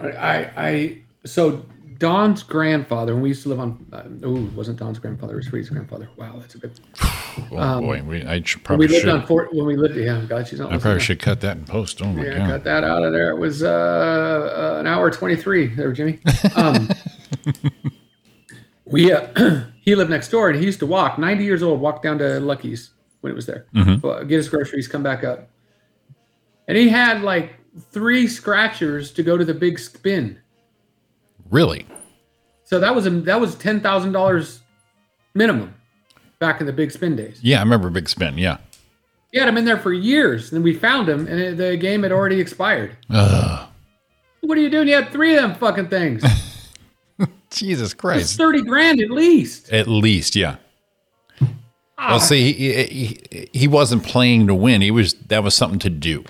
[SPEAKER 6] I, I, I so Don's grandfather, when we used to live on, uh, oh, it wasn't Don's grandfather, it was Reed's grandfather. Wow, that's a good.
[SPEAKER 7] Oh boy, we, I should,
[SPEAKER 6] when
[SPEAKER 7] probably
[SPEAKER 6] Um, we lived
[SPEAKER 7] should.
[SPEAKER 6] on Fort. When we lived, yeah, God, she's not.
[SPEAKER 7] I
[SPEAKER 6] listening now.
[SPEAKER 7] probably should cut that in post. Oh my
[SPEAKER 6] Yeah,
[SPEAKER 7] god.
[SPEAKER 6] cut that out of there. It was uh, uh, an hour twenty-three there, Jimmy. Um, we uh, he lived next door, and he used to walk. Ninety years old, walk down to Lucky's when it was there.
[SPEAKER 7] Mhm.
[SPEAKER 6] Well, Get his groceries, come back up, and he had like three scratchers to go to the big spin.
[SPEAKER 7] Really?
[SPEAKER 6] So that was a, that was ten thousand dollars minimum back in the big spin days.
[SPEAKER 7] Yeah, I remember Big Spin. Yeah.
[SPEAKER 6] He had him in there for years, and then we found him, and it- the game had already expired.
[SPEAKER 7] Ugh.
[SPEAKER 6] What are you doing? You had three of them fucking things.
[SPEAKER 7] Jesus
[SPEAKER 6] It's
[SPEAKER 7] Christ.
[SPEAKER 6] thirty grand at least.
[SPEAKER 7] At least, yeah. Well, see, he, he, he wasn't playing to win. He was that was something to do.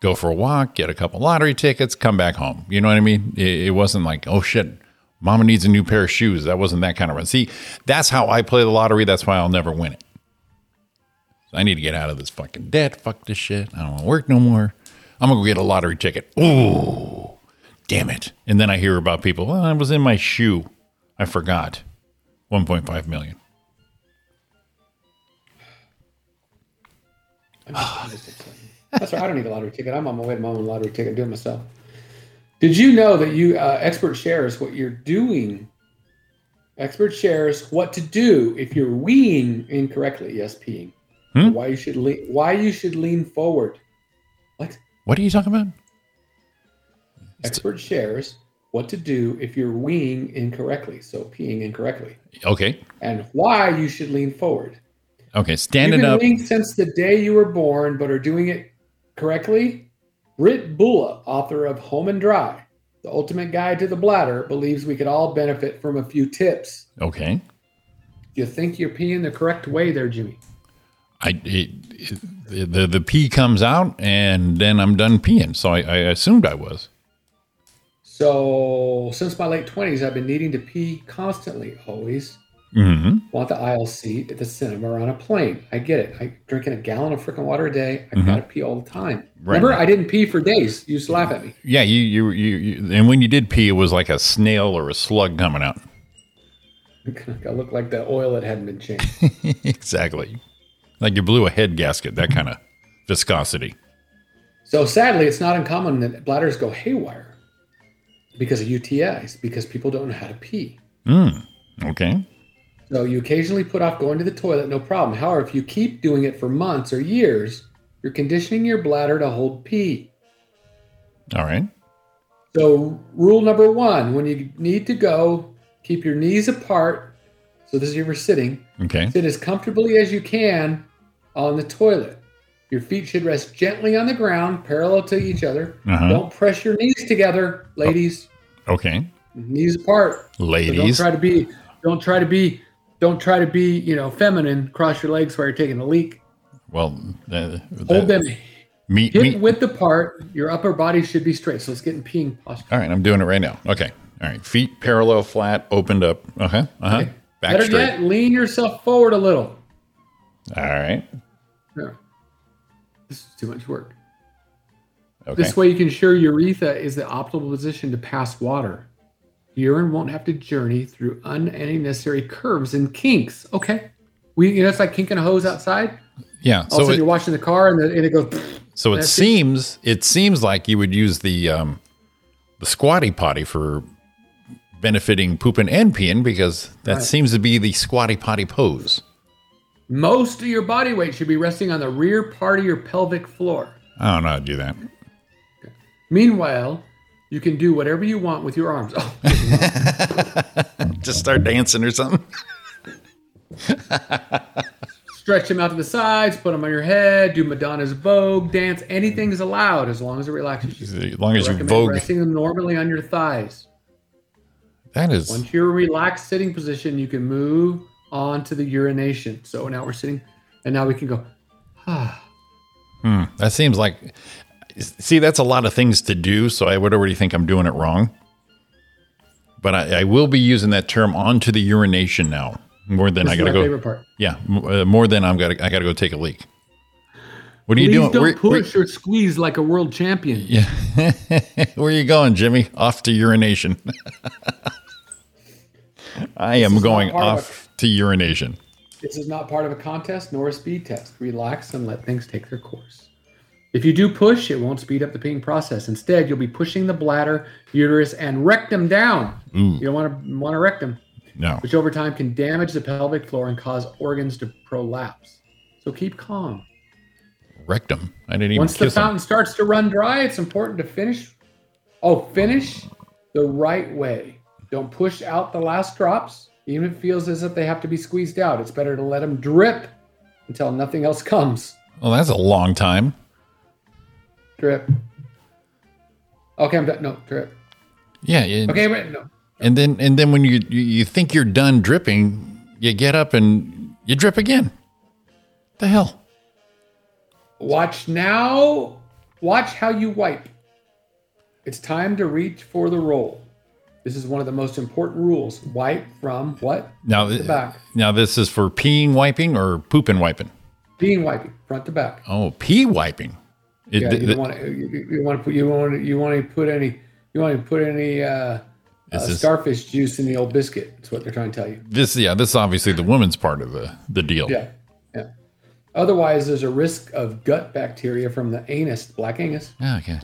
[SPEAKER 7] Go for a walk, get a couple lottery tickets, come back home. You know what I mean? It, it wasn't like, oh shit, mama needs a new pair of shoes. That wasn't that kind of run. See, that's how I play the lottery. That's why I'll never win it. I need to get out of this fucking debt. Fuck this shit. I don't want to work no more. I'm gonna go get a lottery ticket. Ooh, damn it! And then I hear about people. Well, I was in my shoe. I forgot. 1.5 million.
[SPEAKER 6] I'm just- I'm just upset. That's right. I don't need a lottery ticket. I'm on my way to my own lottery ticket. doing it myself. Did you know that you uh, expert shares what you're doing? Expert shares what to do if you're weeing incorrectly. Yes, peeing.
[SPEAKER 7] Hmm?
[SPEAKER 6] Why you should lean? Why you should lean forward?
[SPEAKER 7] What are you talking about?
[SPEAKER 6] Expert shares what to do if you're weeing incorrectly. So peeing incorrectly.
[SPEAKER 7] Okay.
[SPEAKER 6] and why you should lean forward.
[SPEAKER 7] Okay, standing
[SPEAKER 6] You've been
[SPEAKER 7] up.
[SPEAKER 6] winning since the day you were born, but are doing it correctly. Britt Bula, author of Home and Dry, The Ultimate Guide to the Bladder, believes we could all benefit from a few tips.
[SPEAKER 7] Okay.
[SPEAKER 6] You think you're peeing the correct way there, Jimmy?
[SPEAKER 7] I it, it, the- the the pee comes out and then I'm done peeing. So I, I assumed I was.
[SPEAKER 6] So, since my late 20s, I've been needing to pee constantly, always.
[SPEAKER 7] hmm
[SPEAKER 6] Want the aisle seat at the cinema or on a plane. I get it. I'm drinking a gallon of freaking water a day. I
[SPEAKER 7] Mhm.
[SPEAKER 6] gotta pee all the time.
[SPEAKER 7] Right.
[SPEAKER 6] Remember, I didn't pee for days. You used to laugh at me.
[SPEAKER 7] Yeah, you, you you you and when you did pee, it was like a snail or a slug coming out.
[SPEAKER 6] I looked like the oil that hadn't been changed.
[SPEAKER 7] exactly. Like you blew a head gasket, that kind of viscosity.
[SPEAKER 6] So sadly, it's not uncommon that bladders go haywire because of UTIs, because people don't know how to pee.
[SPEAKER 7] Mm. Okay.
[SPEAKER 6] So you occasionally put off going to the toilet, no problem. However, if you keep doing it for months or years, you're conditioning your bladder to hold pee.
[SPEAKER 7] All right.
[SPEAKER 6] So, rule number one when you need to go, keep your knees apart. So, this is if you're sitting,
[SPEAKER 7] Okay.
[SPEAKER 6] sit as comfortably as you can on the toilet. Your feet should rest gently on the ground, parallel to each other.
[SPEAKER 7] Uh-huh.
[SPEAKER 6] Don't press your knees together, ladies.
[SPEAKER 7] Okay.
[SPEAKER 6] Knees apart. So don't
[SPEAKER 7] Ladies.
[SPEAKER 6] try to be. Don't try to be. Don't try to be. You know, feminine. Cross your legs while you're taking a leak.
[SPEAKER 7] well, uh,
[SPEAKER 6] Hold them.
[SPEAKER 7] Meet
[SPEAKER 6] Hip
[SPEAKER 7] me.
[SPEAKER 6] width apart. Your upper body should be straight. So let's get in peeing posture.
[SPEAKER 7] All right, I'm doing it right now. Okay. All right. Feet parallel, flat, opened up. Uh huh. Uh huh. Back
[SPEAKER 6] Better
[SPEAKER 7] straight.
[SPEAKER 6] yet, lean yourself forward a little.
[SPEAKER 7] All right.
[SPEAKER 6] Yeah. This is too much work.
[SPEAKER 7] Okay.
[SPEAKER 6] This way, you can ensure urethra is the optimal position to pass water. Urine won't have to journey through un- unnecessary curves and kinks. Okay, we you know it's like kinking a hose outside.
[SPEAKER 7] Yeah.
[SPEAKER 6] Also,
[SPEAKER 7] So it,
[SPEAKER 6] you're washing the car and, the, and it goes.
[SPEAKER 7] so it
[SPEAKER 6] That's
[SPEAKER 7] seems it seems like you would use the um, the squatty potty for benefiting pooping and peeing because that
[SPEAKER 6] Right.
[SPEAKER 7] seems to be the squatty potty pose.
[SPEAKER 6] Most of your body weight should be resting on the rear part of your pelvic floor.
[SPEAKER 7] I don't know how to do that.
[SPEAKER 6] Meanwhile, you can do whatever you want with your arms. Oh,
[SPEAKER 7] Just start dancing or something.
[SPEAKER 6] stretch them out to the sides, put them on your head, do Madonna's Vogue dance. Anything is allowed as long as it relaxes you.
[SPEAKER 7] As long as you
[SPEAKER 6] Recommend
[SPEAKER 7] vogue.
[SPEAKER 6] resting them normally on your thighs.
[SPEAKER 7] That is
[SPEAKER 6] Once you're in a relaxed sitting position, you can move on to the urination. So now we're sitting, and now we can go. Ah,
[SPEAKER 7] Hmm, that seems like. See, that's a lot of things to do, so I would already think I'm doing it wrong. But I, I will be using that term onto the urination now more than
[SPEAKER 6] This
[SPEAKER 7] I
[SPEAKER 6] is
[SPEAKER 7] gotta
[SPEAKER 6] my
[SPEAKER 7] go.
[SPEAKER 6] favorite part.
[SPEAKER 7] Yeah, m- uh, more than I'm gotta. I gotta go take a leak. What are
[SPEAKER 6] please
[SPEAKER 7] you doing?
[SPEAKER 6] Don't
[SPEAKER 7] Where, where-
[SPEAKER 6] push or squeeze like a world champion.
[SPEAKER 7] where are you going, Jimmy? Off to urination. I am
[SPEAKER 6] is not
[SPEAKER 7] going
[SPEAKER 6] part of
[SPEAKER 7] off to urination.
[SPEAKER 6] This is not part of a contest nor a speed test. Relax and let things take their course. If you do push, it won't speed up the peeing process. Instead, you'll be pushing the bladder, uterus, and rectum down.
[SPEAKER 7] Ooh.
[SPEAKER 6] You don't want to want a rectum,
[SPEAKER 7] No.
[SPEAKER 6] which over time can damage the pelvic floor and cause organs to prolapse. So keep calm.
[SPEAKER 7] Rectum. I didn't even
[SPEAKER 6] Once the
[SPEAKER 7] kiss him.
[SPEAKER 6] fountain starts to run dry, it's important to finish. Oh, finish the right way. Don't push out the last drops. Even if it feels as if they have to be squeezed out, it's better to let them drip until nothing else comes.
[SPEAKER 7] Well, Oh, that's a long time.
[SPEAKER 6] Drip. Okay, I'm done. No, drip.
[SPEAKER 7] Yeah. yeah.
[SPEAKER 6] Okay, wait, no.
[SPEAKER 7] And then and then when you you, you think you're done dripping, you get up and you drip again. The hell?
[SPEAKER 6] Watch now. Watch how you wipe. It's time to reach for the roll. This is one of the most important rules. Wipe from what?
[SPEAKER 7] Now
[SPEAKER 6] Front to back.
[SPEAKER 7] now this is for peeing wiping or pooping wiping.
[SPEAKER 6] Being wiping, front to back.
[SPEAKER 7] Oh, pee wiping. It-
[SPEAKER 6] yeah,
[SPEAKER 7] th-
[SPEAKER 6] you
[SPEAKER 7] th-
[SPEAKER 6] don't want to. You, you- you want to put. You want. to. You want to put any. You want to put any uh, uh,
[SPEAKER 7] Is this-
[SPEAKER 6] starfish juice in the old biscuit. That's what they're trying to tell you.
[SPEAKER 7] this yeah, this is obviously the woman's part of the the deal.
[SPEAKER 6] Yeah, yeah. Otherwise, there's a risk of gut bacteria from the anus, black anus,
[SPEAKER 7] Yeah, okay.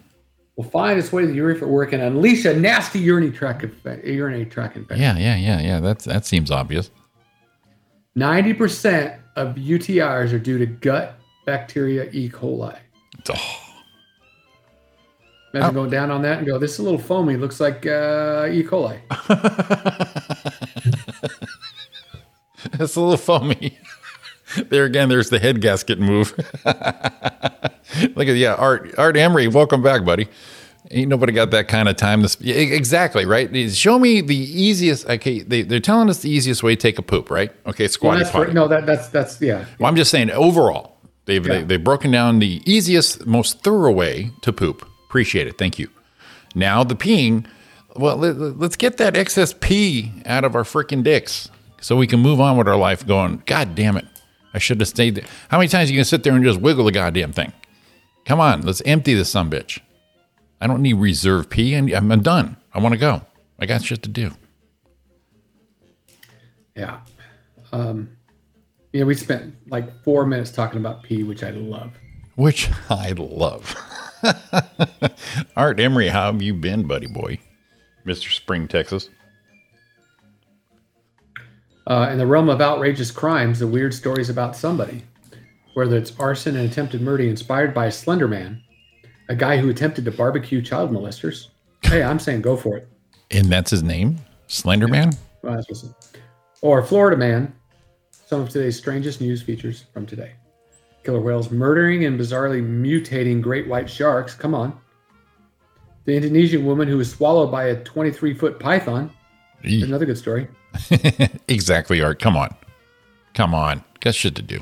[SPEAKER 6] will find its way to the urethra work and unleash a nasty urinary tract infec- urinary tract infection.
[SPEAKER 7] Yeah, yeah, yeah, yeah. That's that seems obvious.
[SPEAKER 6] Ninety percent of UTIs are due to gut bacteria E. coli.
[SPEAKER 7] Oh,
[SPEAKER 6] Imagine going down on that and go, this is a little foamy. Looks like uh, E. coli.
[SPEAKER 7] that's a little foamy. there again, there's the head gasket move. Look at yeah, Art Art Emery, welcome back, buddy. Ain't nobody got that kind of time. This yeah, e- exactly right. Show me the easiest. Okay, they, they're telling us the easiest way to take a poop, right? Okay,
[SPEAKER 6] Well,
[SPEAKER 7] squatty
[SPEAKER 6] that's
[SPEAKER 7] potty.
[SPEAKER 6] for, no, that, that's that's yeah.
[SPEAKER 7] Well, I'm just saying overall, they've
[SPEAKER 6] Yeah.
[SPEAKER 7] they, they've broken down the easiest, most thorough way to poop. Appreciate it. Thank you. Now the peeing. Well, let, let- let's get that excess pee out of our freaking dicks so we can move on with our life. Going, God damn it, I should have stayed there. How many times you can sit there and just wiggle the goddamn thing? Come on, let's empty this some bitch. I don't need reserve pee, and I'm I'm done. I want to go. I got shit to do.
[SPEAKER 6] Yeah. Um, yeah, we spent like four minutes talking about pee, which I love.
[SPEAKER 7] which I love. Art Emery, how have you been, buddy boy? Mr. Spring, Texas.
[SPEAKER 6] Uh, in the realm of outrageous crimes, the weird stories about somebody, whether it's arson and attempted murder inspired by a Slender Man, a guy who attempted to barbecue child molesters. Hey, I'm saying go for it.
[SPEAKER 7] And that's his name? Slender Man?
[SPEAKER 6] Well, that's what's Or Florida Man, some of today's strangest news features from today. Killer whales murdering and bizarrely mutating great white sharks. Come on. The Indonesian woman who was swallowed by a 23 foot python.
[SPEAKER 7] Eek.
[SPEAKER 6] Another good story.
[SPEAKER 7] exactly, Art. Come on. Come on. Got shit to do.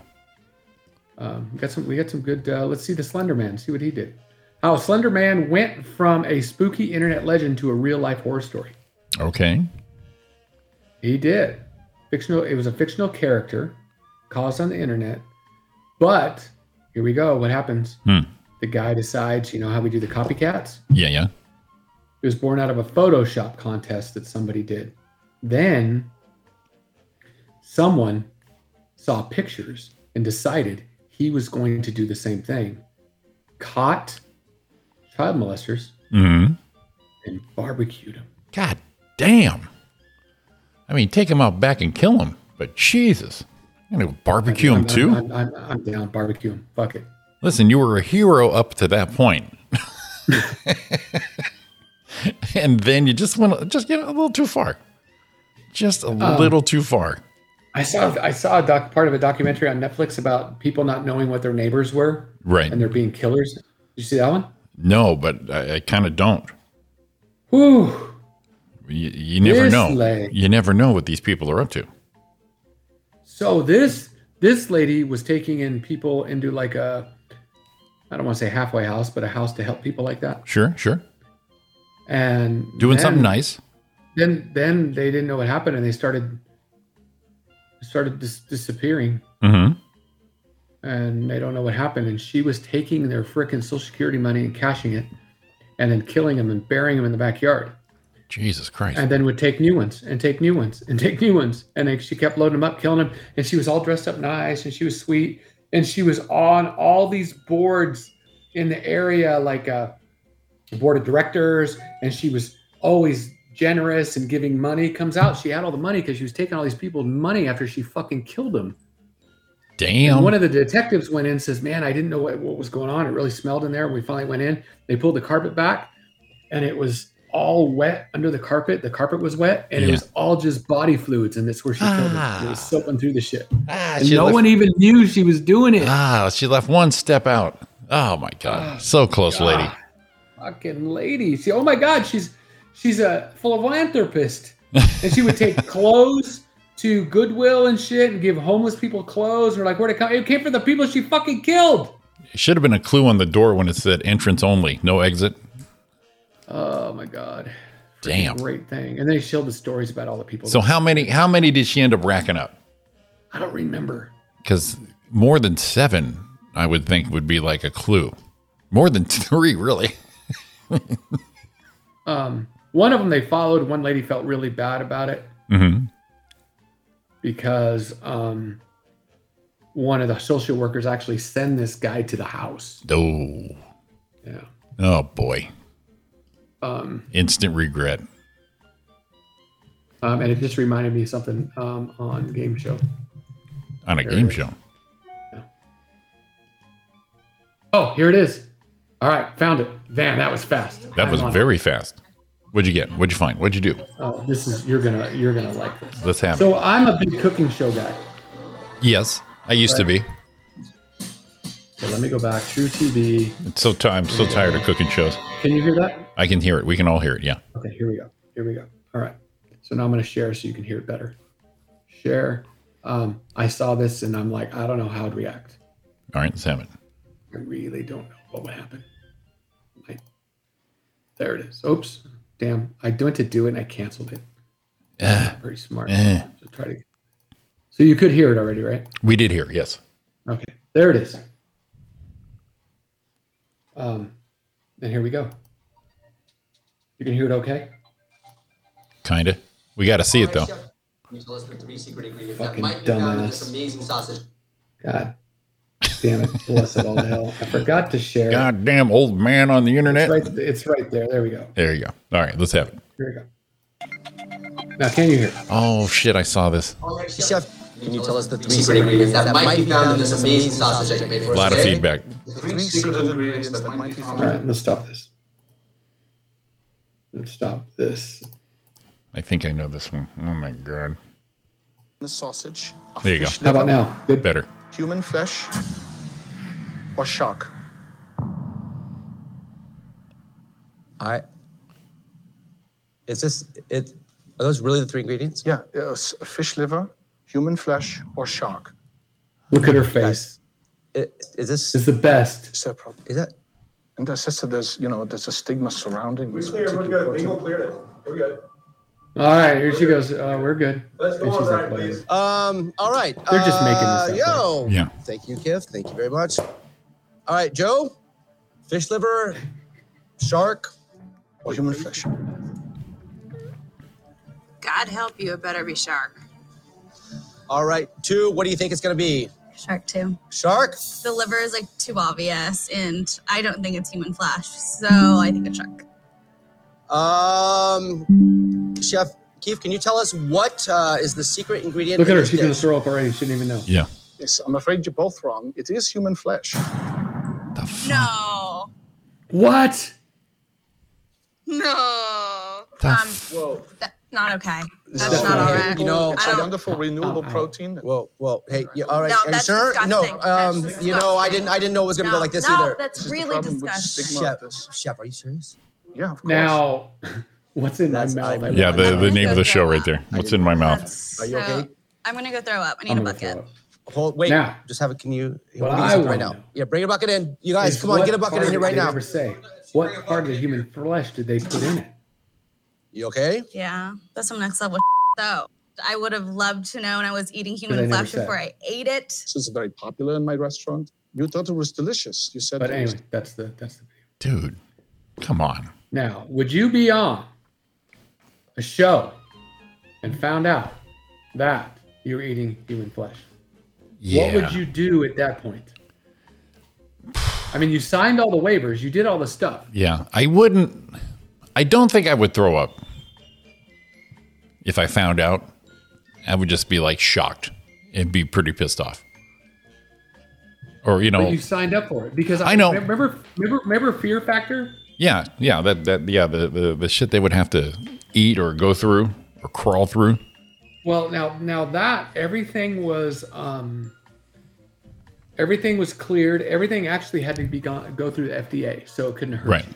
[SPEAKER 6] Um, we got some. We got some good. Uh, let's see the Slender Man. See what he did. How Slender Man went from a spooky internet legend to a real life horror story.
[SPEAKER 7] Okay.
[SPEAKER 6] He did. Fictional. It was a fictional character caused on the internet, but here we go. What happens?
[SPEAKER 7] Hmm.
[SPEAKER 6] The guy decides. You know how we do the copycats.
[SPEAKER 7] Yeah, yeah.
[SPEAKER 6] It was born out of a Photoshop contest that somebody did. Then someone saw pictures and decided he was going to do the same thing. Caught child molesters
[SPEAKER 7] Mm-hmm.
[SPEAKER 6] and barbecued them.
[SPEAKER 7] God damn. I mean, take him out back and kill him, but Jesus. I'm going to barbecue him
[SPEAKER 6] I'm-
[SPEAKER 7] too?
[SPEAKER 6] I'm, I'm, I'm down. Barbecue him. Fuck it.
[SPEAKER 7] Listen, you were a hero up to that point. and then you just went just get a little too far. Just a
[SPEAKER 6] Um,
[SPEAKER 7] little too far.
[SPEAKER 6] I saw I saw a doc, part of a documentary on Netflix about people not knowing what their neighbors were
[SPEAKER 7] Right.
[SPEAKER 6] and they're being killers. Did you see that one?
[SPEAKER 7] No, but I, I kind of don't.
[SPEAKER 6] Whew.
[SPEAKER 7] You, you never
[SPEAKER 6] This
[SPEAKER 7] know.
[SPEAKER 6] leg.
[SPEAKER 7] You never know what these people are up to.
[SPEAKER 6] So this this lady was taking in people into like a I don't want to say halfway house, but a house to help people like that.
[SPEAKER 7] Sure, sure.
[SPEAKER 6] And
[SPEAKER 7] Doing
[SPEAKER 6] then-
[SPEAKER 7] something nice.
[SPEAKER 6] Then then they didn't know what happened and they started started dis- disappearing
[SPEAKER 7] Mm-hmm.
[SPEAKER 6] and they don't know what happened and she was taking their freaking social security money and cashing it and then killing them and burying them in the backyard.
[SPEAKER 7] Jesus Christ.
[SPEAKER 6] and then would take new ones and take new ones and take new ones and then she kept loading them up killing them and she was all dressed up nice and she was sweet and she was on all these boards in the area like a board of directors and she was always generous and giving money comes out she had all the money because she was taking all these people's money after she fucking killed them
[SPEAKER 7] Damn.
[SPEAKER 6] and one of the detectives went in and says, Man, I didn't know what, what was going on. It really smelled in there. We finally went in. They pulled the carpet back and it was all wet under the carpet. The carpet was wet and it
[SPEAKER 7] Yeah.
[SPEAKER 6] was all just body fluids. And that's where she killed
[SPEAKER 7] Ah.
[SPEAKER 6] it. It was soaking through the shit.
[SPEAKER 7] Ah,
[SPEAKER 6] and
[SPEAKER 7] she
[SPEAKER 6] no
[SPEAKER 7] left-
[SPEAKER 6] one even knew she was doing it.
[SPEAKER 7] Ah, she left one step out. Oh my God. so close, lady.
[SPEAKER 6] Fucking lady. See, oh my God, she's she's a philanthropist. and she would take clothes to Goodwill and shit and give homeless people clothes. And we're like, where'd it come? It came from the people she fucking killed.
[SPEAKER 7] It should have been a clue on the door when it said entrance only, no exit.
[SPEAKER 6] Oh my god. Freaking
[SPEAKER 7] Damn.
[SPEAKER 6] Great thing. And they showed the stories about all the people.
[SPEAKER 7] So how many how many did she end up racking up?
[SPEAKER 6] I don't remember.
[SPEAKER 7] because more than seven, I would think, would be like a clue. More than three, really.
[SPEAKER 6] Um, one of them they followed. One lady felt really bad about it
[SPEAKER 7] Mm-hmm.
[SPEAKER 6] because um, one of the social workers actually sent this guy to the house.
[SPEAKER 7] Oh,
[SPEAKER 6] Yeah.
[SPEAKER 7] oh boy!
[SPEAKER 6] Um,
[SPEAKER 7] Instant regret.
[SPEAKER 6] um, and it just reminded me of something um, on the game show.
[SPEAKER 7] on a
[SPEAKER 6] There
[SPEAKER 7] game
[SPEAKER 6] it is.
[SPEAKER 7] show.
[SPEAKER 6] Oh, here it is. All right, found it. Damn, that was fast.
[SPEAKER 7] That
[SPEAKER 6] I'm
[SPEAKER 7] was
[SPEAKER 6] on it.
[SPEAKER 7] very fast. What'd you get? What'd you find? What'd you do?
[SPEAKER 6] Oh, this is you're gonna you're gonna like this.
[SPEAKER 7] Let's have
[SPEAKER 6] So
[SPEAKER 7] it.
[SPEAKER 6] I'm a big cooking show guy.
[SPEAKER 7] Yes. I used to be.
[SPEAKER 6] So let me go back. True TV.
[SPEAKER 7] It's so ti- I'm so tired of cooking shows.
[SPEAKER 6] Can you hear that?
[SPEAKER 7] I can hear it. We can all hear it. Yeah.
[SPEAKER 6] Okay, here we go. Here we go. All right. So now I'm going to share so you can hear it better. Share. Um, I saw this and I'm like, I don't know how to react.
[SPEAKER 7] All right, let's have it.
[SPEAKER 6] I really don't know what would happen. I, there it is. Oops. Damn. I went to do it and I canceled it.
[SPEAKER 7] Ah.
[SPEAKER 6] Very smart.
[SPEAKER 7] Eh.
[SPEAKER 6] So, try to, so you could hear it already, right?
[SPEAKER 7] We did hear. Yes.
[SPEAKER 6] Okay. There it is. Um, and here we go. You can hear it okay?
[SPEAKER 7] Kinda. We got to see it though.
[SPEAKER 6] Fucking
[SPEAKER 9] This
[SPEAKER 6] dumbass.
[SPEAKER 9] amazing sausage.
[SPEAKER 6] God damn it. Bless it all to hell. I forgot to share. it.
[SPEAKER 7] Goddamn old man on the internet.
[SPEAKER 6] It's right, it's right there. There we go.
[SPEAKER 7] There you go. All right, let's have it.
[SPEAKER 6] Here we go. Now, can you hear?
[SPEAKER 7] Oh shit! I saw this.
[SPEAKER 9] Chef, can you tell us the three secret ingredients that might be found in this amazing sausage I made
[SPEAKER 7] A
[SPEAKER 9] for us
[SPEAKER 7] lot of
[SPEAKER 9] today?
[SPEAKER 7] feedback.
[SPEAKER 9] The three secret ingredients that might be found
[SPEAKER 6] All right, let's stop this. Let's stop this.
[SPEAKER 7] I think I know this one. Oh my god.
[SPEAKER 13] the sausage. a
[SPEAKER 7] There you go.
[SPEAKER 13] fish
[SPEAKER 6] How about
[SPEAKER 13] liver,
[SPEAKER 6] now? Good.
[SPEAKER 7] Better.
[SPEAKER 13] Human flesh or shark?
[SPEAKER 9] I. Is this it? Are those really the three ingredients?
[SPEAKER 13] Yeah, uh, s- fish liver, human flesh or shark.
[SPEAKER 6] Look at her face.
[SPEAKER 9] Is this?
[SPEAKER 6] It's the best.
[SPEAKER 13] Is there a problem?
[SPEAKER 9] Is that?
[SPEAKER 13] And that's just that there's you know there's a stigma surrounding. this particular
[SPEAKER 14] good.
[SPEAKER 13] protein.
[SPEAKER 14] cleared it. We're good.
[SPEAKER 6] All right, here she goes. Uh, we're good.
[SPEAKER 14] Let's go
[SPEAKER 6] And
[SPEAKER 14] on,
[SPEAKER 6] she's like,
[SPEAKER 14] Ryan,
[SPEAKER 6] whatever.
[SPEAKER 9] Um. All right.
[SPEAKER 6] They're just making this
[SPEAKER 9] uh,
[SPEAKER 6] up, right?
[SPEAKER 9] Yo.
[SPEAKER 6] Yeah.
[SPEAKER 9] Thank you, Kev. Thank you very much. All right, Joe. Fish liver, shark, or human flesh?
[SPEAKER 11] God help you, it better be shark.
[SPEAKER 9] All right, two. What do you think it's gonna be?
[SPEAKER 11] Shark too.
[SPEAKER 9] Shark.
[SPEAKER 11] The liver is like too obvious, and I don't think it's human flesh, so I think it's shark.
[SPEAKER 9] Um, Chef Keith, can you tell us what uh, is the secret ingredient?
[SPEAKER 6] Look at
[SPEAKER 9] in
[SPEAKER 6] her.
[SPEAKER 9] this
[SPEAKER 6] She's going to
[SPEAKER 9] dish?
[SPEAKER 6] throw up already. She didn't even know.
[SPEAKER 7] Yeah.
[SPEAKER 13] Yes, I'm afraid you're both wrong. It is human flesh.
[SPEAKER 11] No,
[SPEAKER 6] What?
[SPEAKER 11] no.
[SPEAKER 6] The
[SPEAKER 11] um,
[SPEAKER 6] f-
[SPEAKER 13] Whoa.
[SPEAKER 11] that's not okay. That's
[SPEAKER 9] No.
[SPEAKER 11] not all right.
[SPEAKER 9] You know,
[SPEAKER 11] I
[SPEAKER 13] It's a
[SPEAKER 11] don't.
[SPEAKER 13] wonderful renewable protein.
[SPEAKER 9] Well, well, hey, you, all right,
[SPEAKER 11] No,
[SPEAKER 9] are you
[SPEAKER 11] that's
[SPEAKER 9] sure?
[SPEAKER 11] disgusting.
[SPEAKER 9] No, um,
[SPEAKER 11] That's
[SPEAKER 9] you know, I didn't, I didn't know it was gonna
[SPEAKER 11] No,
[SPEAKER 9] go like this
[SPEAKER 11] no,
[SPEAKER 9] either.
[SPEAKER 11] that's This is the really problem with disgusting. stigma
[SPEAKER 9] Chef,
[SPEAKER 11] of
[SPEAKER 9] chef, are you serious?
[SPEAKER 13] Yeah, of course.
[SPEAKER 6] Now, what's in my mouth? I
[SPEAKER 7] Yeah,
[SPEAKER 6] want to
[SPEAKER 7] the, the
[SPEAKER 6] know.
[SPEAKER 7] name of the show right there. What's in my mouth?
[SPEAKER 9] Are you
[SPEAKER 11] so,
[SPEAKER 9] okay?
[SPEAKER 11] I'm gonna go throw up. I need
[SPEAKER 7] I'm
[SPEAKER 11] a
[SPEAKER 7] gonna
[SPEAKER 11] bucket.
[SPEAKER 9] Hold, wait,
[SPEAKER 7] Now.
[SPEAKER 9] just have it. Can you?
[SPEAKER 6] What
[SPEAKER 9] we need
[SPEAKER 6] I
[SPEAKER 9] something
[SPEAKER 6] wanna
[SPEAKER 9] right now.
[SPEAKER 6] know.
[SPEAKER 9] Yeah, bring a bucket in. You guys,
[SPEAKER 6] Is
[SPEAKER 9] come on,
[SPEAKER 6] what
[SPEAKER 9] get a bucket in
[SPEAKER 6] part
[SPEAKER 9] here right
[SPEAKER 6] did
[SPEAKER 9] now.
[SPEAKER 6] Ever say what part of the human flesh did they put in it?
[SPEAKER 9] You okay?
[SPEAKER 11] Yeah, that's some next level. Though I would have loved to know when I was eating
[SPEAKER 13] I
[SPEAKER 11] human
[SPEAKER 13] never
[SPEAKER 11] flesh
[SPEAKER 13] said.
[SPEAKER 11] before I ate it.
[SPEAKER 13] This is very popular in my restaurant. You thought it was delicious. You said.
[SPEAKER 6] But
[SPEAKER 13] it was-
[SPEAKER 6] anyway, that's the that's the.
[SPEAKER 7] Dude, come on.
[SPEAKER 6] Now, would you be on a show and found out that you're eating human flesh? What
[SPEAKER 7] Yeah.
[SPEAKER 6] would you do at that point? I mean, you signed all the waivers, you did all the stuff.
[SPEAKER 7] Yeah, I wouldn't. I don't think I would throw up if I found out. I would just be like shocked and be pretty pissed off. Or you know,
[SPEAKER 6] but you signed up for it because
[SPEAKER 7] I know.
[SPEAKER 6] Remember, remember, remember Fear Factor?
[SPEAKER 7] yeah, yeah, that that yeah, the, the the shit they would have to eat or go through or crawl through.
[SPEAKER 6] Well, now now that everything was um everything was cleared, everything actually had to be gone, go through the FDA, so it couldn't hurt.
[SPEAKER 7] Right.
[SPEAKER 6] you.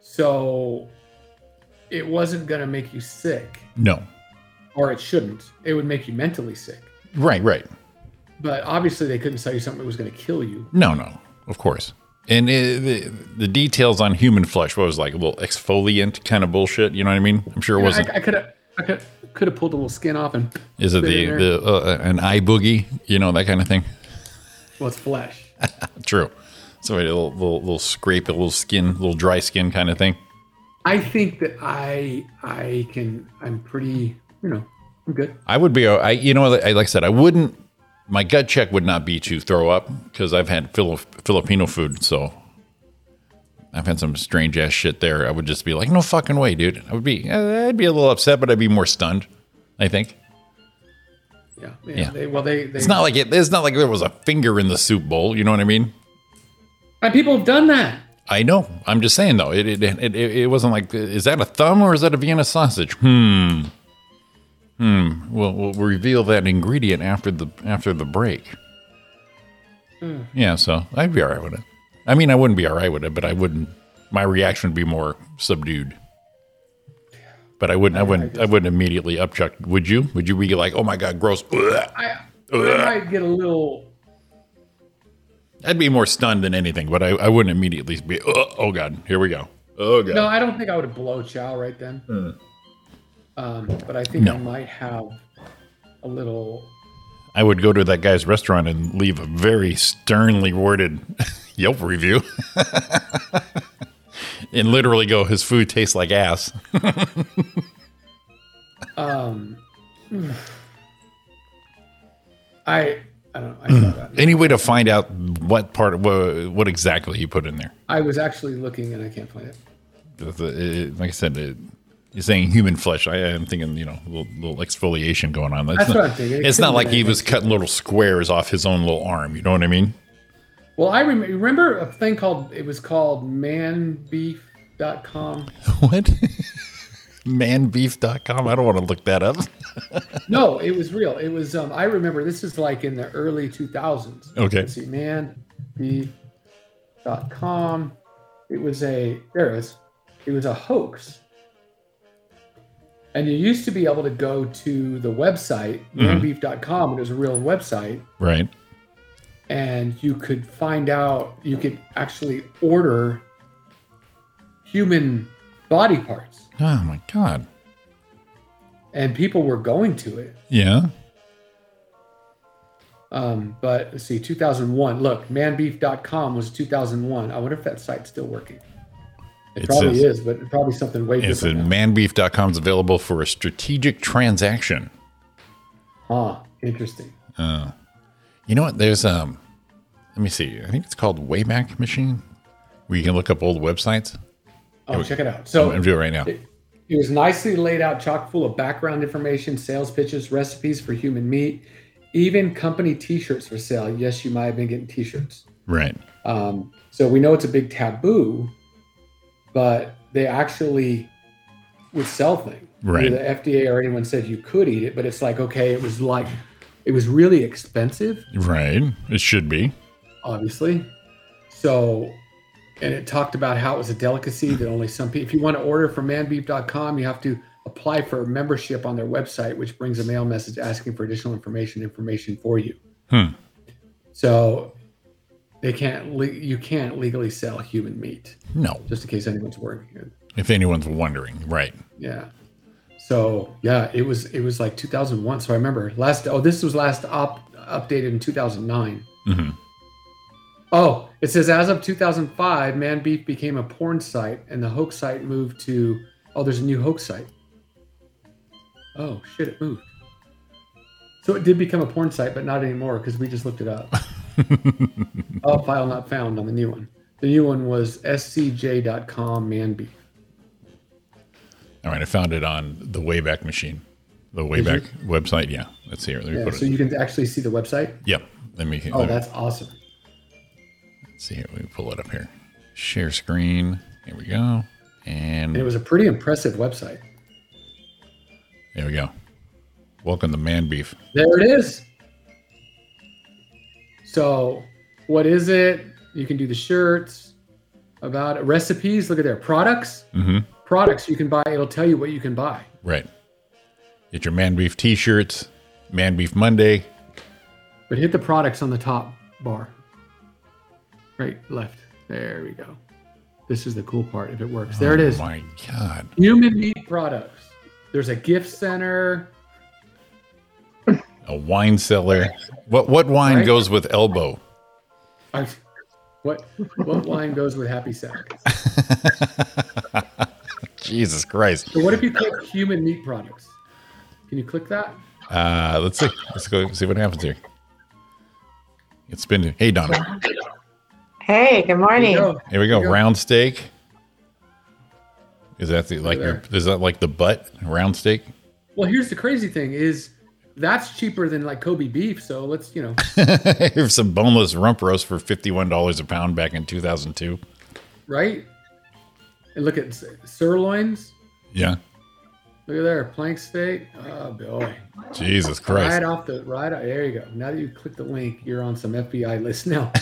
[SPEAKER 6] So it wasn't going to make you sick,
[SPEAKER 7] No.
[SPEAKER 6] or it shouldn't. It would make you mentally sick.
[SPEAKER 7] Right. Right.
[SPEAKER 6] But obviously, they couldn't sell you something that was going to kill you.
[SPEAKER 7] No. No. Of course. And it, the, the details on human flesh, what was it, like a little exfoliant kind of bullshit. You know what I mean? I'm sure it
[SPEAKER 6] You know,
[SPEAKER 7] wasn't.
[SPEAKER 6] I could have. I could have pulled a little skin off and.
[SPEAKER 7] Is it
[SPEAKER 6] spit
[SPEAKER 7] the
[SPEAKER 6] in there.
[SPEAKER 7] the uh, an eye boogie? You know that kind of thing.
[SPEAKER 6] Well, it's flesh.
[SPEAKER 7] True. So a little, little little scrape, a little skin, little dry skin kind of thing.
[SPEAKER 6] I think that I I can. I'm pretty. You know, I'm good.
[SPEAKER 7] I would be. I you know I, like I said I wouldn't. My gut check would not be to throw up because I've had Fili- Filipino food, so I've had some strange ass shit there. I would just be like, no fucking way, dude. I would be. eh, I'd be a little upset, but I'd be more stunned. I think.
[SPEAKER 6] Yeah. Yeah.
[SPEAKER 7] Yeah.
[SPEAKER 6] They, well, they, they.
[SPEAKER 7] It's not like it. It's not like there was a finger in the soup bowl. You know what I mean?
[SPEAKER 6] And people have done that.
[SPEAKER 7] I know. I'm just saying though. It it, it it it wasn't like is that a thumb or is that a Vienna sausage? Hmm. Hmm. Well, we'll reveal that ingredient after the after the break.
[SPEAKER 6] Mm.
[SPEAKER 7] Yeah, so I'd be all right with it. I mean, I wouldn't be all right with it, but I wouldn't. My reaction would be more subdued. But I wouldn't. I wouldn't. I wouldn't immediately upchuck. Would you? Would you be like, oh my god, gross? Ugh.
[SPEAKER 6] I,
[SPEAKER 7] Ugh.
[SPEAKER 6] I might get a little.
[SPEAKER 7] I'd be more stunned than anything, but I, I wouldn't immediately be. "Ugh, Oh god, here we go. Oh god.
[SPEAKER 6] No, I don't think I would blow chow right then.
[SPEAKER 7] Mm.
[SPEAKER 6] Um, but I think
[SPEAKER 7] No.
[SPEAKER 6] I might have a little.
[SPEAKER 7] I would go to that guy's restaurant and leave a very sternly worded Yelp review and literally go, his food tastes like ass.
[SPEAKER 6] Um, I I don't.
[SPEAKER 7] Hmm.
[SPEAKER 6] I,
[SPEAKER 7] Any way to find out what part, what, what exactly he put in there?
[SPEAKER 6] I was actually looking and I can't find it.
[SPEAKER 7] The- the- it- like I said, it, you're saying human flesh. I am thinking, you know, little, little exfoliation going on.
[SPEAKER 6] That's
[SPEAKER 7] not,
[SPEAKER 6] what I'm thinking. It
[SPEAKER 7] It's
[SPEAKER 6] could
[SPEAKER 7] not
[SPEAKER 6] be
[SPEAKER 7] like he
[SPEAKER 6] anything.
[SPEAKER 7] was cutting little squares off his own little arm. You know what I mean?
[SPEAKER 6] Well, I rem- remember a thing called it was called manbeef.com.
[SPEAKER 7] What? Manbeef.com. I don't want to look that up.
[SPEAKER 6] no, it was real. It was. Um, I remember this is like in the early 2000s.
[SPEAKER 7] Okay.
[SPEAKER 6] Let's see, manbeef.com. It was a there it is. It was a hoax. And you used to be able to go to the website
[SPEAKER 7] Mhm.
[SPEAKER 6] manbeef.com, and it was a real website.
[SPEAKER 7] Right.
[SPEAKER 6] and you could find out you could actually order human body parts
[SPEAKER 7] Oh my God.
[SPEAKER 6] and people were going to it
[SPEAKER 7] Yeah.
[SPEAKER 6] um, but let's see 2001 look manbeef.com was 2001 i wonder if that site's still working it,
[SPEAKER 7] It
[SPEAKER 6] probably
[SPEAKER 7] says-
[SPEAKER 6] is but it's probably something way
[SPEAKER 7] It said
[SPEAKER 6] different
[SPEAKER 7] manbeef.com is available for a strategic transaction.
[SPEAKER 6] huh Ah, interesting
[SPEAKER 7] Uh, you know what? There's um, let me see. I think it's called Wayback Machine, where you can look up old websites.
[SPEAKER 6] oh check it out
[SPEAKER 7] So
[SPEAKER 6] so
[SPEAKER 7] I'm doing it right now.
[SPEAKER 6] it, it was nicely laid out, chock full of background information, sales pitches, recipes for human meat, even company T-shirts for sale. Yes, you might have been getting T-shirts.
[SPEAKER 7] Right.
[SPEAKER 6] Um, so we know it's a big taboo, but they actually would sell things.
[SPEAKER 7] Right.
[SPEAKER 6] The FDA or anyone said you could eat it, but it's like okay, it was like it was really expensive
[SPEAKER 7] Right. It should be.
[SPEAKER 6] obviously. So, and it talked about how it was a delicacy that only some people, if you want to order from manbeef.com, you have to apply for a membership on their website, which brings a mail message asking for additional information, information for you.
[SPEAKER 7] Hmm.
[SPEAKER 6] So they can't, le- you can't legally sell human meat.
[SPEAKER 7] No.
[SPEAKER 6] Just in case anyone's worried here.
[SPEAKER 7] If anyone's wondering, right.
[SPEAKER 6] Yeah. So yeah, it was, it was like 2001. So I remember last, oh, this was last op, updated in 2009.
[SPEAKER 7] hmm
[SPEAKER 6] Oh, it says as of 2005, Man Beef became a porn site, and the hoax site moved to. Oh, there's a new hoax site. Oh shit, it moved. So it did become a porn site, but not anymore because we just looked it up. oh, file not found on the new one. The new one was scj.com Man Beef.
[SPEAKER 7] All right. I found it on the Wayback Machine, the
[SPEAKER 6] you?
[SPEAKER 7] Wayback website. Yeah. Let's see here. Let me
[SPEAKER 6] Yeah,
[SPEAKER 7] put
[SPEAKER 6] so
[SPEAKER 7] it.
[SPEAKER 6] you can actually see the website.
[SPEAKER 7] Yep. Let me.
[SPEAKER 6] Oh,
[SPEAKER 7] let me-
[SPEAKER 6] that's awesome.
[SPEAKER 7] Let's see here. Let me pull it up here. Share screen. Here we go. And
[SPEAKER 6] And it was a pretty impressive website.
[SPEAKER 7] there we go. Welcome to Man Beef.
[SPEAKER 6] There it is. So, what is it? You can do the shirts, about it. recipes. Look at there. Products.
[SPEAKER 7] Mm-hmm.
[SPEAKER 6] Products you can buy. It'll tell you what you can buy.
[SPEAKER 7] Right. Get your Man Beef t shirts, Man Beef Monday.
[SPEAKER 6] But hit the products on the top bar. Right, left. There we go. This is the cool part if it works. There it
[SPEAKER 7] Oh
[SPEAKER 6] is.
[SPEAKER 7] My God.
[SPEAKER 6] Human meat products. There's a gift center.
[SPEAKER 7] A wine cellar. What what wine
[SPEAKER 6] Right.
[SPEAKER 7] goes with elbow?
[SPEAKER 6] I- What what wine goes with happy sack?
[SPEAKER 7] Jesus Christ.
[SPEAKER 6] So what if you click human meat products? Can you click that?
[SPEAKER 7] Uh, let's see. Let's go see what happens here. It's been hey Donna.
[SPEAKER 13] Hey, good morning.
[SPEAKER 6] There you go.
[SPEAKER 7] Here we go. Round steak. Is that the like your, is that like the butt round steak?
[SPEAKER 6] Well, here's the crazy thing is that's cheaper than like Kobe beef. So let's, you know,
[SPEAKER 7] Here's some boneless rump roast for fifty-one dollars a pound back in two thousand two.
[SPEAKER 6] right? And look at s- sirloins,
[SPEAKER 7] Yeah,
[SPEAKER 6] Look at there, plank steak. Oh boy.
[SPEAKER 7] Jesus Christ.
[SPEAKER 6] Right off the right. o- There you go. Now that you click the link, you're on some FBI list now.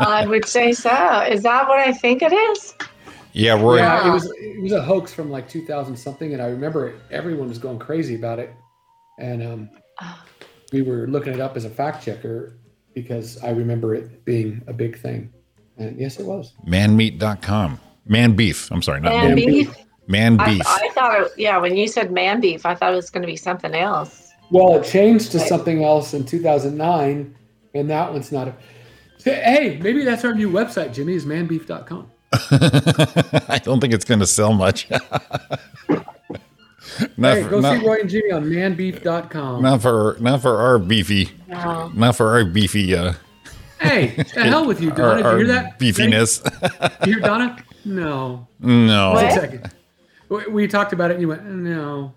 [SPEAKER 13] I would say so. Is that what I think it is?
[SPEAKER 7] Yeah, Roy.
[SPEAKER 6] Yeah, it was it was a hoax from like 2000 something, and I remember it, everyone was going crazy about it, and um, we were looking it up as a fact checker because I remember it being a big thing, and yes, it was.
[SPEAKER 7] Manmeat.com. Man beef. I'm sorry, not
[SPEAKER 13] Man
[SPEAKER 7] man beef.
[SPEAKER 13] beef.
[SPEAKER 7] Man
[SPEAKER 13] I,
[SPEAKER 7] beef.
[SPEAKER 13] I thought, it, yeah, when you said man beef, I thought it was going to be something else.
[SPEAKER 6] Well, it changed to something else in 2009, and that one's not. A, hey, maybe that's our new website, Jimmy. Is manbeef.com.
[SPEAKER 7] I don't think it's going to sell much. not,
[SPEAKER 6] hey,
[SPEAKER 7] for,
[SPEAKER 6] go
[SPEAKER 7] not,
[SPEAKER 6] see Roy and Jimmy on manbeef.com.
[SPEAKER 7] not for not for our beefy,
[SPEAKER 6] No.
[SPEAKER 7] not for our beefy. Uh,
[SPEAKER 6] Hey, to hell with you, Donna. Did
[SPEAKER 7] our-
[SPEAKER 6] you hear
[SPEAKER 7] our
[SPEAKER 6] that?
[SPEAKER 7] beefiness?
[SPEAKER 6] Did you hear Donna? No.
[SPEAKER 7] no.
[SPEAKER 6] Just a second. We, we talked about it, and you went, "No."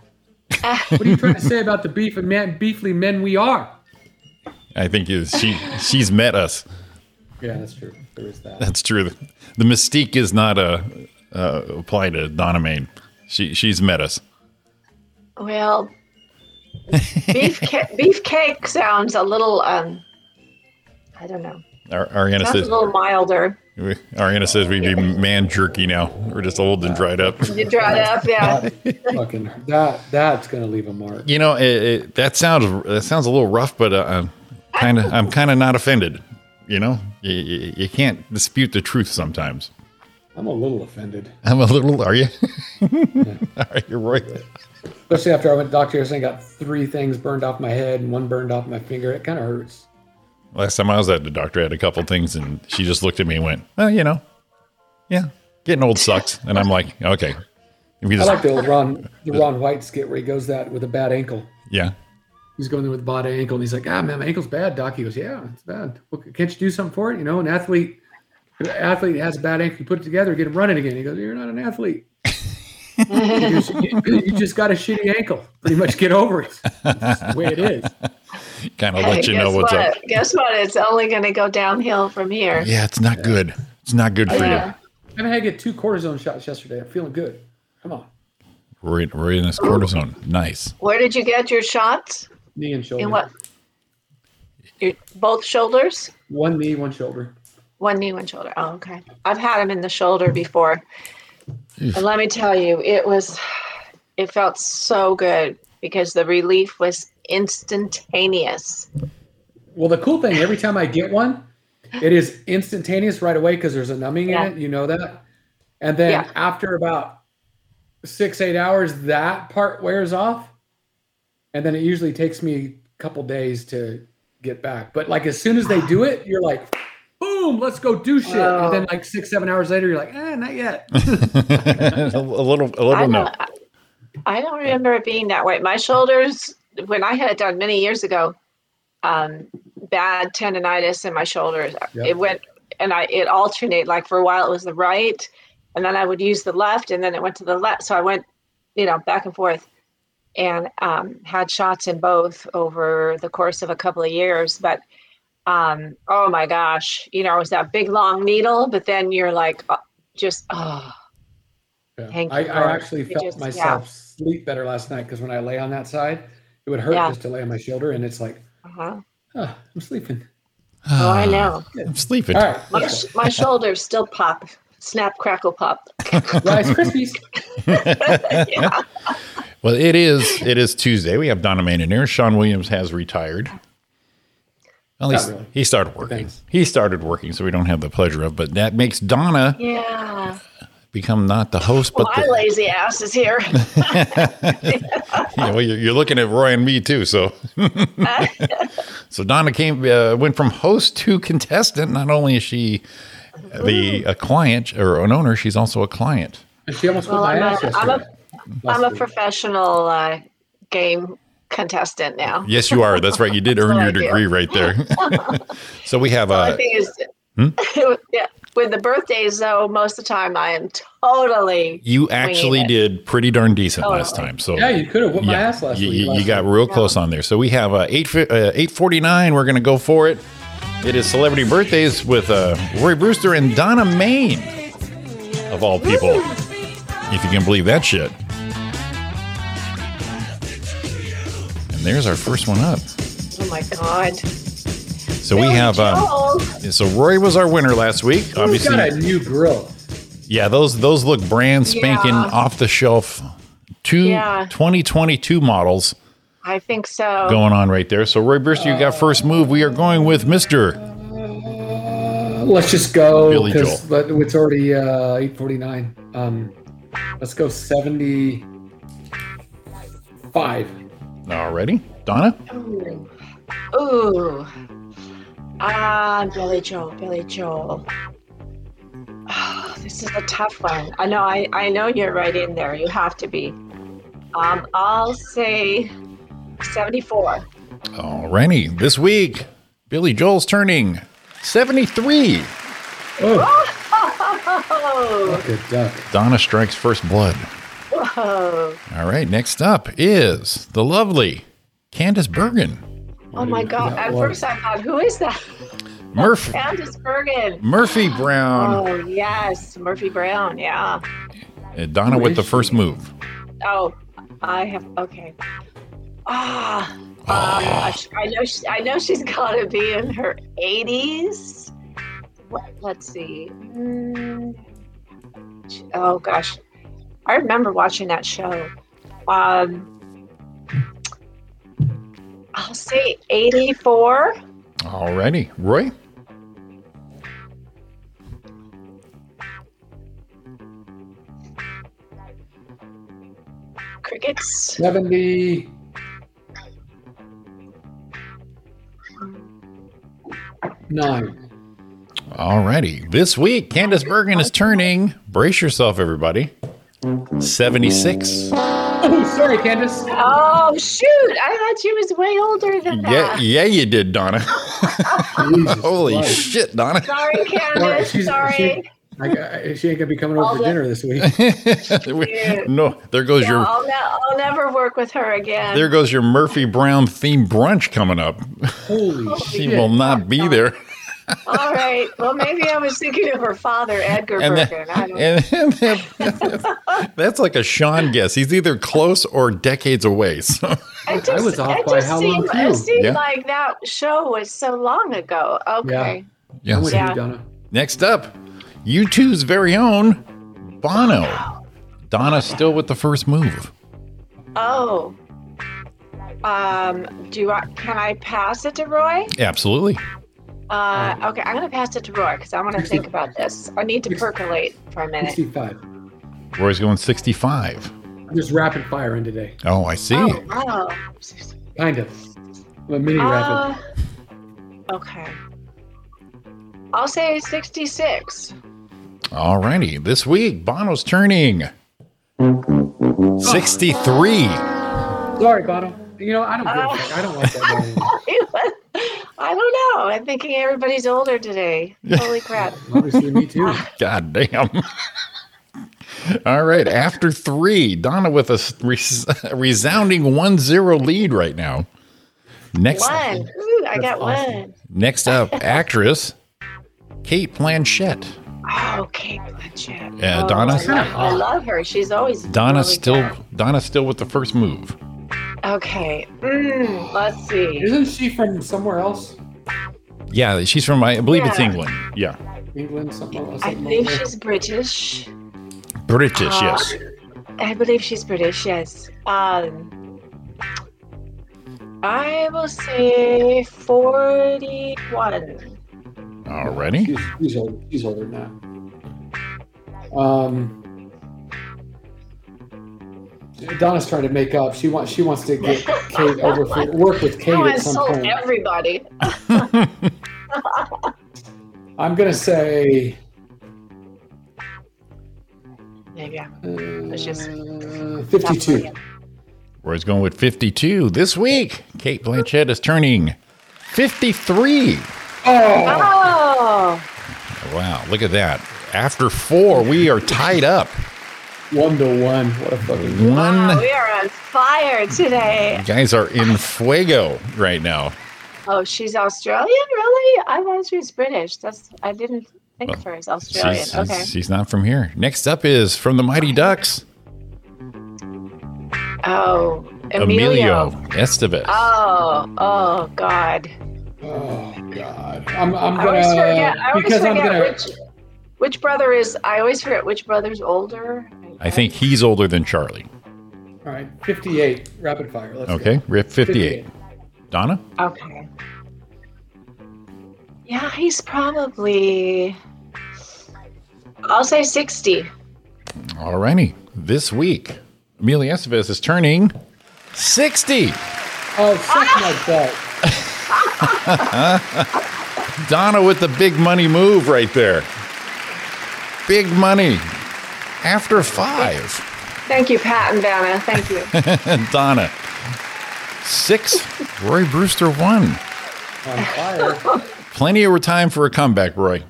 [SPEAKER 6] what are you trying to say about the beef and man, beefly men we are?
[SPEAKER 7] I think it- she she's met us.
[SPEAKER 6] Yeah, that's true. There is that.
[SPEAKER 7] That's true. The mystique is not a uh, apply to Donna Main. She she's met us.
[SPEAKER 13] Well, beef ca- beef cake sounds a little, um, I don't know,
[SPEAKER 7] Ar- Ariana
[SPEAKER 13] sounds a
[SPEAKER 7] says
[SPEAKER 13] little milder.
[SPEAKER 7] we- Ariana says we'd be man jerky now. We're just old and dried up.
[SPEAKER 13] You draw it up, yeah.
[SPEAKER 6] Fucking that. That's gonna leave a mark.
[SPEAKER 7] You know, it, it, that sounds that sounds a little rough, but uh, I'm kind of I'm kind of not offended. You know, you, you, you can't dispute the truth sometimes.
[SPEAKER 6] I'm a little offended,
[SPEAKER 7] I'm a little. Are you? Are you right?
[SPEAKER 6] especially after I went to Doctor and got three things burned off my head and one burned off my finger. It kind of hurts.
[SPEAKER 7] Last time I was at the doctor, I had a couple things, and she just looked at me and went, "Oh, you know, yeah, getting old sucks." And I'm like, "Okay." If you
[SPEAKER 6] I
[SPEAKER 7] just-
[SPEAKER 6] like the old Ron, the Ron White skit where he goes that with a bad ankle.
[SPEAKER 7] yeah.
[SPEAKER 6] He's going there with a bad ankle, and he's like, "Ah, man, my ankle's bad, doc." He goes, "Yeah, it's bad. Well, can't you do something for it? You know, an athlete, an athlete has a bad ankle. You put it together, get him running again." He goes, "You're not an athlete. you, just, you just got a shitty ankle. Pretty much, get over it. That's the way it is."
[SPEAKER 7] kind of
[SPEAKER 13] Hey,
[SPEAKER 7] let you know
[SPEAKER 13] guess
[SPEAKER 7] what's
[SPEAKER 13] what?
[SPEAKER 7] up.
[SPEAKER 13] Guess what? It's only going to go downhill from here. uh,
[SPEAKER 7] Yeah, it's not good. It's not good for you.
[SPEAKER 13] Yeah.
[SPEAKER 6] I mean, I get two cortisone shots yesterday. I'm feeling good. Come on,
[SPEAKER 7] We're in, we're in this cortisone. Nice.
[SPEAKER 13] Where did you get your shots?
[SPEAKER 6] knee and shoulder.
[SPEAKER 13] In what? Your, both shoulders?
[SPEAKER 6] One knee, one shoulder.
[SPEAKER 13] One knee, one shoulder. Oh, okay. I've had them in the shoulder before.
[SPEAKER 7] Hmm.
[SPEAKER 13] And let me tell you, it was, it felt so good because the relief was instantaneous.
[SPEAKER 6] Well, the cool thing, every time I get one, it is instantaneous right away because there's a numbing
[SPEAKER 13] Yeah.
[SPEAKER 6] in it. You know that. And then
[SPEAKER 13] Yeah.
[SPEAKER 6] after about six, eight hours, that part wears off. And then it usually takes me a couple days to get back. But like as soon as they do it, you're like, boom, let's go do shit.
[SPEAKER 13] Wow.
[SPEAKER 6] And then like six, seven hours later, you're like, eh, not yet.
[SPEAKER 7] a little, a little no.
[SPEAKER 13] I don't remember it being that way. My shoulders, when I had it done many years ago, um, bad tendonitis in my shoulders.
[SPEAKER 15] Yep.
[SPEAKER 13] It went, and I it alternated. Like for a while, it was the right, and then I would use the left, and then it went to the left. So I went, you know, back and forth, and um, had shots in both over the course of a couple of years. But um, oh my gosh, you know, it was that big long needle. But then you're like, uh, just oh.
[SPEAKER 6] Yeah.
[SPEAKER 13] Thank
[SPEAKER 6] I,
[SPEAKER 13] you,
[SPEAKER 6] I
[SPEAKER 13] Lord.
[SPEAKER 6] actually
[SPEAKER 13] It
[SPEAKER 6] felt
[SPEAKER 13] just- yeah.
[SPEAKER 6] myself sleep better last night because when I lay on that side, it would hurt
[SPEAKER 13] Yeah.
[SPEAKER 6] just to lay on my shoulder. And it's like,
[SPEAKER 13] Uh-huh.
[SPEAKER 6] oh, I'm sleeping.
[SPEAKER 13] Oh, I know.
[SPEAKER 7] I'm sleeping.
[SPEAKER 6] All right.
[SPEAKER 13] My, sh- my shoulders still pop, snap, crackle, pop.
[SPEAKER 6] Rice Krispies.
[SPEAKER 7] Well, it is. It is Tuesday. We have Donna Main in here. Sean Williams has retired. At
[SPEAKER 6] Not
[SPEAKER 7] least
[SPEAKER 6] really.
[SPEAKER 7] he started working. He started working, so we don't have the pleasure of. But that makes Donna
[SPEAKER 13] Yeah.
[SPEAKER 7] become not the host, but
[SPEAKER 13] Well, my
[SPEAKER 7] the,
[SPEAKER 13] lazy ass is here.
[SPEAKER 7] yeah, well, you're, you're looking at Roy and me too. So, so Donna came uh, went from host to contestant. Not only is she the a client or an owner, she's also a client.
[SPEAKER 6] She almost
[SPEAKER 13] Well,
[SPEAKER 6] put my
[SPEAKER 13] I'm
[SPEAKER 6] ass
[SPEAKER 13] a, I'm
[SPEAKER 6] yesterday.
[SPEAKER 13] a, I'm a professional uh, game contestant now.
[SPEAKER 7] Yes, you are. That's right. You did earn
[SPEAKER 13] what
[SPEAKER 7] your
[SPEAKER 13] I do.
[SPEAKER 7] degree right there. so we have
[SPEAKER 13] Only
[SPEAKER 7] uh,
[SPEAKER 13] thing is,
[SPEAKER 7] Hmm?
[SPEAKER 13] yeah, with the birthdays though, most of the time I am totally.
[SPEAKER 7] you actually
[SPEAKER 13] winging it.
[SPEAKER 7] did pretty darn decent
[SPEAKER 13] Oh.
[SPEAKER 7] last time. So
[SPEAKER 6] yeah, you could have whooped my ass last
[SPEAKER 7] you,
[SPEAKER 6] week.
[SPEAKER 7] you,
[SPEAKER 6] last
[SPEAKER 7] you got
[SPEAKER 6] week.
[SPEAKER 7] real close on there. So we have uh, eight fi- uh, eight forty nine. We're gonna go for it. It is celebrity birthdays with uh, Roy Brewster and Donna Main, of all people, if you can believe that shit. There's our first one up.
[SPEAKER 13] Oh my god.
[SPEAKER 7] So we have. Um, so Rory was our winner last week. Obviously,
[SPEAKER 6] got a new grill.
[SPEAKER 7] Yeah, those those look brand spanking
[SPEAKER 13] Yeah.
[SPEAKER 7] off the shelf. Two
[SPEAKER 13] Yeah.
[SPEAKER 7] 2022 models
[SPEAKER 13] I think so.
[SPEAKER 7] going on right there. So Roy Brister, you got first move. We are going with Mister.
[SPEAKER 6] Uh, Let's just go
[SPEAKER 7] Billy
[SPEAKER 6] because it's already uh, eight forty nine. Um, let's go seventy five.
[SPEAKER 7] Already, Donna.
[SPEAKER 13] Ooh. Ooh. Ah, Billy Joel, Billy Joel. Ah, this is a tough one. I know I, I know you're right in there. You have to be. Um, I'll say 74.
[SPEAKER 7] Alrighty, this week Billy Joel's turning 73.
[SPEAKER 13] Whoa.
[SPEAKER 6] Good duck.
[SPEAKER 7] Donna strikes first blood.
[SPEAKER 13] Whoa.
[SPEAKER 7] All right, next up is the lovely Candace Bergen.
[SPEAKER 13] Oh my god. At
[SPEAKER 7] one.
[SPEAKER 13] first I thought, who is that?
[SPEAKER 7] Murph
[SPEAKER 13] Candace Bergen.
[SPEAKER 7] Murphy Brown.
[SPEAKER 13] Oh yes, Murphy Brown, yeah.
[SPEAKER 7] And Donna with the first move.
[SPEAKER 13] Oh, I have okay. Ah, um, I sh- I know. She, I know she's got to be in her eighties. What? Let's see. Mm, she- oh gosh, I remember watching that show. Um, I'll say eighty-four.
[SPEAKER 7] Alrighty, Roy.
[SPEAKER 13] Crickets.
[SPEAKER 6] Seventy. Nine.
[SPEAKER 7] Alrighty, this week Candace Bergen is turning. Brace yourself, everybody. 76.
[SPEAKER 6] Oh, sorry, Candace.
[SPEAKER 13] Oh shoot! I thought she was way older than
[SPEAKER 7] Yeah,
[SPEAKER 13] that.
[SPEAKER 7] yeah, you did, Donna. Holy
[SPEAKER 6] Christ.
[SPEAKER 7] shit, Donna.
[SPEAKER 13] Sorry, Candace. Sorry.
[SPEAKER 6] She, I, I- she ain't gonna be coming
[SPEAKER 13] All
[SPEAKER 6] over for
[SPEAKER 13] the-
[SPEAKER 6] dinner this week.
[SPEAKER 7] no, there goes
[SPEAKER 13] Yeah,
[SPEAKER 7] your
[SPEAKER 13] I'll, ne- I'll never work with her again.
[SPEAKER 7] there goes your Murphy Brown themed brunch coming up.
[SPEAKER 6] Holy
[SPEAKER 7] She will not be there.
[SPEAKER 13] All right. Well, maybe I was thinking of her father, Edgar
[SPEAKER 7] And,
[SPEAKER 13] Bergen.
[SPEAKER 7] that,
[SPEAKER 13] I don't
[SPEAKER 7] and, that- that's like a Sean guess. He's either close or decades away. So
[SPEAKER 13] It just,
[SPEAKER 7] was off
[SPEAKER 13] it
[SPEAKER 7] by
[SPEAKER 13] just
[SPEAKER 7] how long,
[SPEAKER 13] seemed,
[SPEAKER 7] too?
[SPEAKER 13] It seemed
[SPEAKER 7] Yeah.
[SPEAKER 13] like that show was so long ago. Okay.
[SPEAKER 7] Yeah.
[SPEAKER 13] I'm with you, Yeah. Donna.
[SPEAKER 7] Next up, U2's very own Bono. Donna still with the first move.
[SPEAKER 13] Oh. Um. Do I? Can I pass it to Roy?
[SPEAKER 7] Absolutely.
[SPEAKER 13] Uh. Okay. I'm gonna pass it to Roy because I want to think about this. I need to percolate for a minute.
[SPEAKER 6] Sixty-five.
[SPEAKER 7] Roy's going 65.
[SPEAKER 6] I'm just rapid firing today.
[SPEAKER 7] Oh, I see.
[SPEAKER 13] Oh. Wow.
[SPEAKER 6] Kind of. I'm a mini rapid.
[SPEAKER 13] Uh, okay. I'll say 66.
[SPEAKER 7] Alrighty. This week, Bono's turning 63.
[SPEAKER 13] Um,
[SPEAKER 6] Sorry, Bono. You know, I don't give
[SPEAKER 13] uh,
[SPEAKER 6] a fuck. I don't like that name.
[SPEAKER 13] I don't know. I'm thinking everybody's older today. Holy crap.
[SPEAKER 6] Obviously, me too.
[SPEAKER 7] God damn. All right. After three, Donna with a s- res- resounding 1 0 lead right now. Next,
[SPEAKER 13] One. Ooh, I
[SPEAKER 7] That's
[SPEAKER 13] got
[SPEAKER 7] awesome.
[SPEAKER 13] one.
[SPEAKER 7] next up, actress Kate Blanchett.
[SPEAKER 13] Oh, Kate Blanchett.
[SPEAKER 7] Yeah,
[SPEAKER 13] Oh,
[SPEAKER 7] Donna.
[SPEAKER 13] I love, I love her. She's always
[SPEAKER 7] Donna
[SPEAKER 13] really
[SPEAKER 7] still Donna still with the first move.
[SPEAKER 13] good. Okay. Mm, let's see.
[SPEAKER 6] Isn't she from somewhere else?
[SPEAKER 7] Yeah, she's from I believe it's
[SPEAKER 13] Yeah.
[SPEAKER 7] England. Yeah,
[SPEAKER 6] England, something else.
[SPEAKER 13] I believe she's British.
[SPEAKER 7] British.
[SPEAKER 13] Uh,
[SPEAKER 7] yes.
[SPEAKER 13] I believe she's British, yes. Um, I will say 41.
[SPEAKER 7] Already.
[SPEAKER 6] She's, she's, old, she's older now. Um, Donna's trying to make up. She wants she wants to get Kate over for work with Kate
[SPEAKER 13] No, I
[SPEAKER 6] at some
[SPEAKER 13] insult
[SPEAKER 6] point.
[SPEAKER 13] Oh, everybody.
[SPEAKER 6] I'm gonna say
[SPEAKER 13] Maybe I'm. Let's just.
[SPEAKER 6] uh, 52.
[SPEAKER 7] Roy's going with 52 this week. Kate Blanchett is turning 53.
[SPEAKER 6] Mm.
[SPEAKER 13] Oh,
[SPEAKER 7] Wow, look at that. After four, we are tied up.
[SPEAKER 6] One to one. What a fucking
[SPEAKER 13] wow,
[SPEAKER 7] one.
[SPEAKER 13] we are on fire today.
[SPEAKER 7] You guys are in fuego right now.
[SPEAKER 13] Oh, she's Australian, really? I thought she was British. That's I didn't think of her as Australian.
[SPEAKER 7] She's,
[SPEAKER 13] okay.
[SPEAKER 7] she's not from here. Next up is from the Mighty Ducks.
[SPEAKER 13] Oh,
[SPEAKER 7] Emilio Estevez.
[SPEAKER 13] Oh, oh God.
[SPEAKER 6] Oh God. I'm, I'm
[SPEAKER 13] I
[SPEAKER 6] gonna
[SPEAKER 13] always forget. I always
[SPEAKER 6] Uh, because I'm
[SPEAKER 13] forget
[SPEAKER 6] gonna.
[SPEAKER 13] which which brother is. I always forget which brother's older.
[SPEAKER 7] I think he's older than Charlie.
[SPEAKER 6] All right, 58 rapid fire. Let's go.
[SPEAKER 7] Okay, Rip 58. Donna?
[SPEAKER 13] Okay. Yeah, he's probably. I'll say sixty.
[SPEAKER 7] Alrighty. This week, Emilio Estevez is turning 60.
[SPEAKER 6] Oh, suck
[SPEAKER 13] Ah!
[SPEAKER 6] my butt.
[SPEAKER 7] Donna with the big money move right there. Big money. After five.
[SPEAKER 13] Thank you, Pat and Donna. Thank you.
[SPEAKER 7] Donna. Six. Roy Brewster one.
[SPEAKER 6] On fire.
[SPEAKER 7] Plenty of time for a comeback, Roy.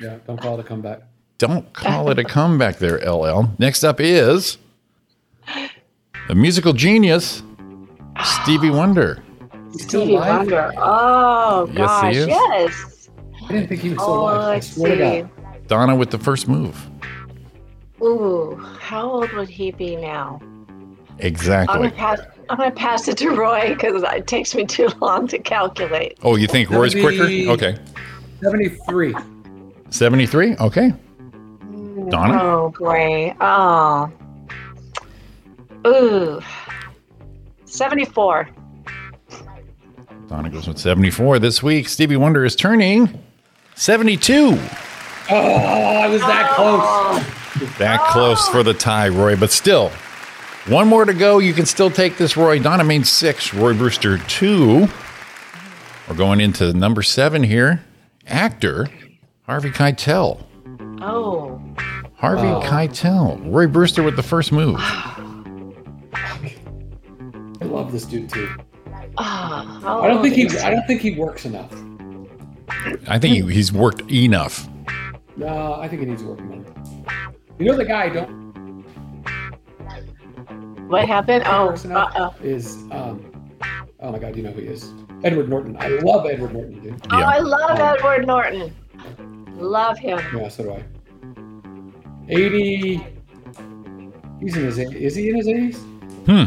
[SPEAKER 6] yeah, don't call it a comeback.
[SPEAKER 7] Don't call it a comeback there, LL. Next up is the musical genius, Stevie Wonder.
[SPEAKER 13] Stevie Wonder. Oh
[SPEAKER 7] Yes, he
[SPEAKER 13] gosh,
[SPEAKER 7] is.
[SPEAKER 13] yes.
[SPEAKER 6] I didn't think he was
[SPEAKER 13] oh,
[SPEAKER 6] still alive. I
[SPEAKER 13] Let's
[SPEAKER 6] swear
[SPEAKER 13] see.
[SPEAKER 6] to
[SPEAKER 7] Donna with the first move.
[SPEAKER 13] Ooh, how old would he be now? I'm
[SPEAKER 7] Exactly.
[SPEAKER 13] gonna pass. I'm gonna pass it to Roy because it takes me too long to calculate.
[SPEAKER 7] Oh, you think Roy's quicker?
[SPEAKER 6] Seventy-
[SPEAKER 7] Okay.
[SPEAKER 6] God. 73.
[SPEAKER 7] 73? Okay. Donna?
[SPEAKER 13] Oh boy. Oh. Ooh. Seventy-four.
[SPEAKER 7] Donna goes with 74 this week. Stevie Wonder is turning 72.
[SPEAKER 6] Oh, I was that
[SPEAKER 13] Oh.
[SPEAKER 6] close.
[SPEAKER 7] That close for the tie, Roy, but still, one more to go. You can still take this, Roy. Donna Main six, Roy Brewster two. We're going into number seven here. Actor Harvey Keitel.
[SPEAKER 13] Oh.
[SPEAKER 7] Harvey
[SPEAKER 13] Oh.
[SPEAKER 7] Keitel. Roy Brewster with the first move.
[SPEAKER 6] I love this dude too.
[SPEAKER 13] Ah, how
[SPEAKER 6] I don't
[SPEAKER 13] old
[SPEAKER 6] think he.
[SPEAKER 13] is
[SPEAKER 6] I don't think he works enough.
[SPEAKER 7] I think he, he's worked enough.
[SPEAKER 6] No, I think he needs to work more. You know the guy I don't
[SPEAKER 13] What happened? Oh. Uh oh.
[SPEAKER 6] is. Um, oh my God, you know who he is? Edward Norton. I love Edward Norton, dude.
[SPEAKER 13] Oh, I
[SPEAKER 7] Yeah.
[SPEAKER 13] love Edward Norton. Love him.
[SPEAKER 6] Yeah, so do I. Eighty. He's in his. eight- Is he in his eighties?
[SPEAKER 7] Hmm.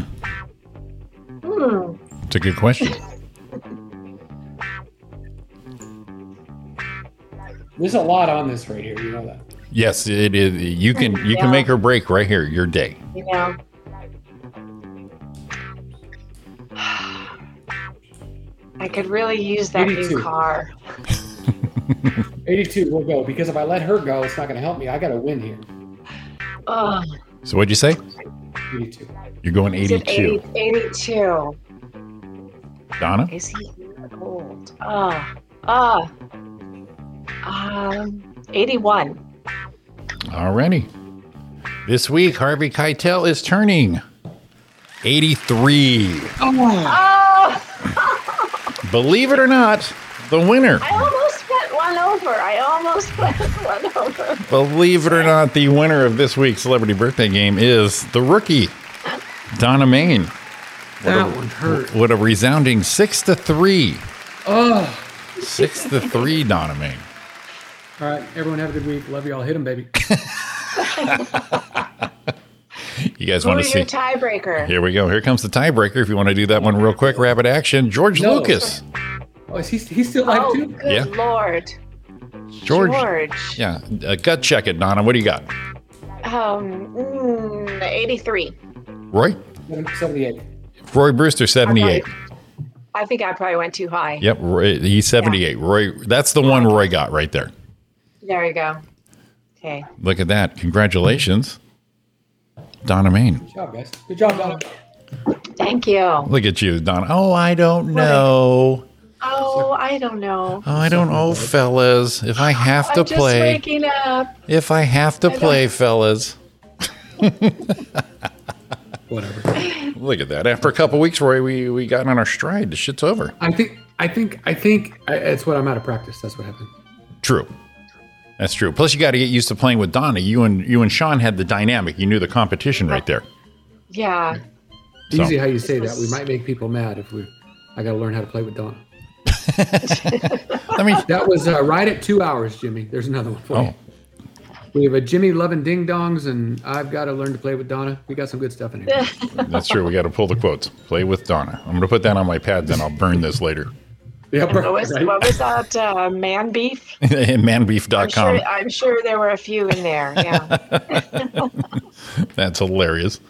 [SPEAKER 13] Hmm.
[SPEAKER 7] It's a good question.
[SPEAKER 6] There's a lot on this right here. You know that.
[SPEAKER 7] Yes, it is. You can you can
[SPEAKER 13] Yeah.
[SPEAKER 7] make or break right here. Your day.
[SPEAKER 13] You know. I could really use that new
[SPEAKER 6] 82.
[SPEAKER 13] car.
[SPEAKER 6] 82 will go because if I let her go, it's not going to help me. I got to win here.
[SPEAKER 13] Oh,
[SPEAKER 7] So what'd you say?
[SPEAKER 6] 82.
[SPEAKER 7] You're going
[SPEAKER 13] he's an
[SPEAKER 7] 82.
[SPEAKER 13] 80 82.
[SPEAKER 7] Donna.
[SPEAKER 13] Is he old? Ah, ah. Um, 81.
[SPEAKER 7] Alrighty. This week, Harvey Keitel is turning 83.
[SPEAKER 13] Oh,
[SPEAKER 7] Believe it or not, the winner.
[SPEAKER 13] I almost went one over. I almost went one over.
[SPEAKER 7] Believe it or not, the winner of this week's celebrity birthday game is the rookie, Donna Main.
[SPEAKER 6] That one hurt.
[SPEAKER 7] What a resounding six to three.
[SPEAKER 6] Oh.
[SPEAKER 7] Six to three, Donna Main.
[SPEAKER 6] All right. Everyone have a good week. Love you all. Hit him, baby.
[SPEAKER 7] You guys
[SPEAKER 13] Who
[SPEAKER 7] want
[SPEAKER 13] are
[SPEAKER 7] to see?
[SPEAKER 13] your tiebreaker?
[SPEAKER 7] Here we go. Here comes the tiebreaker. If you want to do that one real quick, rapid action. George
[SPEAKER 6] No.
[SPEAKER 7] Lucas.
[SPEAKER 6] Oh, is he, he's still alive,
[SPEAKER 13] Oh,
[SPEAKER 6] too?
[SPEAKER 13] good
[SPEAKER 7] Yeah.
[SPEAKER 13] lord.
[SPEAKER 7] George.
[SPEAKER 13] George.
[SPEAKER 7] Yeah. Uh, gut check it, Donna. What do you got?
[SPEAKER 13] Um, mm, 83.
[SPEAKER 7] Roy?
[SPEAKER 6] 78.
[SPEAKER 7] Roy Brewster, 78.
[SPEAKER 13] I think I probably went too high.
[SPEAKER 7] Yep, Roy, he's 78. Roy, that's the one Roy got right there.
[SPEAKER 13] There you go. Okay.
[SPEAKER 7] Look at that. Congratulations, Donna Main.
[SPEAKER 6] Good job, guys. Good job, Donna.
[SPEAKER 13] Thank you.
[SPEAKER 7] Look at you, Donna. Oh, I don't know.
[SPEAKER 13] Oh, I don't know.
[SPEAKER 7] Oh, I don't know, fellas. If I have to
[SPEAKER 13] I'm just
[SPEAKER 7] play,
[SPEAKER 13] waking up.
[SPEAKER 7] if I have to play, fellas.
[SPEAKER 6] Whatever.
[SPEAKER 7] Look at that. After a couple weeks, Roy, we we got on our stride. The shit's over.
[SPEAKER 6] I think, I think, I think I, it's what I'm out of practice. That's what happened.
[SPEAKER 7] True. That's true. Plus, you got to get used to playing with Donna. You and you and Sean had the dynamic. You knew the competition right there.
[SPEAKER 13] Yeah.
[SPEAKER 7] So-
[SPEAKER 6] Easy how you say that. We might make people mad if we, I got to learn how to play with Donna.
[SPEAKER 7] I mean,
[SPEAKER 6] That was uh, right at two hours, Jimmy. There's another one for
[SPEAKER 7] Oh.
[SPEAKER 6] you. We have a Jimmy loving ding dongs, and I've got to learn to play with Donna. We got some good stuff in here.
[SPEAKER 7] That's true. We got to pull the quotes. Play with Donna. I'm going to put that on my pad, then I'll burn this later.
[SPEAKER 6] Yeah,
[SPEAKER 13] What was, what was that? Uh, man beef? I'm
[SPEAKER 7] Manbeef.com.
[SPEAKER 13] sure, I'm sure there were a few in there. Yeah.
[SPEAKER 7] That's hilarious.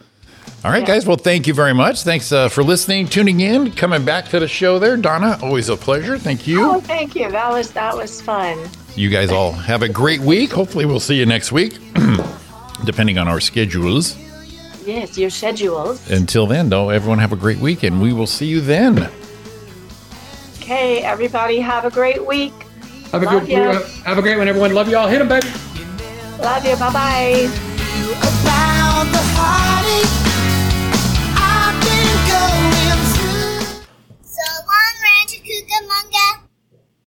[SPEAKER 7] All right, guys. Well, thank you very much. Thanks uh, for listening, tuning in, coming back to the show there. Donna, always a pleasure. Thank you.
[SPEAKER 13] Oh, thank you. That was that was fun.
[SPEAKER 7] You guys all have a great week. Hopefully, we'll see you next week, depending on our schedules.
[SPEAKER 13] Yes, your schedules.
[SPEAKER 7] Until then, though, everyone have a great week, and we will see you then.
[SPEAKER 13] Okay, everybody, have a great week.
[SPEAKER 6] Have a
[SPEAKER 13] Love
[SPEAKER 6] good
[SPEAKER 13] ya.
[SPEAKER 6] have a great one, everyone. Love you all. Hit them, baby.
[SPEAKER 13] Love you. Bye bye.
[SPEAKER 15] About the heartache